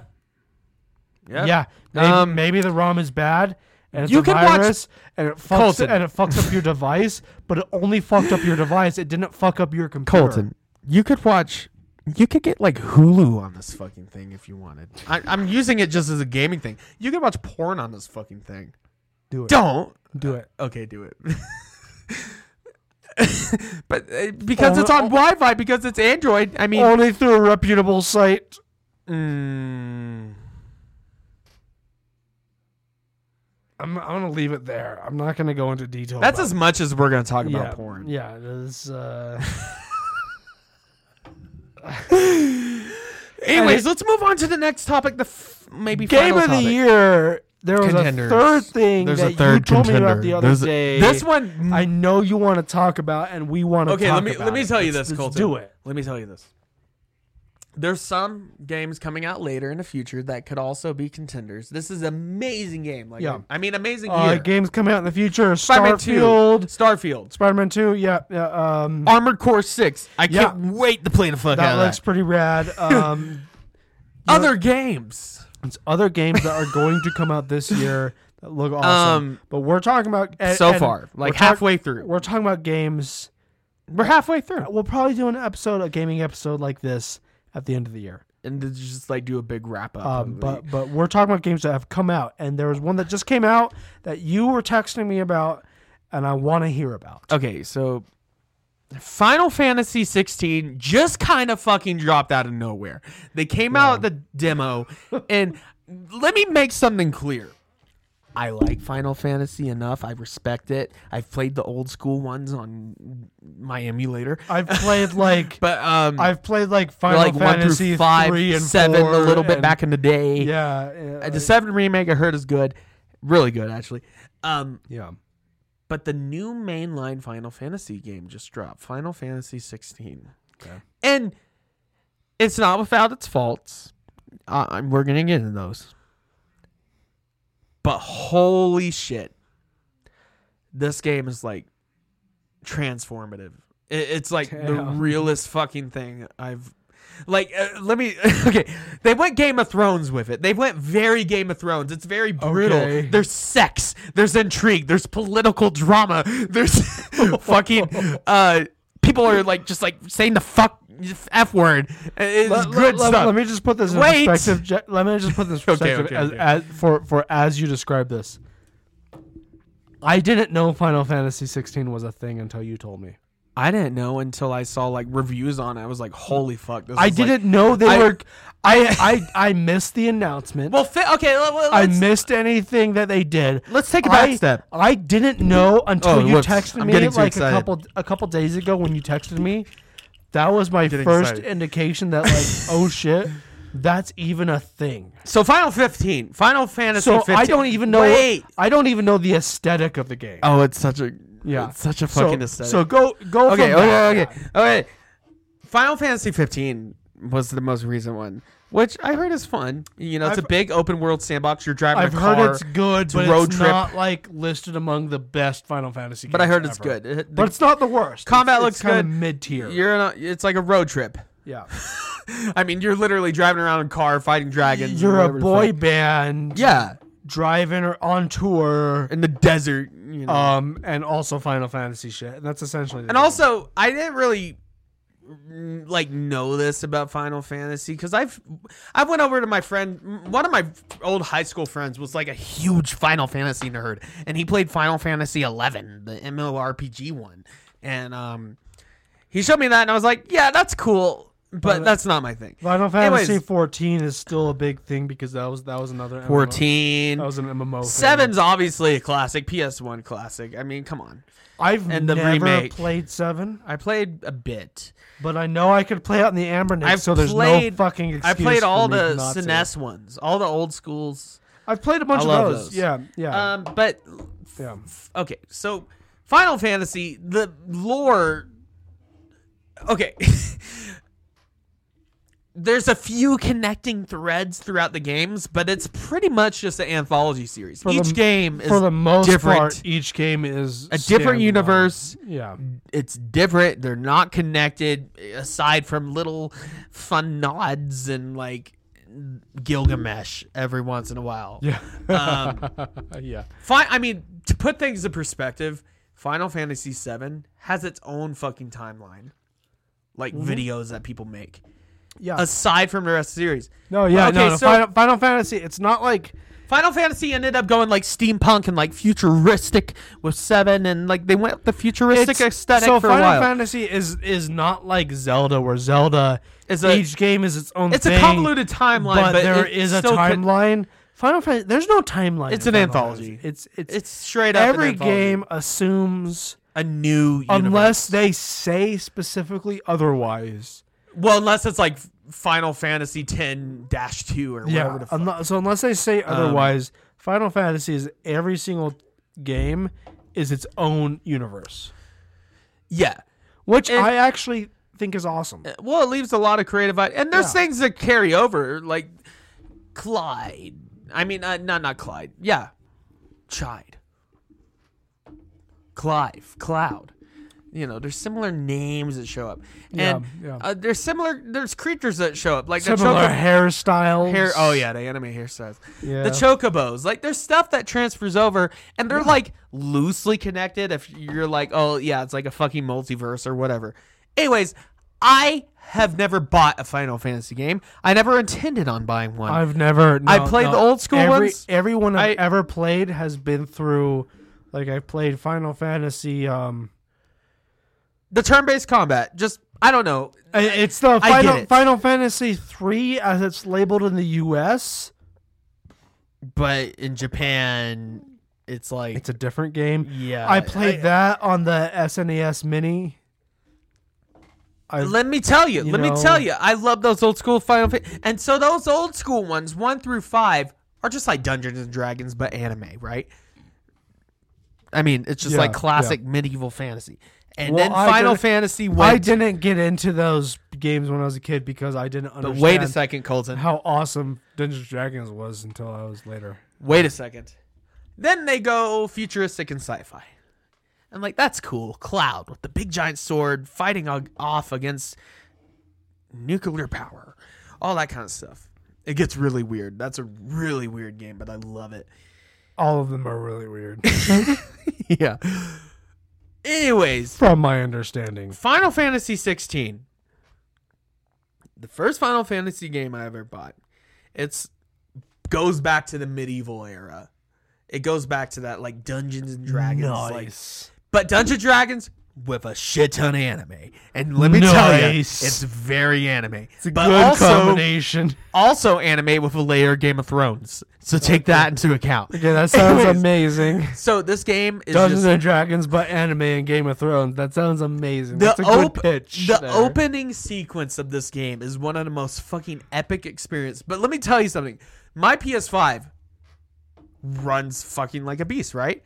B: Yeah, maybe,
C: Um,
B: maybe the ROM is bad and it's
C: You
B: a
C: can watch-
B: virus and it fucks
C: Colton.
B: and it fucks up your device, but it only fucked up your device. It didn't fuck up your computer.
C: Colton, you could watch. You could get like Hulu on this fucking thing if you wanted. I, I'm using it just as a gaming thing. You could watch porn on this fucking thing.
B: do it.
C: Don't.
B: do it.
C: Okay, do it. but uh, because
B: Only-
C: it's on Wi-Fi, because it's Android. I mean,
B: Only through a reputable site.
C: mm,
B: I'm, I'm gonna leave it there. I'm not gonna go into detail.
C: that's
B: about
C: as much as we're gonna talk
B: yeah,
C: about porn.
B: Yeah, this. Uh,
C: Anyways, let's move on to the next topic. The f- maybe
B: Game
C: final
B: of the
C: topic.
B: year. There was
C: Contenders.
B: a third thing
C: There's
B: that
C: a third
B: you told
C: contender.
B: me about the other
C: There's a-
B: day.
C: This one
B: I know you want to talk about, and we want to.
C: Okay,
B: talk
C: let me
B: about
C: let me
B: it.
C: tell you
B: Let's-
C: this,
B: let's
C: Colton.
B: Do it.
C: Let me tell you this. There's some games coming out later in the future that could also be contenders. This is amazing game. Like
B: Yeah.
C: I mean amazing
B: Uh,
C: year.
B: games coming out in the future.
C: Spider-Man
B: Starfield,
C: 2, Starfield,
B: Spider-Man Two. Yeah, yeah. Um,
C: Armored Core 6. I
B: Yeah.
C: can't wait to play the fuck
B: that
C: out of
B: looks pretty rad. Um,
C: that. Other games.
B: it's other games that are going to come out this year that look awesome.
C: Um,
B: but we're talking about and-
C: so
B: and
C: far, like
B: we're talk-
C: halfway through.
B: We're talking about games.
C: We're halfway through.
B: We'll probably do an episode, a gaming episode like this at the end of the year.
C: And to just like do a big wrap up.
B: Um,
C: of the-
B: but but we're talking about games that have come out, and there was one that just came out that you were texting me about, and I want to hear about.
C: okay, so Final Fantasy 16 just kind of fucking dropped out of nowhere. They came out the demo, and let me make something clear. I like Final Fantasy enough. I respect it. I've played the old school ones on my emulator,
B: I've played like
C: but um,
B: I've played like Final
C: like one
B: Fantasy
C: through five,
B: three and
C: seven,
B: four
C: a little bit
B: and-
C: back in the day.
B: Yeah, yeah,
C: Uh,
B: I-
C: the seven remake I heard is good, really good actually. Um,
B: yeah.
C: but the new mainline Final Fantasy game just dropped, Final Fantasy 16.
B: Okay.
C: And it's not without its faults. Uh, I'm- we're going to get into those. But holy shit. This game is like transformative. It, it's like the
B: Damn.
C: realest fucking thing I've. Like, uh, let me. Okay. They went Game of Thrones with it. They went very Game of Thrones. It's very brutal.
B: Okay.
C: There's sex. There's intrigue. There's political drama. There's fucking uh, people are like just like saying the fuck f word. Uh, It's
B: Let,
C: good
B: let- let-
C: stuff.
B: let me just put this in
C: Wait.
B: perspective. Je- Let me just put this in
C: Okay,
B: perspective
C: okay,
B: as,
C: okay.
B: as, for for as you describe this. I didn't know Final Fantasy 16 was a thing until you told me.
C: I didn't know until I saw like reviews on. it. I was like, holy fuck! This
B: I
C: is, like-
B: didn't know they
C: I-
B: were. I, I I missed the announcement.
C: well, fi- okay. let- let-
B: I
C: Let's,
B: missed anything that they did.
C: let's take a back
B: I,
C: step.
B: I didn't know until
C: Oh,
B: you
C: whoops.
B: texted
C: I'm
B: me
C: getting too
B: like
C: excited.
B: a couple a couple days ago when you texted me. That was my
C: getting
B: first
C: excited.
B: indication that like, oh shit, that's even a thing.
C: So Final 15, Final Fantasy.
B: So
C: 15.
B: I don't even know.
C: Wait.
B: I don't even know the aesthetic of the game.
C: e- Oh, it's such a
B: Yeah.
C: it's such a
B: so,
C: fucking aesthetic.
B: So go go.
C: okay,
B: from that.
C: okay, okay, okay. Final Fantasy 15 was the most recent one, which I heard is fun. You know, it's a
B: I've-
C: big open world sandbox. You're driving
B: I've
C: a car,
B: heard it's good,
C: a
B: but
C: road
B: it's
C: trip.
B: not like listed among the best Final Fantasy. games
C: but I heard it's
B: ever.
C: good. It- the-
B: But it's not the worst.
C: Combat
B: It's-
C: looks
B: it's kinda
C: good.
B: mid tier.
C: Uh, you're in a, it's like a road trip.
B: Yeah,
C: I mean, you're literally driving around in a car fighting dragons.
B: you're a
C: whatever the
B: boy
C: fuck.
B: band.
C: Yeah,
B: driving or on tour.
C: in the desert. You know.
B: Um, and also Final Fantasy shit. And that's essentially. the
C: And
B: game.
C: also, I didn't really mm, like know this about Final Fantasy because I've I went over to my friend, m- one of my old high school friends was like a huge Final Fantasy nerd, and he played Final Fantasy eleven, the MMORPG one, and um, he showed me that, and I was like, yeah, that's cool, but that's not my thing.
B: Final Fantasy
C: Anyways.
B: 14 is still a big thing because that was that was another MMO.
C: Fourteen.
B: That was an MMO. thing.
C: Seven's obviously a classic, PS1 classic. I mean, come on.
B: I've
C: and the
B: never
C: remake.
B: played seven,
C: I played a bit.
B: but I know I could play out in the Ambernick.
C: I've
B: so there's
C: played-
B: no fucking excuse.
C: I played
B: for
C: all
B: me
C: the
B: not to.
C: SNES ones, all the old schools.
B: I've played a bunch
C: I
B: of
C: love
B: those.
C: those.
B: Yeah, yeah,
C: Um, but
B: yeah.
C: okay, so Final Fantasy, the lore. Okay, there's a few connecting threads throughout the games, but it's pretty much just an anthology series.
B: For
C: Each
B: the-
C: game is
B: For the most
C: different.
B: part, each game is
C: a different
B: standalone.
C: universe. Um,
B: Yeah,
C: It's different. They're not connected aside from little fun nods and like Gilgamesh every once in a while.
B: yeah,
C: Um,
B: yeah.
C: Fine. I mean, to put things in perspective, Final Fantasy VII has its own fucking timeline, like
B: Mm-hmm.
C: videos that people make.
B: Yeah.
C: Aside from the rest of the series,
B: no, yeah,
C: okay,
B: no. no.
C: so-
B: Final, Final Fantasy. It's not like
C: Final Fantasy ended up going like steampunk and like futuristic with seven, and like they went with the futuristic aesthetic
B: so
C: for
B: Final
C: a while.
B: Fantasy is is not like Zelda, where Zelda is
C: It's a-
B: each game is its own.
C: it's
B: thing,
C: a convoluted timeline,
B: but,
C: but,
B: there
C: it
B: is a
C: still could-
B: timeline. Final Fantasy, there's no timeline.
C: It's
B: in
C: an
B: Final
C: anthology.
B: Fantasy. It's it's,
C: it's straight up an
B: every
C: anthology.
B: game assumes
C: a new universe.
B: unless they say specifically otherwise.
C: well, unless it's like Final Fantasy ten dash two or whatever. The fuck.
B: unless, so unless they say
C: Um,
B: otherwise, Final Fantasy is every single game is its own universe,
C: yeah.
B: which
C: And-
B: I actually think is awesome.
C: well, it leaves a lot of creative ideas, and there's
B: Yeah.
C: things that carry over, like Clyde. I mean, uh, not not Clyde. Yeah, Chide, Clive, Cloud. You know, there's similar names that show up, and
B: Yeah, yeah.
C: Uh, there's similar. There's creatures that show up, like
B: Similar
C: the choco-
B: hairstyles.
C: hair. Oh yeah, the anime hairstyles.
B: Yeah.
C: The chocobos, like there's stuff that transfers over, and they're like loosely connected. If you're like, oh yeah, it's like a fucking multiverse or whatever. Anyways, I have never bought a Final Fantasy game. I never intended on buying one.
B: I've never.
C: I
B: no,
C: played
B: no.
C: the old school
B: Every,
C: ones.
B: Everyone I've
C: I-
B: ever played has been through. Like I played Final Fantasy. Um,
C: the turn-based combat. Just I don't know.
B: I- It's the
C: I get
B: final
C: it.
B: Final Fantasy three as it's labeled in the U.S.
C: But in Japan, it's like
B: It's a different game.
C: yeah.
B: I played that on the SNES Mini. I
C: Let me tell you.
B: you
C: let me
B: know-
C: tell you. I love those old school Final Fantasy. And so those old school ones, one through five, are just like Dungeons and Dragons, but anime, right? I mean, it's just
B: Yeah,
C: like classic medieval fantasy. And
B: Well,
C: then
B: I
C: Final
B: didn't-
C: Fantasy
B: I
C: went.
B: didn't get into those games when I was a kid because I didn't
C: But
B: understand
C: wait a second, Colton.
B: how awesome Dungeons and Dragons was until I was later.
C: Wait a second. Then they go futuristic and sci-fi. And like that's cool. Cloud with the big giant sword fighting o- off against nuclear power. All that kind of stuff. It gets really weird. That's a really weird game, but I love it.
B: All of them are really weird,
C: yeah. Anyways,
B: from my understanding.
C: Final Fantasy 16. The first Final Fantasy game I ever bought. It's goes back to the medieval era. It goes back to that like Dungeons and Dragons like But Dungeons Dragons with a shit ton of anime. And let me tell you,
B: Nice.
C: it's very anime. It's a but
B: Good
C: also,
B: combination.
C: also anime with a layer of Game of Thrones. So take that into account.
B: Yeah, that sounds
C: Anyways,
B: amazing.
C: So this game is
B: Dungeons
C: just
B: and Dragons, but anime and Game of Thrones. That sounds amazing.
C: the,
B: That's a good
C: op-
B: pitch.
C: the
B: there.
C: opening sequence of this game is one of the most fucking epic experience. But let me tell you something. My PS5 runs fucking like a beast, right?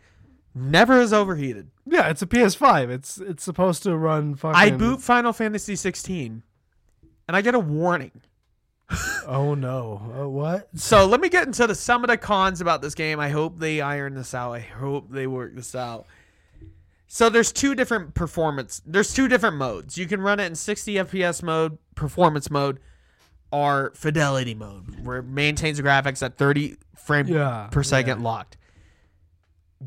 C: Never is overheated.
B: Yeah, it's a PS5. It's it's supposed to run fucking.
C: I boot Final Fantasy 16 and I get a warning.
B: Oh no! Uh, what?
C: So let me get into the some of the cons about this game. I hope they iron this out. I hope they work this out. So there's two different performance. There's two different modes. You can run it in 60 FPS mode, performance mode, or fidelity mode, where it maintains the graphics at 30 frames
B: Yeah,
C: per second locked.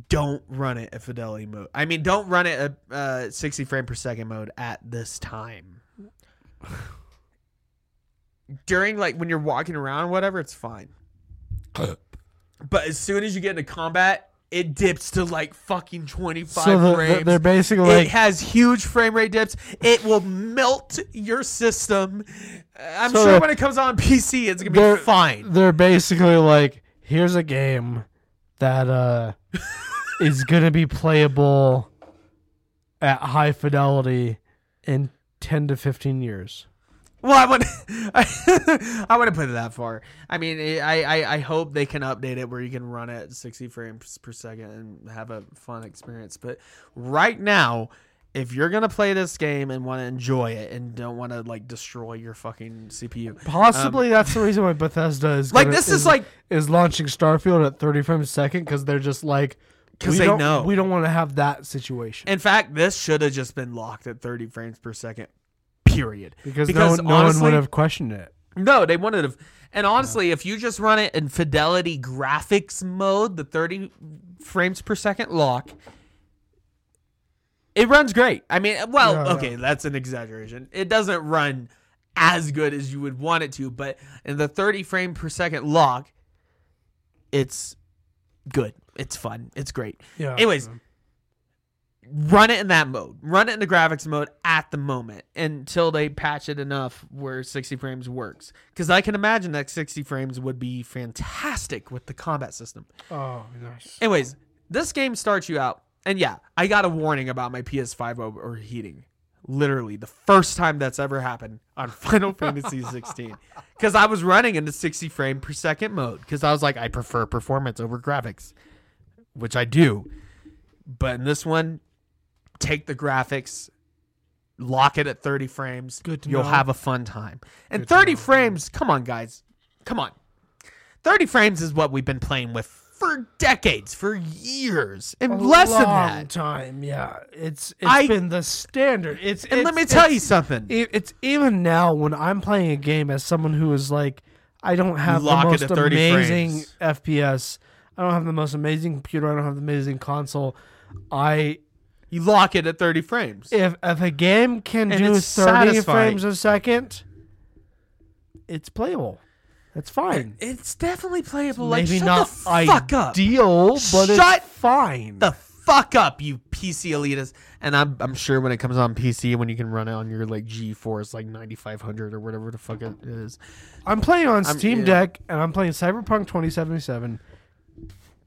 C: Don't run it at fidelity mode. I mean, don't run it at uh, 60 frame per second mode at this time. During like when you're walking around, or whatever, it's fine. But as soon as you get into combat, it dips to like fucking 25
B: So the-
C: frames.
B: the, they're basically
C: it
B: like.
C: has huge frame rate dips. It will melt your system. Uh, I'm
B: So
C: sure
B: the-
C: when it comes on PC, it's gonna
B: they're-
C: be fine.
B: They're basically like, here's a game that uh is gonna be playable at high fidelity in ten to fifteen years.
C: Well, I would, I, wouldn't put it that far. I mean, eh, I, I, I hope they can update it where you can run it at 60 frames per second and have a fun experience. But right now, if you're gonna play this game and want to enjoy it and don't want to like destroy your fucking CPU,
B: Possibly that's the reason why Bethesda is
C: Um, like
B: gonna-
C: this is like
B: is launching Starfield at thirty frames a second because they're just like
C: 'Cause
B: we
C: they
B: don't-
C: know.
B: we don't want to have that situation.
C: In fact, this should have just been locked at 30 frames per second. Period.
B: because
C: because
B: no, no
C: honestly-
B: one would have questioned it.
C: No, they wanted to. And honestly, if you just run it in fidelity graphics mode, the 30 frames per second lock, it runs great. I mean, well,
B: No, no.
C: okay, that's an exaggeration. It doesn't run as good as you would want it to, but in the 30 frame per second lock, it's good. It's fun. It's great.
B: Yeah.
C: Anyways, run it in that mode. Run it in the graphics mode at the moment until they patch it enough where 60 frames works. Because I can imagine that 60 frames would be fantastic with the combat system.
B: Oh, nice.
C: Anyways, this game starts you out. And yeah, I got a warning about my PS5 over- overheating. Literally, the first time that's ever happened on Final Fantasy 16. Because I was running in the 60 frame per second mode. Because I was like, I prefer performance over graphics, which I do. But in this one, take the graphics, lock it at 30 frames.
B: Good to
C: You'll
B: know.
C: have a fun time. And 30 frames, come on, guys. Come on. 30 frames is what we've been playing with for decades, for years, and less
B: long
C: than that.
B: time. Yeah, it's it's
C: I-
B: been the standard. It's
C: And let me tell you something.
B: you, E, it's even now when I'm playing a game as someone who is like, I don't have the
C: Lock it
B: most
C: at 30
B: amazing
C: frames.
B: FPS. I don't have the most amazing computer. I don't have the amazing console. I
C: You lock it at 30 frames.
B: if if a game can
C: And
B: do thirty
C: it's satisfying.
B: frames a second, it's playable. That's fine.
C: It's definitely playable. Like,
B: Maybe
C: shut
B: not
C: the fuck up.
B: ideal, but
C: Shut
B: it's fine.
C: the fuck up, you PC elitists. And I'm, I'm sure when it comes on PC, when you can run it on your like GeForce like 9500 or whatever the fuck it is,
B: I'm playing on
C: I'm-
B: Steam
C: yeah.
B: Deck and I'm playing Cyberpunk 2077.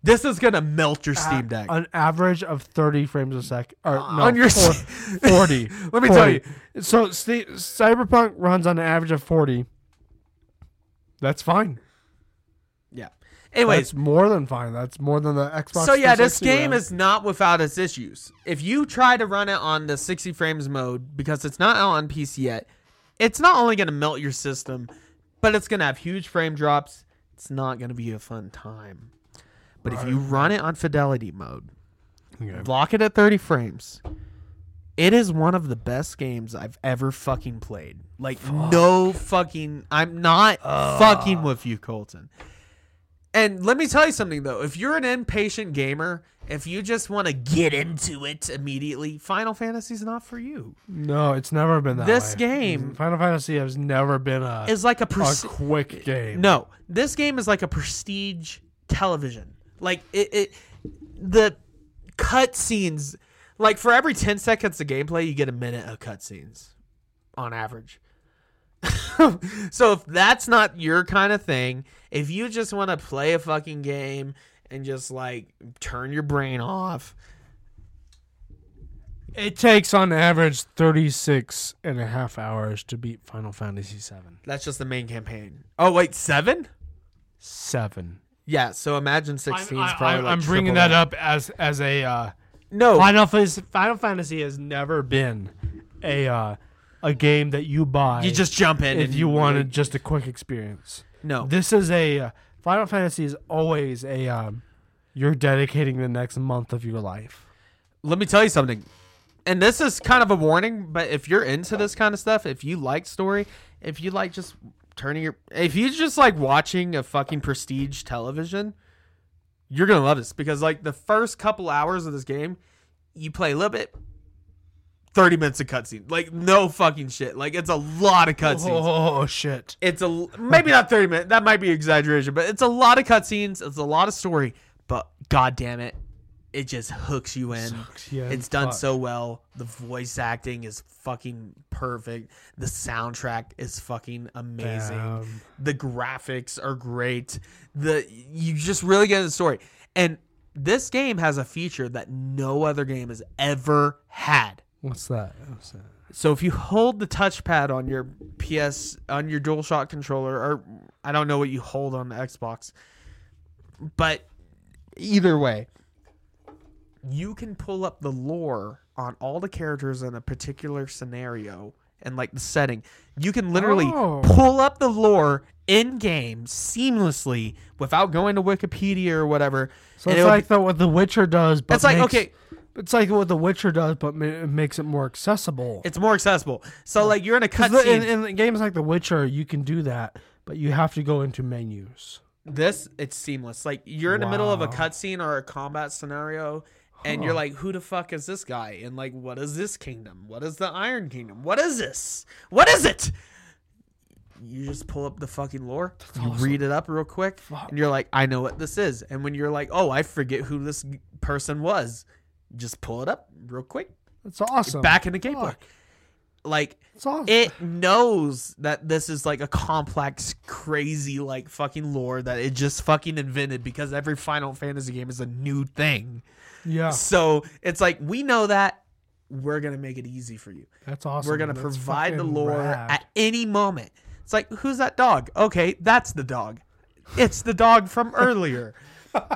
C: this is gonna melt
B: Uh,
C: your Steam Deck.
B: An average of 30 frames a sec. Or, no,
C: on your
B: four-
C: s-
B: 40.
C: Let me tell
B: 40. So Ste Cyberpunk runs on an average of 40. That's fine.
C: yeah. Anyways,
B: That's more than fine. That's more than the Xbox.
C: So yeah, this
B: 360
C: game
B: ran.
C: is not without its issues. If you try to run it on the 60 frames mode because it's not out on PC yet, it's not only going to melt your system, but it's going to have huge frame drops. It's not going to be a fun time. But if you run it on fidelity mode,
B: Okay.
C: lock it at 30 frames. It is one of the best games I've ever fucking played. Like no fucking I'm not fucking with you, Colton. And let me tell you something though. If you're an impatient gamer, if you just want to get into it immediately, Final Fantasy's not for you.
B: No, it's never been that.
C: This
B: way.
C: game-
B: Final Fantasy, has never been a
C: It's like a
B: a
C: pers-
B: quick game.
C: No, this game is like a prestige television. Like it, it the cutscenes. Like for every ten seconds of gameplay, you get a minute of cutscenes, on average. so if that's not your kind of thing, if you just want to play a fucking game and just like turn your brain off,
B: It takes on average 36 and a half hours to beat Final Fantasy 7.
C: that's just the main campaign. Oh wait, seven?
B: 7.
C: Yeah. So imagine 16 is probably. like
B: I'm bringing
C: triple
B: that up as as a uh,
C: No,
B: Final Fantasy, Final Fantasy has never been a uh, a game that you buy
C: you just Oh. jump in
B: if
C: and
B: you wanted just a quick experience.
C: No,
B: This is a uh, Final Fantasy is always a um, you're dedicating the next month of your life.
C: let me tell you something. And this is kind of a warning, but if you're into this kind of stuff, if you like story, if you like just turning your if you just like watching a fucking prestige television, you're going to love this because like the first couple hours of this game, you play a little bit 30 minutes of cutscene. Like no fucking shit. Like it's a lot of cutscenes
B: Oh shit!
C: it's a maybe not 30 minutes that might be exaggeration but it's a lot of cutscenes it's a lot of story but god damn it it just hooks you in
B: Sucks, yeah,
C: it's done
B: fuck.
C: so well the voice acting is fucking perfect the soundtrack is fucking amazing
B: Damn.
C: the graphics are great the you just really get the story and this game has a feature that no other game has ever had
B: What's that? What's that?
C: so if you hold the touchpad on your PS on your DualShock controller, or I don't know what you hold on the Xbox, but either way, you can pull up the lore on all the characters in a particular scenario and like the setting. You can literally
B: Oh.
C: pull up the lore in game seamlessly without going to Wikipedia or whatever.
B: So
C: and
B: it's
C: it'll
B: like
C: be-
B: the, what The Witcher does, but
C: It's like,
B: makes-
C: okay.
B: it's like what The Witcher does, but ma- it makes it more accessible.
C: it's more accessible. So like you're in a
B: 'Cause the- in,
C: cutscene.
B: in games like The Witcher, you can do that, but you have to go into menus.
C: this it's seamless like you're in the middle of a
B: Wow.
C: cutscene or a combat scenario and you're like who the fuck is this guy and like what is this kingdom what is the iron kingdom what is this what is it you just pull up the fucking lore you read it up real quick and you're like i know what this is and when you're like oh i forget who this person was just pull it up real quick
B: That's awesome.
C: back in the game book
B: Fuck.
C: like
B: It's awesome.
C: it knows that this is like a complex, crazy, like fucking lore that it just fucking invented because every Final Fantasy game is a new thing.
B: yeah,
C: So it's like we know that we're gonna make it easy for you.
B: that's awesome.
C: We're gonna
B: That's
C: provide the
B: fucking
C: lore
B: rad.
C: at any moment. It's like who's that dog? Okay, that's the dog. It's the dog from earlier.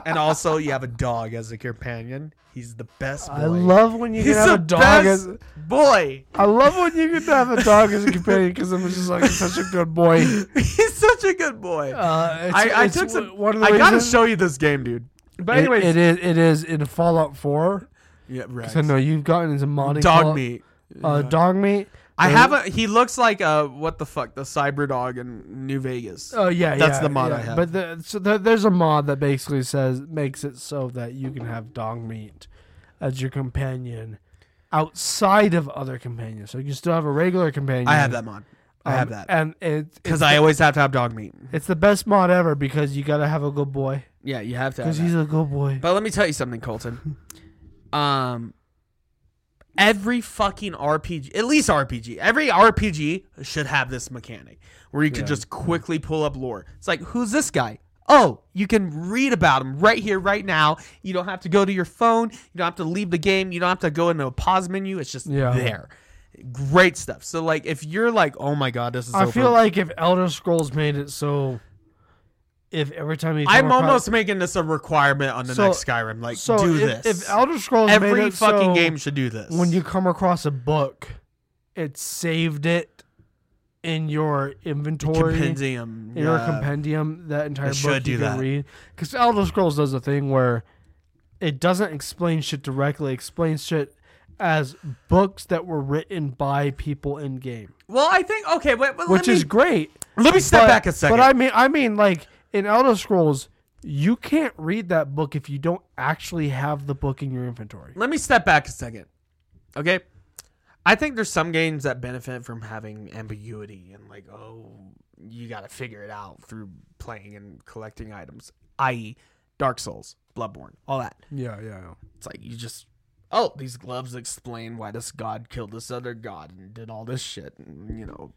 C: and also, you have a dog as a companion. He's the best boy.
B: I love when you can
C: He's
B: have
C: the
B: a dog
C: best
B: as
C: boy.
B: I love when you can have a dog as a companion because I'm just like such a good boy.
C: He's such a good boy.
B: Uh, it's,
C: I, I
B: it's
C: took
B: w-
C: some.
B: One of the
C: I gotta
B: reasons-
C: show you this game, dude. But
B: It-
C: anyways,
B: it is it is in Fallout Four.
C: yeah, right.
B: 'cause I know you've gotten into modding
C: dog
B: Fallout-
C: meat.
B: Uh, dog meat.
C: I
B: There-
C: have a. He looks like uh, what the fuck, the cyber dog in New Vegas.
B: Oh yeah,
C: That's
B: yeah,
C: the mod
B: yeah.
C: I have.
B: But the, so there- there's a mod that basically says makes it so that you can have dog meat as your companion outside of other companions. So you can still have a regular companion.
C: I have that mod. I have
B: Um,
C: that
B: and it,
C: because I always have to have dog meat.
B: it's the best mod ever because you gotta have a good boy
C: Yeah, you have to. Have
B: because
C: that.
B: he's a good boy.
C: But let me tell you something, Colton. um every fucking RPG, at least RPG, every RPG should have this mechanic where you can just quickly pull up lore. It's like, who's this guy? Oh, you can read about him right here, right now. You don't have to go to your phone. You don't have to leave the game. You don't have to go into a pause menu. It's just
B: Yeah.
C: there. Great stuff. So, like, if you're like, oh my God, this is
B: I
C: so
B: feel
C: fun,"
B: like if Elder Scrolls made it so, if every time you, come
C: I'm
B: across-
C: almost making this a requirement on the
B: So-
C: next Skyrim. Like,
B: so
C: do
B: if,
C: this.
B: if Elder Scrolls made
C: Every
B: it
C: fucking
B: so
C: game should do this.
B: when you come across a book, it saved it in your inventory.
C: compendium,
B: in your
C: yeah.
B: compendium, that entire
C: It
B: book
C: should
B: you
C: do
B: can
C: that.
B: read. Because Elder Scrolls does a thing where it doesn't explain shit directly, it explains shit as books that were written by people in game,
C: Well, I think okay, wait, wait,
B: which
C: let me,
B: is great.
C: let me step
B: but,
C: back a second.
B: But I mean, I mean, like in Elder Scrolls, you can't read that book if you don't actually have the book in your inventory.
C: let me step back a second. Okay, I think there's some games that benefit from having ambiguity and like, oh, you got to figure it out through playing and collecting items, i.e., Dark Souls, Bloodborne, all that.
B: Yeah, yeah.
C: It's like you just, oh, these gloves explain why this god killed this other god and did all this shit, and, you know.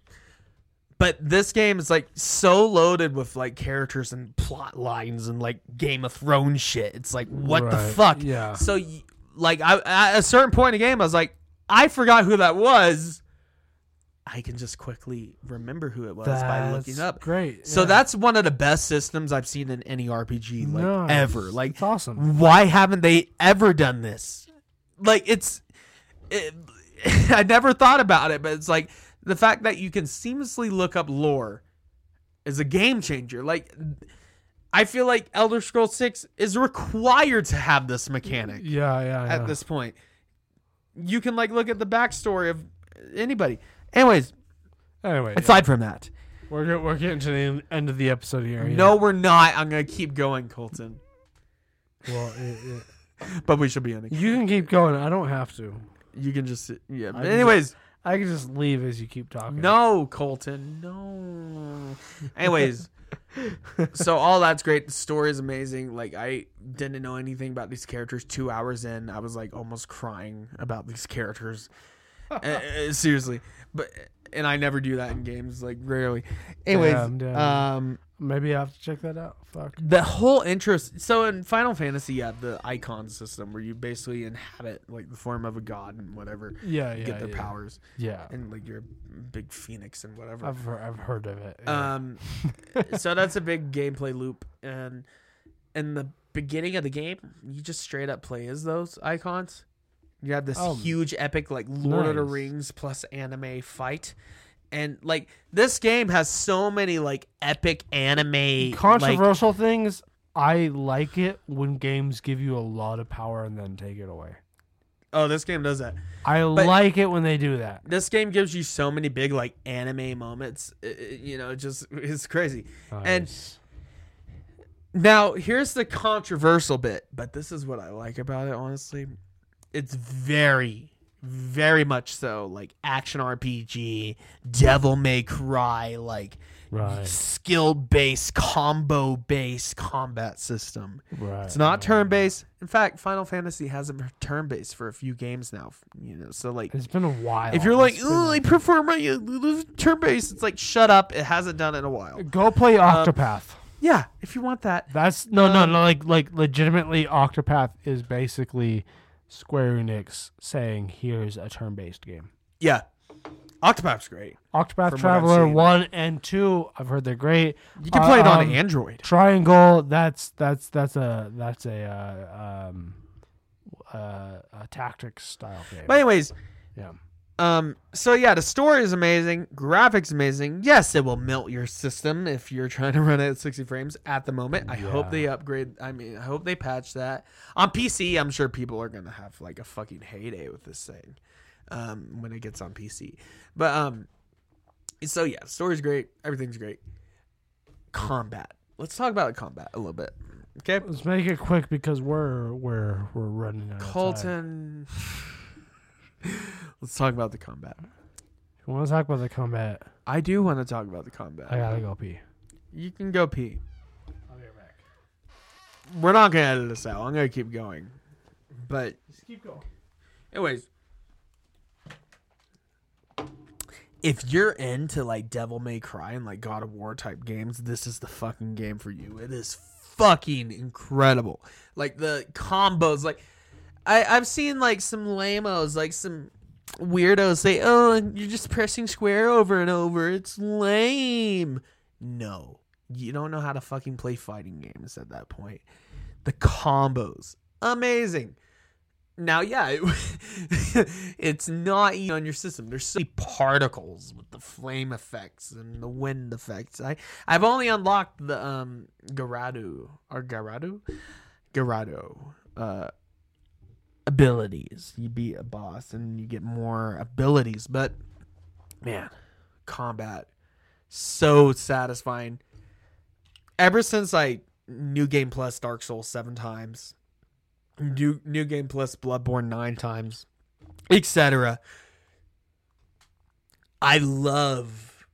C: But this game is like so loaded with like characters and plot lines and like Game of Thrones shit. It's like what the
B: Right,
C: fuck?
B: yeah.
C: So y- like I, at a certain point in the game, I was like, I forgot who that was. I can just quickly remember who it was by looking
B: That's
C: up.
B: great,
C: So
B: yeah.
C: that's one of the best systems I've seen in any RPG like
B: Nice.
C: ever. Like
B: It's awesome.
C: why haven't they ever done this? Like it's, it, I never thought about it, but it's like the fact that you can seamlessly look up lore is a game changer. Like I feel like Elder Scrolls Six is required to have this mechanic
B: Yeah, yeah, yeah.
C: at this point. You can like look at the backstory of anybody. Anyways,
B: anyway,
C: aside from that,
B: we're get- we're getting to the end of the episode here. yeah.
C: no, we're not. I'm gonna keep going, Colton,
B: Well, it- it-
C: but we should be ending.
B: you can keep going. I don't have to.
C: You can just sit- yeah.
B: can-
C: Anyways.
B: I can just leave as you keep talking.
C: No, Colton. No. Anyways, so all that's great. The story is amazing. Like I didn't know anything about these characters. Two hours in, I was like almost crying about these characters. Uh, uh, seriously, but and I never do that in games. Like rarely. Anyways,
B: Damn, damn.
C: um,
B: Maybe I have to check that out. Fuck.
C: the whole interest. So in Final Fantasy, you have the icon system where you basically inhabit like the form of a god and whatever.
B: Yeah, yeah.
C: Get their
B: yeah.
C: powers
B: Yeah.
C: and like your big phoenix and whatever.
B: I've heard, I've heard of it. yeah.
C: Um, so that's a big gameplay loop, and in the beginning of the game, you just straight up play as those icons. You have this
B: Oh,
C: huge epic like Lord of the
B: nice.
C: Rings plus anime fight, and like this game has so many like epic anime like,
B: Controversial things. I like it when games give you a lot of power and then take it away.
C: oh, this game does that.
B: I like it when they do that.
C: This game gives you so many big like anime moments. i- i- you know, just it's crazy. And
B: Nice.
C: Now, here's the controversial bit, but this is what I like about it, honestly. It's very, very much so like action RPG, Devil May Cry, like
B: right,
C: skill based, combo based combat system.
B: right.
C: It's not turn based. In fact, Final Fantasy hasn't been turn based for a few games now. You know, so like
B: It's been a while.
C: if you're like,
B: It's
C: "Ooh,
B: been-
C: I prefer my uh, turn based," it's like, shut up. It hasn't done it in a while.
B: go play Octopath.
C: Yeah, if you want that.
B: That's Um, no, no, no. Like, like, legitimately, Octopath is basically Square Enix saying, "Here's a turn-based game."
C: Yeah, Octopath's great.
B: Octopath
C: From what I've
B: Traveler
C: seen.
B: one and two, I've heard they're great.
C: You can play it on
B: Um,
C: Android.
B: Triangle, that's that's that's a that's a uh, um, uh, a tactics style game.
C: But anyways,
B: yeah,
C: um, so yeah, the story is amazing, graphics amazing. Yes, it will melt your system if you're trying to run it at 60 frames at the moment. I hope
B: Yeah.
C: they upgrade. I mean, I hope they patch that on PC. I'm sure people are gonna have like a fucking heyday with this thing um, when it gets on PC. But um, so yeah, story's great, everything's great. Combat. Let's talk about combat a little bit. Okay,
B: let's make it quick because we're we're we're running out. Of time.
C: Colton. Let's talk about the combat.
B: If you want to talk about the combat?
C: I do want to talk about the combat.
B: I gotta go pee.
C: You can go pee.
B: I'll be right back.
C: We're not gonna edit this out. I'm gonna keep going. But
B: Just keep going.
C: anyways, if you're into like Devil May Cry and like God of War type games, this is the fucking game for you. It is fucking incredible. Like the combos, like I, I've seen like some lamos, like some weirdos say, "Oh, you're just pressing square over and over. It's lame." No, you don't know how to fucking play fighting games at that point. The combos, amazing. Now, yeah, it- it's not eating on your system. There's so many particles with the flame effects and the wind effects. I I've only unlocked the um Garadu or Garadu, Garado. Uh, abilities. You beat a boss and you get more abilities. But man, combat so satisfying. Ever since I New Game Plus Dark Souls seven times, New New Game Plus Bloodborne nine times, etc. I love.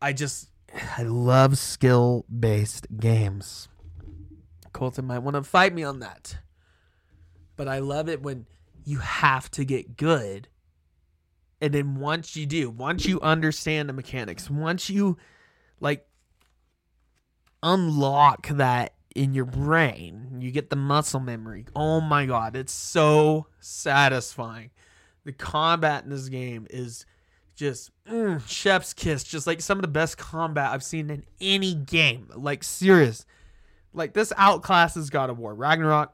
C: I just I love skill based games. Colton might want to fight me on that but I love it when you have to get good. And then once you do, once you understand the mechanics, once you like unlock that in your brain, you get the muscle memory. Oh my god, it's so satisfying. The combat in this game is just mm, chef's kiss, just like some of the best combat I've seen in any game. Like serious. Like this outclasses God of War, Ragnarok,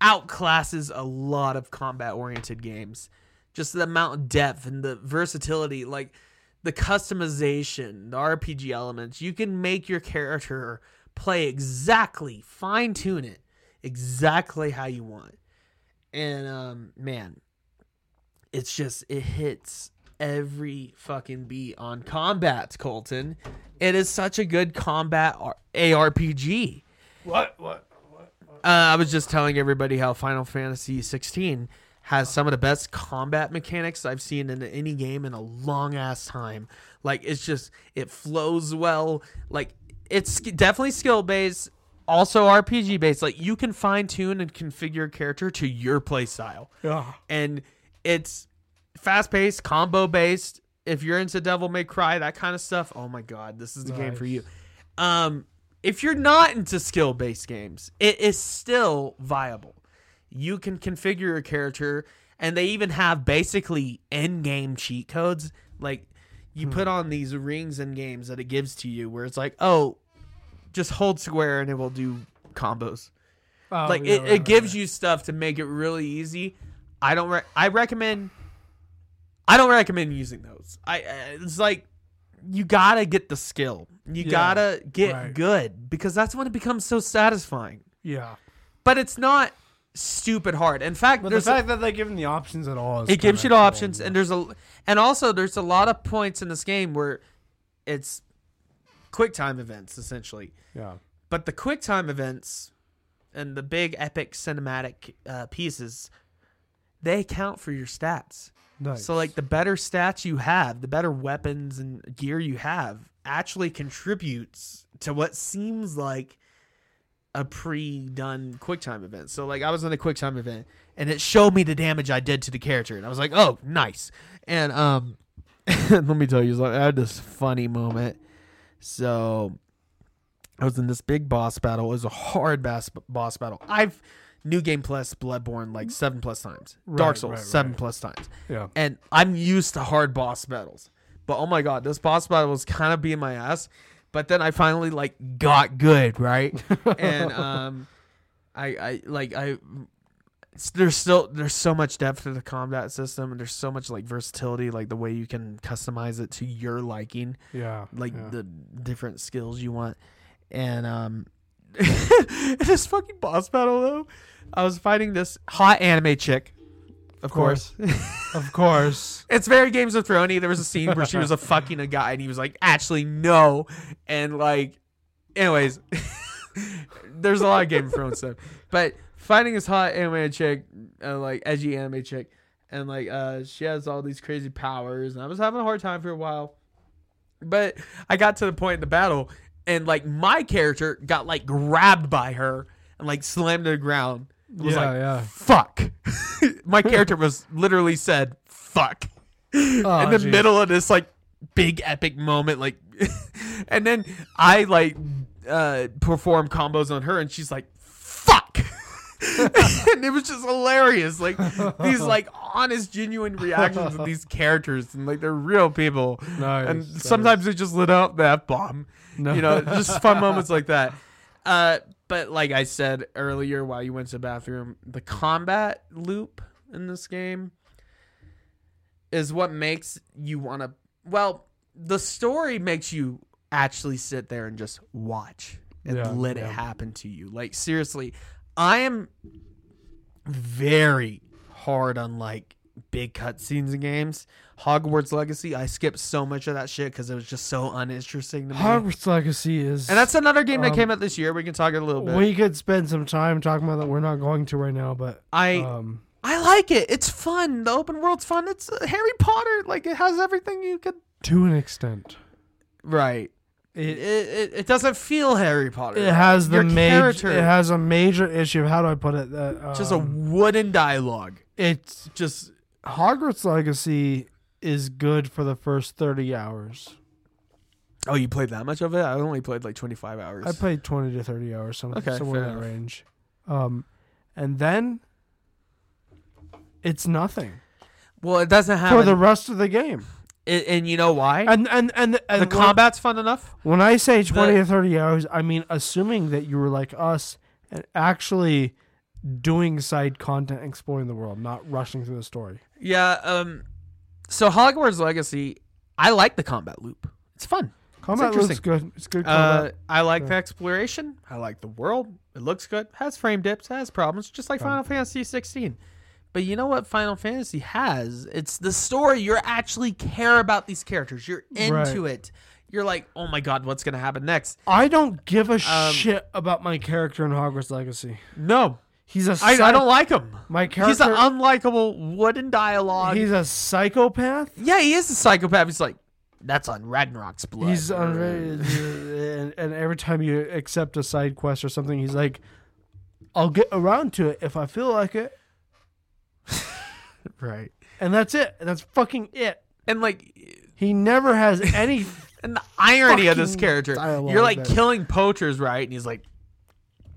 C: outclasses a lot of combat oriented games. Just the amount of depth and the versatility, like the customization, the RPG elements. You can make your character play exactly, fine tune it exactly how you want. And um, man, it's just, it hits every fucking beat on combat, Colton. It is such a good combat R- ARPG.
B: What? What? What?
C: Uh, I was just telling everybody how Final Fantasy 16 has some of the best combat mechanics I've seen in any game in a long ass time. Like it's just it flows well. Like it's sk- definitely skill based, also RPG based. Like you can fine tune and configure a character to your play style
B: Yeah.
C: and it's fast paced, combo based. If you're into Devil May Cry, that kind of stuff, oh my god, this is the game for you. Um, if you're not into skill based games, it is still viable. You can configure a character, and they even have basically end game cheat codes. Like you put on these rings in games that it gives to you, where it's like, oh, just hold square and it will do combos
B: Oh,
C: like
B: yeah,
C: it,
B: right,
C: it
B: right,
C: gives
B: right.
C: you stuff to make it really easy i don't re- i recommend i don't recommend using those i I- it's like you gotta get the skill you
B: Yeah,
C: gotta get
B: right.
C: good because that's when it becomes so satisfying
B: Yeah.
C: but it's not stupid hard in fact
B: But
C: there's
B: the fact that they give him the options at all is
C: it gives you
B: kinda
C: the
B: cool.
C: options and there's a and also there's a lot of points in this game where it's quick time events essentially
B: Yeah.
C: but the quick time events and the big epic cinematic uh, pieces they count for your stats
B: Nice.
C: so like the better stats you have the better weapons and gear you have actually contributes to what seems like a pre-done quick time event so like i was in a quick time event and it showed me the damage i did to the character and i was like oh nice and um let me tell you something. i had this funny moment so I was in this big boss battle. It was a hard bass, boss battle. I've New Game Plus Bloodborne like seven plus times. Dark
B: Right,
C: Souls
B: right,
C: seven
B: right.
C: plus times.
B: Yeah.
C: And I'm used to hard boss battles. But oh my god, this boss battle was kind of being my ass. But then I finally like got good, right? and um I I like I s- there's still there's so much depth to the combat system and there's so much like versatility like the way you can customize it to your liking
B: Yeah.
C: like
B: yeah.
C: the different skills you want. And um this fucking boss battle though, I was fighting this hot anime chick. Of course.
B: of course.
C: it's very Games of Thrones. There was a scene where she was a fucking a guy and he was like, actually no. And like anyways there's a lot of Game of Thrones stuff. But fighting this hot anime chick, uh, like edgy anime chick, and like uh she has all these crazy powers and I was having a hard time for a while. But I got to the point in the battle, and like my character got like grabbed by her and like slammed to the ground. It was
B: Yeah,
C: like,
B: yeah.
C: fuck. My character was literally said, fuck. in the
B: geez.
C: middle of this like big epic moment, like and then I like uh perform combos on her and she's like, fuck. and it was just hilarious. Like these like honest, genuine reactions of these characters and like they're real people.
B: Nice,
C: and
B: nice.
C: sometimes they just lit up the F bomb. You know, just fun moments like that. Uh, but like I said earlier, while you went to the bathroom, the combat loop in this game is what makes you want to. Well, the story makes you actually sit there and just watch and
B: Yeah,
C: let
B: yeah.
C: it happen to you. Like seriously, I am very hard on like big cutscenes in games. Hogwarts Legacy, I skipped so much of that shit because it was just so uninteresting to me.
B: Hogwarts Legacy is.
C: and that's another game that
B: Um,
C: came out this year. We can talk a little bit.
B: we could spend some time talking about that. We're not going to right now, but
C: I
B: um,
C: I like it. It's fun. The open world's fun. It's uh, Harry Potter. Like it has everything you could.
B: to an extent,
C: Right. It it, it, it doesn't feel Harry Potter.
B: it has the
C: Your
B: major.
C: character.
B: It has a major issue. How do I put it? That
C: just a
B: um,
C: wooden dialogue.
B: it's
C: Just
B: Hogwarts Legacy is good for the first thirty hours.
C: oh, you played that much of it? I only played like twenty five hours.
B: I played twenty to thirty hours, some,
C: Okay,
B: somewhere in
C: fair
B: that
C: enough.
B: range, um, and then it's nothing
C: well, it doesn't have
B: for
C: an-
B: the rest of the game.
C: it, and you know why?
B: And and and, and
C: the
B: when-
C: combat's fun enough.
B: When I say 20 to 30 hours, I mean assuming that you were like us and actually doing side content, exploring the world, not rushing through the story.
C: Yeah. Um. So Hogwarts Legacy, I like the combat loop. It's fun.
B: Combat looks
C: interesting.
B: good. It's good
C: Uh,
B: combat.
C: I like the exploration. I like the world. It looks good. Has frame dips. Has problems. Just like Final Fantasy 16. But you know what Final Fantasy has? It's the story. You actually care about these characters. You're
B: Right.
C: into it. You're like, oh my god, what's gonna happen next?
B: I don't give a
C: um,
B: shit about my character in Hogwarts Legacy.
C: No,
B: He's a
C: I, I
B: psych-
C: don't like him.
B: my
C: He's
B: character.
C: an unlikable wooden dialogue.
B: he's a psychopath.
C: yeah, he is a psychopath. He's like, that's on Ragnarok's blood.
B: He's unrated, and, and every time you accept a side quest or something, he's like, "I'll get around to it if I feel like it,"
C: right.
B: and that's it. And that's fucking it.
C: And like,
B: He never has any
C: And the irony of this
B: Fucking
C: character,
B: dialogue
C: you're like
B: there.
C: killing poachers, right? And he's like,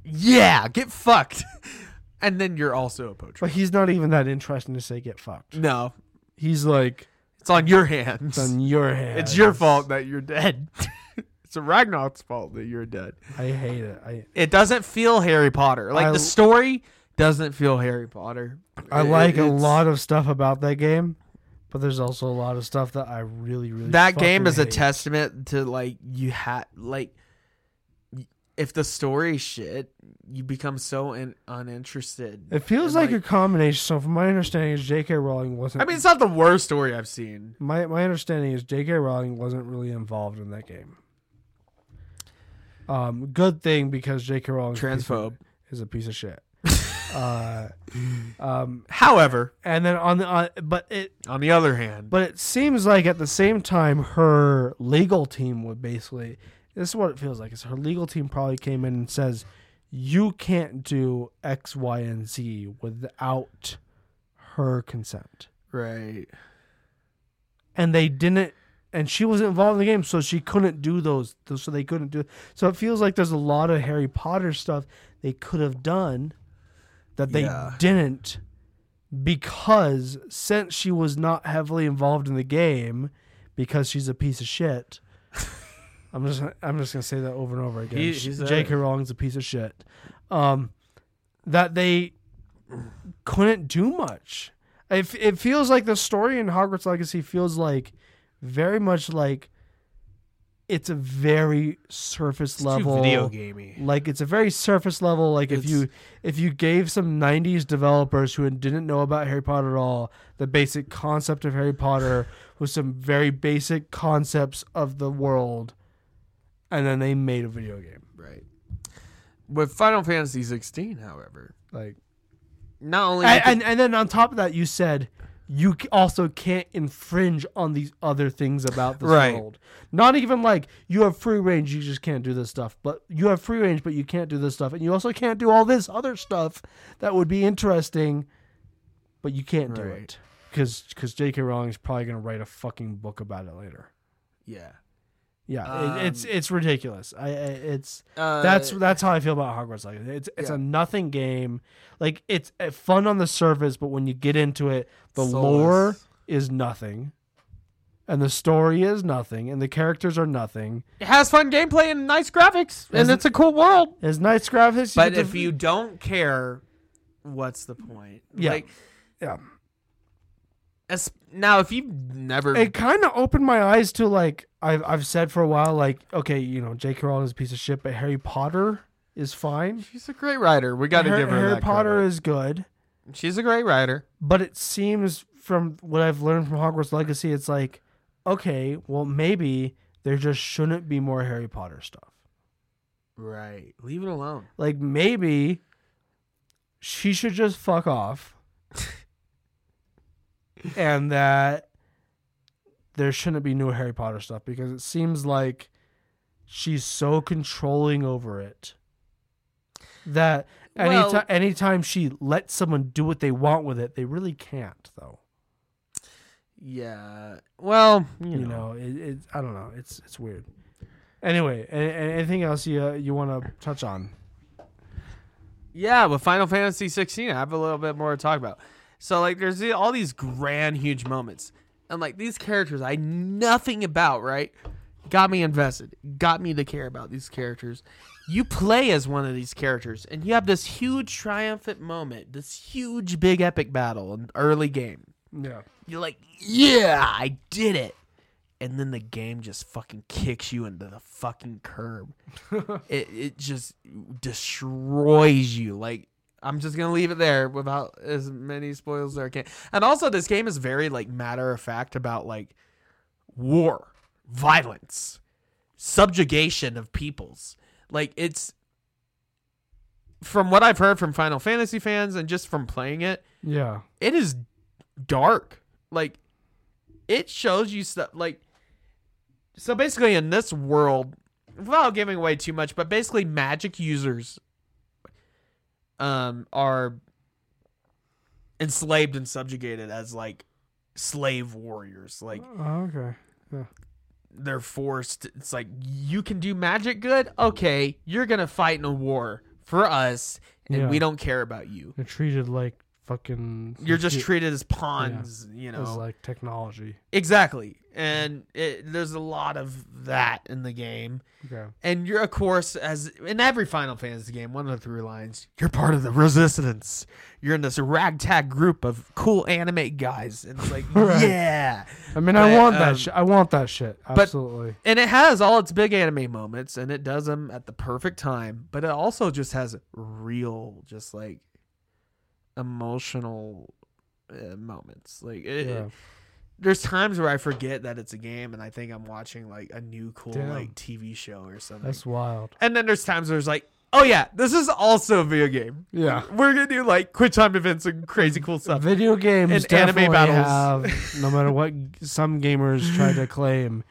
C: "Yeah, get fucked," and then you're also a poacher.
B: But he's not even that interesting to say get fucked.
C: No,
B: He's like,
C: it's on your hands.
B: it's on your hand.
C: It's your fault that you're dead. it's a Ragnarok's fault that you're dead.
B: I hate it. I
C: It doesn't feel Harry Potter. Like
B: I-
C: the story doesn't feel Harry Potter.
B: I
C: It-
B: like a
C: it's-
B: lot of stuff about that game, but there's also a lot of stuff that I really, really
C: that game
B: fucking
C: is a
B: hate.
C: testament to like you had like y- if the story is shit, you become so in- uninterested.
B: It feels
C: And,
B: like, a combination. So, from my understanding, is J.K. Rowling wasn't.
C: I mean, it's not the worst story I've seen.
B: my my understanding is J.K. Rowling wasn't really involved in that game. Um, good thing because J.K. Rowling is a piece of-
C: Transphobe.
B: is a piece of shit. uh, um,
C: However,
B: and then on the on, but it
C: on the other hand,
B: But it seems like at the same time, her legal team would basically. This is what it feels like. Is her legal team probably came in and says, "You can't do X, Y, and Z without her consent,"
C: right,
B: and they didn't. And she wasn't involved in the game, so she couldn't do those. th- So they couldn't do. So it feels like there's a lot of Harry Potter stuff they could have done that they
C: Yeah.
B: didn't because since she was not heavily involved in the game because she's a piece of shit. I'm just I'm just gonna say that over and over again.
C: He-
B: She-
C: he's a-
B: J.K. Rowling's a piece of shit. Um, that they couldn't do much. It, it feels like the story in Hogwarts Legacy feels like very much like it's a very surface level
C: gamey.
B: like it's a very surface level like if
C: It's-
B: you if you gave some 90s developers who didn't know about harry potter at all the basic concept of harry potter with some very basic concepts of the world and then they made a video game
C: Right. With Final Fantasy 16, however,
B: like
C: not only you
B: and,
C: can-
B: and, and then on top of that you said you c- also can't infringe on these other things about this
C: Right.
B: world. Not even like you have free range, you just can't do this stuff. But you have free range, but you can't do this stuff, and you also can't do all this other stuff that would be interesting, but you can't do
C: Right.
B: it because because J.K. Rowling's probably gonna write a fucking book about it later.
C: Yeah.
B: Yeah, it, it's
C: Um,
B: it's ridiculous. I, I it's
C: Uh,
B: that's that's how I feel about Hogwarts Legacy. It's it's
C: Yeah.
B: a nothing game. Like it's uh, fun on the surface, but when you get into it, the
C: Soulless.
B: lore is nothing, and the story is nothing, and the characters are nothing.
C: It has fun gameplay and nice graphics, and
B: Isn't-
C: it's a cool world.
B: It's nice graphics,
C: But
B: get to-
C: if you don't care, what's the point?
B: Yeah.
C: Like,
B: yeah,
C: as, now if you've never
B: it kind of opened my eyes to like I've I've said for a while, like okay, you know, J.K. Rowling is a piece of shit, but Harry Potter is fine.
C: She's a great writer. We got to
B: Har-
C: give her
B: Harry
C: that
B: Potter
C: credit.
B: is good.
C: She's a great writer.
B: but it seems from what I've learned from Hogwarts Legacy, it's like, okay, well, maybe there just shouldn't be more Harry Potter stuff.
C: Right. Leave it alone.
B: Like, maybe she should just fuck off. and that there shouldn't be new Harry Potter stuff because it seems like she's so controlling over it that any
C: Well-
B: ti- anytime she lets someone do what they want with it, they really can't, though.
C: Yeah. Well, you,
B: you know, it, it, I don't know. It's it's weird. Anyway, a- a- anything else you uh, you want to touch on?
C: Yeah, with Final Fantasy 16, I have a little bit more to talk about. So like, there's the- all these grand, huge moments, and like these characters I knew nothing about, right? Got me invested, got me to care about these characters. You play as one of these characters, and you have this huge triumphant moment, this huge, big, epic battle in early game.
B: Yeah,
C: You're like, yeah, I did it. And then the game just fucking kicks you into the fucking curb. it it just destroys you. Like I'm just gonna leave it there without as many spoils as I can. And also, this game is very like matter of fact about like war, violence, subjugation of peoples. Like it's from what I've heard from Final Fantasy fans and just from playing it,
B: yeah,
C: it is dark. Like it shows you stuff like so basically in this world, without giving away too much, but basically magic users um are enslaved and subjugated as like slave warriors. Like
B: okay.
C: they're forced. It's like you can do magic good, okay, you're gonna fight in a war for us and
B: Yeah.
C: we don't care about you.
B: They're treated like fucking.
C: You're just treated as pawns, you know.
B: like technology.
C: Exactly. And it, there's a lot of that in the game.
B: Okay.
C: And you're, of course, as in every Final Fantasy game, one of the through lines, you're part of the resistance. You're in this ragtag group of cool anime guys. And it's like,
B: Right.
C: yeah.
B: I mean,
C: But,
B: I want
C: um,
B: that. shit. I want that shit. Absolutely.
C: And it has all its big anime moments, and it does them at the perfect time. But it also just has real, just like emotional uh, moments. Like, it,
B: yeah.
C: there's times where I forget that it's a game and I think I'm watching like a new cool
B: Damn.
C: like TV show or something.
B: That's wild.
C: and then there's times where it's like, oh yeah, this is also a video game.
B: Yeah.
C: We're gonna do like quick time events and crazy cool stuff.
B: Uh, Video games
C: And anime
B: definitely
C: battles.
B: have, no matter what some gamers try to claim,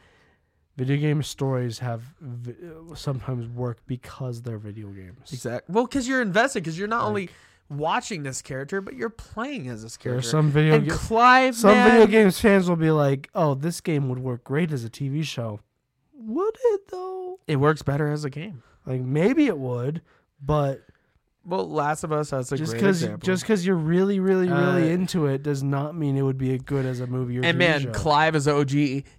B: video game stories have vi- sometimes work because they're video games.
C: Exactly. Well, because you're invested, because you're not only watching this character, but you're playing as this
B: There are
C: character.
B: some video
C: and
B: games.
C: Clive,
B: Some
C: man,
B: video games fans will be like, "Oh, this game would work great as a TV show." Would it though?
C: it works better as a game.
B: Like maybe it would, but
C: Well, Last of Us has a
B: just
C: great
B: because
C: example.
B: just because you're really, really, really
C: Uh,
B: into it does not mean it would be a good as a movie or
C: and
B: TV
C: man,
B: show.
C: Clive is OG.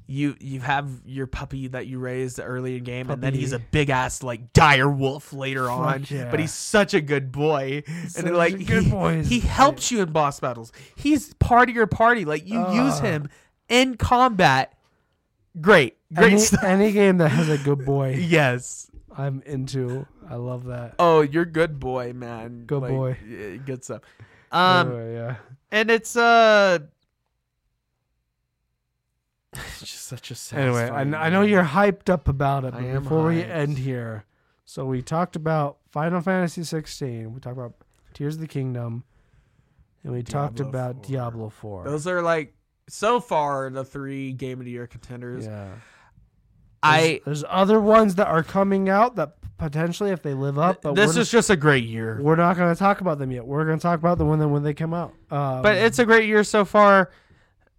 C: You you have your puppy that you raised early in game, and then he's a
B: Puppy.
C: big ass like dire wolf later on.
B: yeah.
C: But he's such a good boy,
B: such
C: and
B: a
C: like
B: good
C: he,
B: boy.
C: he helps you in boss battles. He's part of your party. Like you use
B: Ah.
C: him in combat. Great, great
B: any,
C: stuff.
B: any game that has a good boy,
C: Yes.
B: I'm into. I love that.
C: Oh, you're good boy, man.
B: Good
C: Like,
B: boy. Uh,
C: yeah, Good stuff. Um,
B: Anyway, yeah,
C: and it's uh. it's just such a
B: Anyway, I,
C: satisfying
B: kn- I know
C: moment.
B: you're hyped up about it,
C: I
B: but
C: am
B: before we
C: hyped.
B: end here, so we talked about Final Fantasy 16. We talked about Tears of the Kingdom. and we talked
D: Diablo
B: about
D: 4.
B: Diablo Four.
C: Those are like so far the three game of the year contenders.
B: yeah,
C: I
B: there's other ones that are coming out that potentially, if they live up, but
C: this
B: we're,
C: is just a great year.
B: we're not going to talk about them yet. We're going to talk about them when they, when they come out. Um,
C: But it's a great year so far.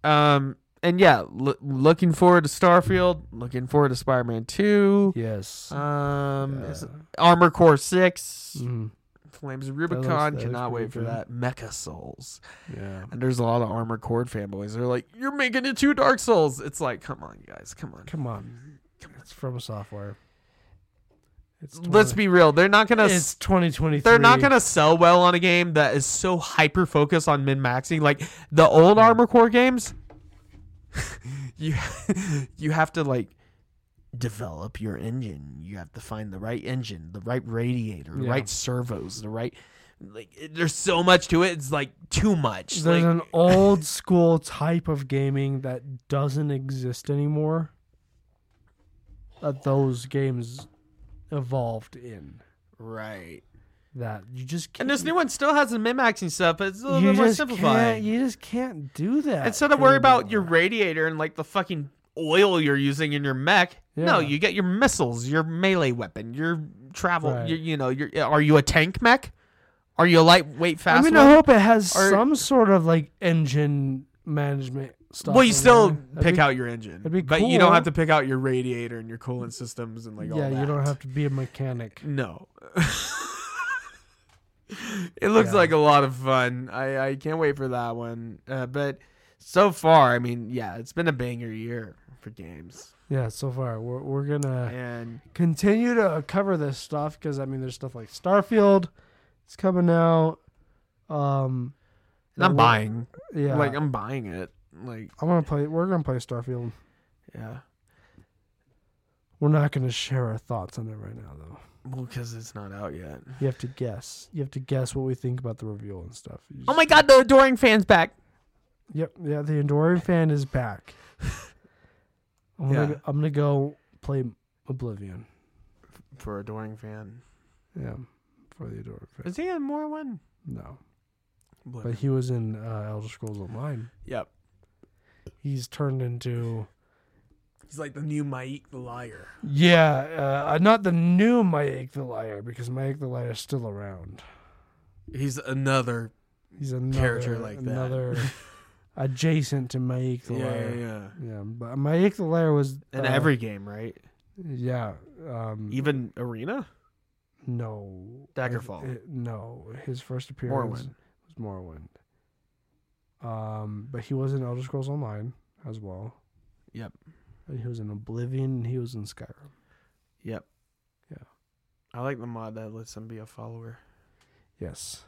C: Um and yeah, loo- looking forward to Starfield, looking forward to Spider-Man 2.
B: yes,
C: Um
B: Yeah.
C: is it Armor Core 6,
B: Mhm.
C: Flames of
B: looks-
C: Rubicon,
B: that looks
C: cannot
B: pretty
C: wait for
B: good.
C: that. Mecha Souls.
B: yeah.
C: And there's a lot of Armor Core fanboys. They're like, "You're making it two Dark Souls." It's like, "Come on, guys. Come on."
B: Come on, it's from software. It's
C: Let's be real. They're not going to
B: It's 2023.
C: they're not gonna sell well on a game that is so hyper focused on min maxing. Like the old Armor Core games, you you have to like develop your engine. You have to find the right engine, the right radiator, the
B: Yeah.
C: right servos, the right. Like it- there's so much to it. It's like too much.
B: There's
C: Like,
B: an old school type of gaming that doesn't exist anymore. That those games evolved in.
C: right. Mm-hmm.
B: That you just can't.
C: And this new one still has the min maxing stuff, but it's a little
B: you
C: bit more
B: just can't.
C: simplified.
B: You just can't do that.
C: Instead of worry about your
B: anymore.
C: radiator and like the fucking oil you're using in your mech, no,
B: Yeah.
C: you get your missiles, your melee weapon, your travel.
B: Right.
C: Your, you know, your are you a tank mech? Are you a lightweight fast?
B: I mean,
C: one?
B: I hope it has
C: Or-
B: some sort of like engine management stuff.
C: well, you
B: in
C: still
B: there. That'd
C: pick
B: be-
C: out your engine,
B: be
C: but you don't have
B: cool.
C: to pick out your radiator and your coolant systems and like all
B: yeah,
C: that.
B: you don't have to be a mechanic.
C: No. it looks
B: Yeah.
C: like a lot of fun. I, I can't wait for that one. Uh, but so far, I mean, yeah, it's been a banger year for games.
B: Yeah, so far we're we're gonna.
C: And
B: continue to cover this stuff because I mean, there's stuff like Starfield, it's coming out. Um,
C: And I'm
B: we're-
C: buying.
B: Yeah,
C: Like um,
B: like I'm,
C: I'm buying it. Like
B: gonna play. We're gonna play Starfield.
C: yeah.
B: We're not gonna share our thoughts on it right now, though.
C: Well, because it's not out yet.
B: You have to guess. You have to guess what we think about the reveal and stuff. You
C: Oh
B: just-
C: my god, the adoring fans back.
B: Yep. Yeah, the Enduring fan is back. I'm gonna.
C: Yeah.
B: I'm gonna go play Oblivion.
C: For adoring fan.
B: Yeah, for the Enduring fan.
C: Is he in more one?
B: No, but he was in uh, Elder Scrolls Online.
C: Yep.
B: He's turned into.
C: He's like the new Mike the liar.
B: Yeah, uh, not the new Mike the Liar because Mike the Liar is still around.
C: He's another
B: He's another
C: Character like that.
B: another adjacent to Mike the Liar. Yeah,
C: yeah.
B: but Mike the Liar was
C: In
B: uh,
C: every E game, right?
B: yeah. Um,
C: Even Arena?
B: no
C: Daggerfall.
B: I- it- no, his first appearance
C: Morrowind.
B: was Morrowind. Um, but he was in Elder Scrolls Online as well.
C: Yep.
B: And he was in Oblivion. and He was in Skyrim.
C: Yep.
B: Yeah.
C: I like the mod that lets him be a follower.
B: Yes,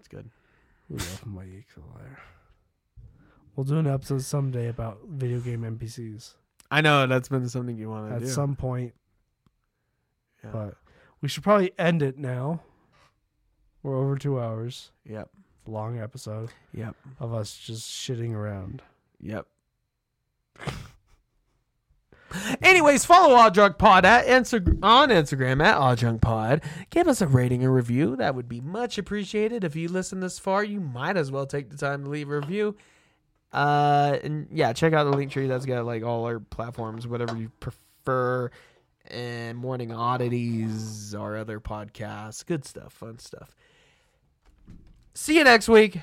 C: It's good.
B: we love Mike the Liar. We'll do an episode someday about video game NPCs.
C: I know that's been something you want to
B: at
C: do.
B: some point.
C: Yeah.
B: But we should probably end it now. We're over two hours.
C: Yep.
B: Long episode
C: Yep.
B: of us just shitting around.
C: Yep. Anyways, follow Odd Drunk Pod at Insta- on Instagram at Odd Drunk Pod. Give us a rating and review. That would be much appreciated. If you listen this far, you might as well take the time to leave a review. Uh, and yeah, check out the link tree. That's got like all our platforms, whatever you prefer. And Morning Oddities, our other podcasts. Good stuff, fun stuff. See you next week.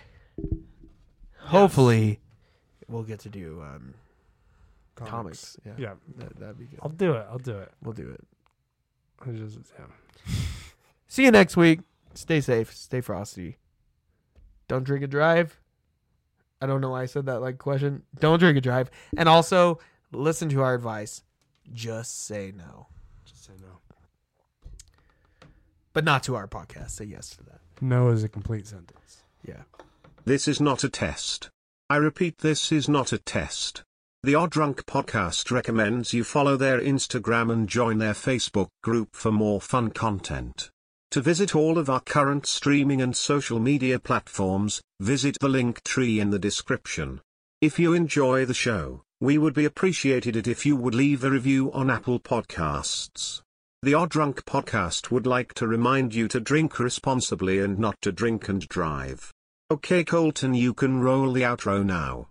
C: Hopefully, we'll get to do um, comics. Yeah.
B: Yeah.
C: That, that'd be good.
B: I'll do it. I'll do it.
C: We'll do it.
B: I just yeah.
C: See you next week. Stay safe. Stay frosty. Don't drink and drive. I don't know why I said that like question. Don't drink and drive. And also listen to our advice. Just say no.
B: Just say no.
C: But not to our podcast. Say yes to that.
B: No is a complete sentence.
C: Yeah.
E: This is not a test. I repeat, this is not a test. The Odd Drunk Podcast recommends you follow their Instagram and join their Facebook group for more fun content. To visit all of our current streaming and social media platforms, visit the link tree in the description. If you enjoy the show, we would be appreciated it if you would leave a review on Apple Podcasts. The Odd Drunk Podcast would like to remind you to drink responsibly and not to drink and drive. Okay, Colton, you can roll the outro now.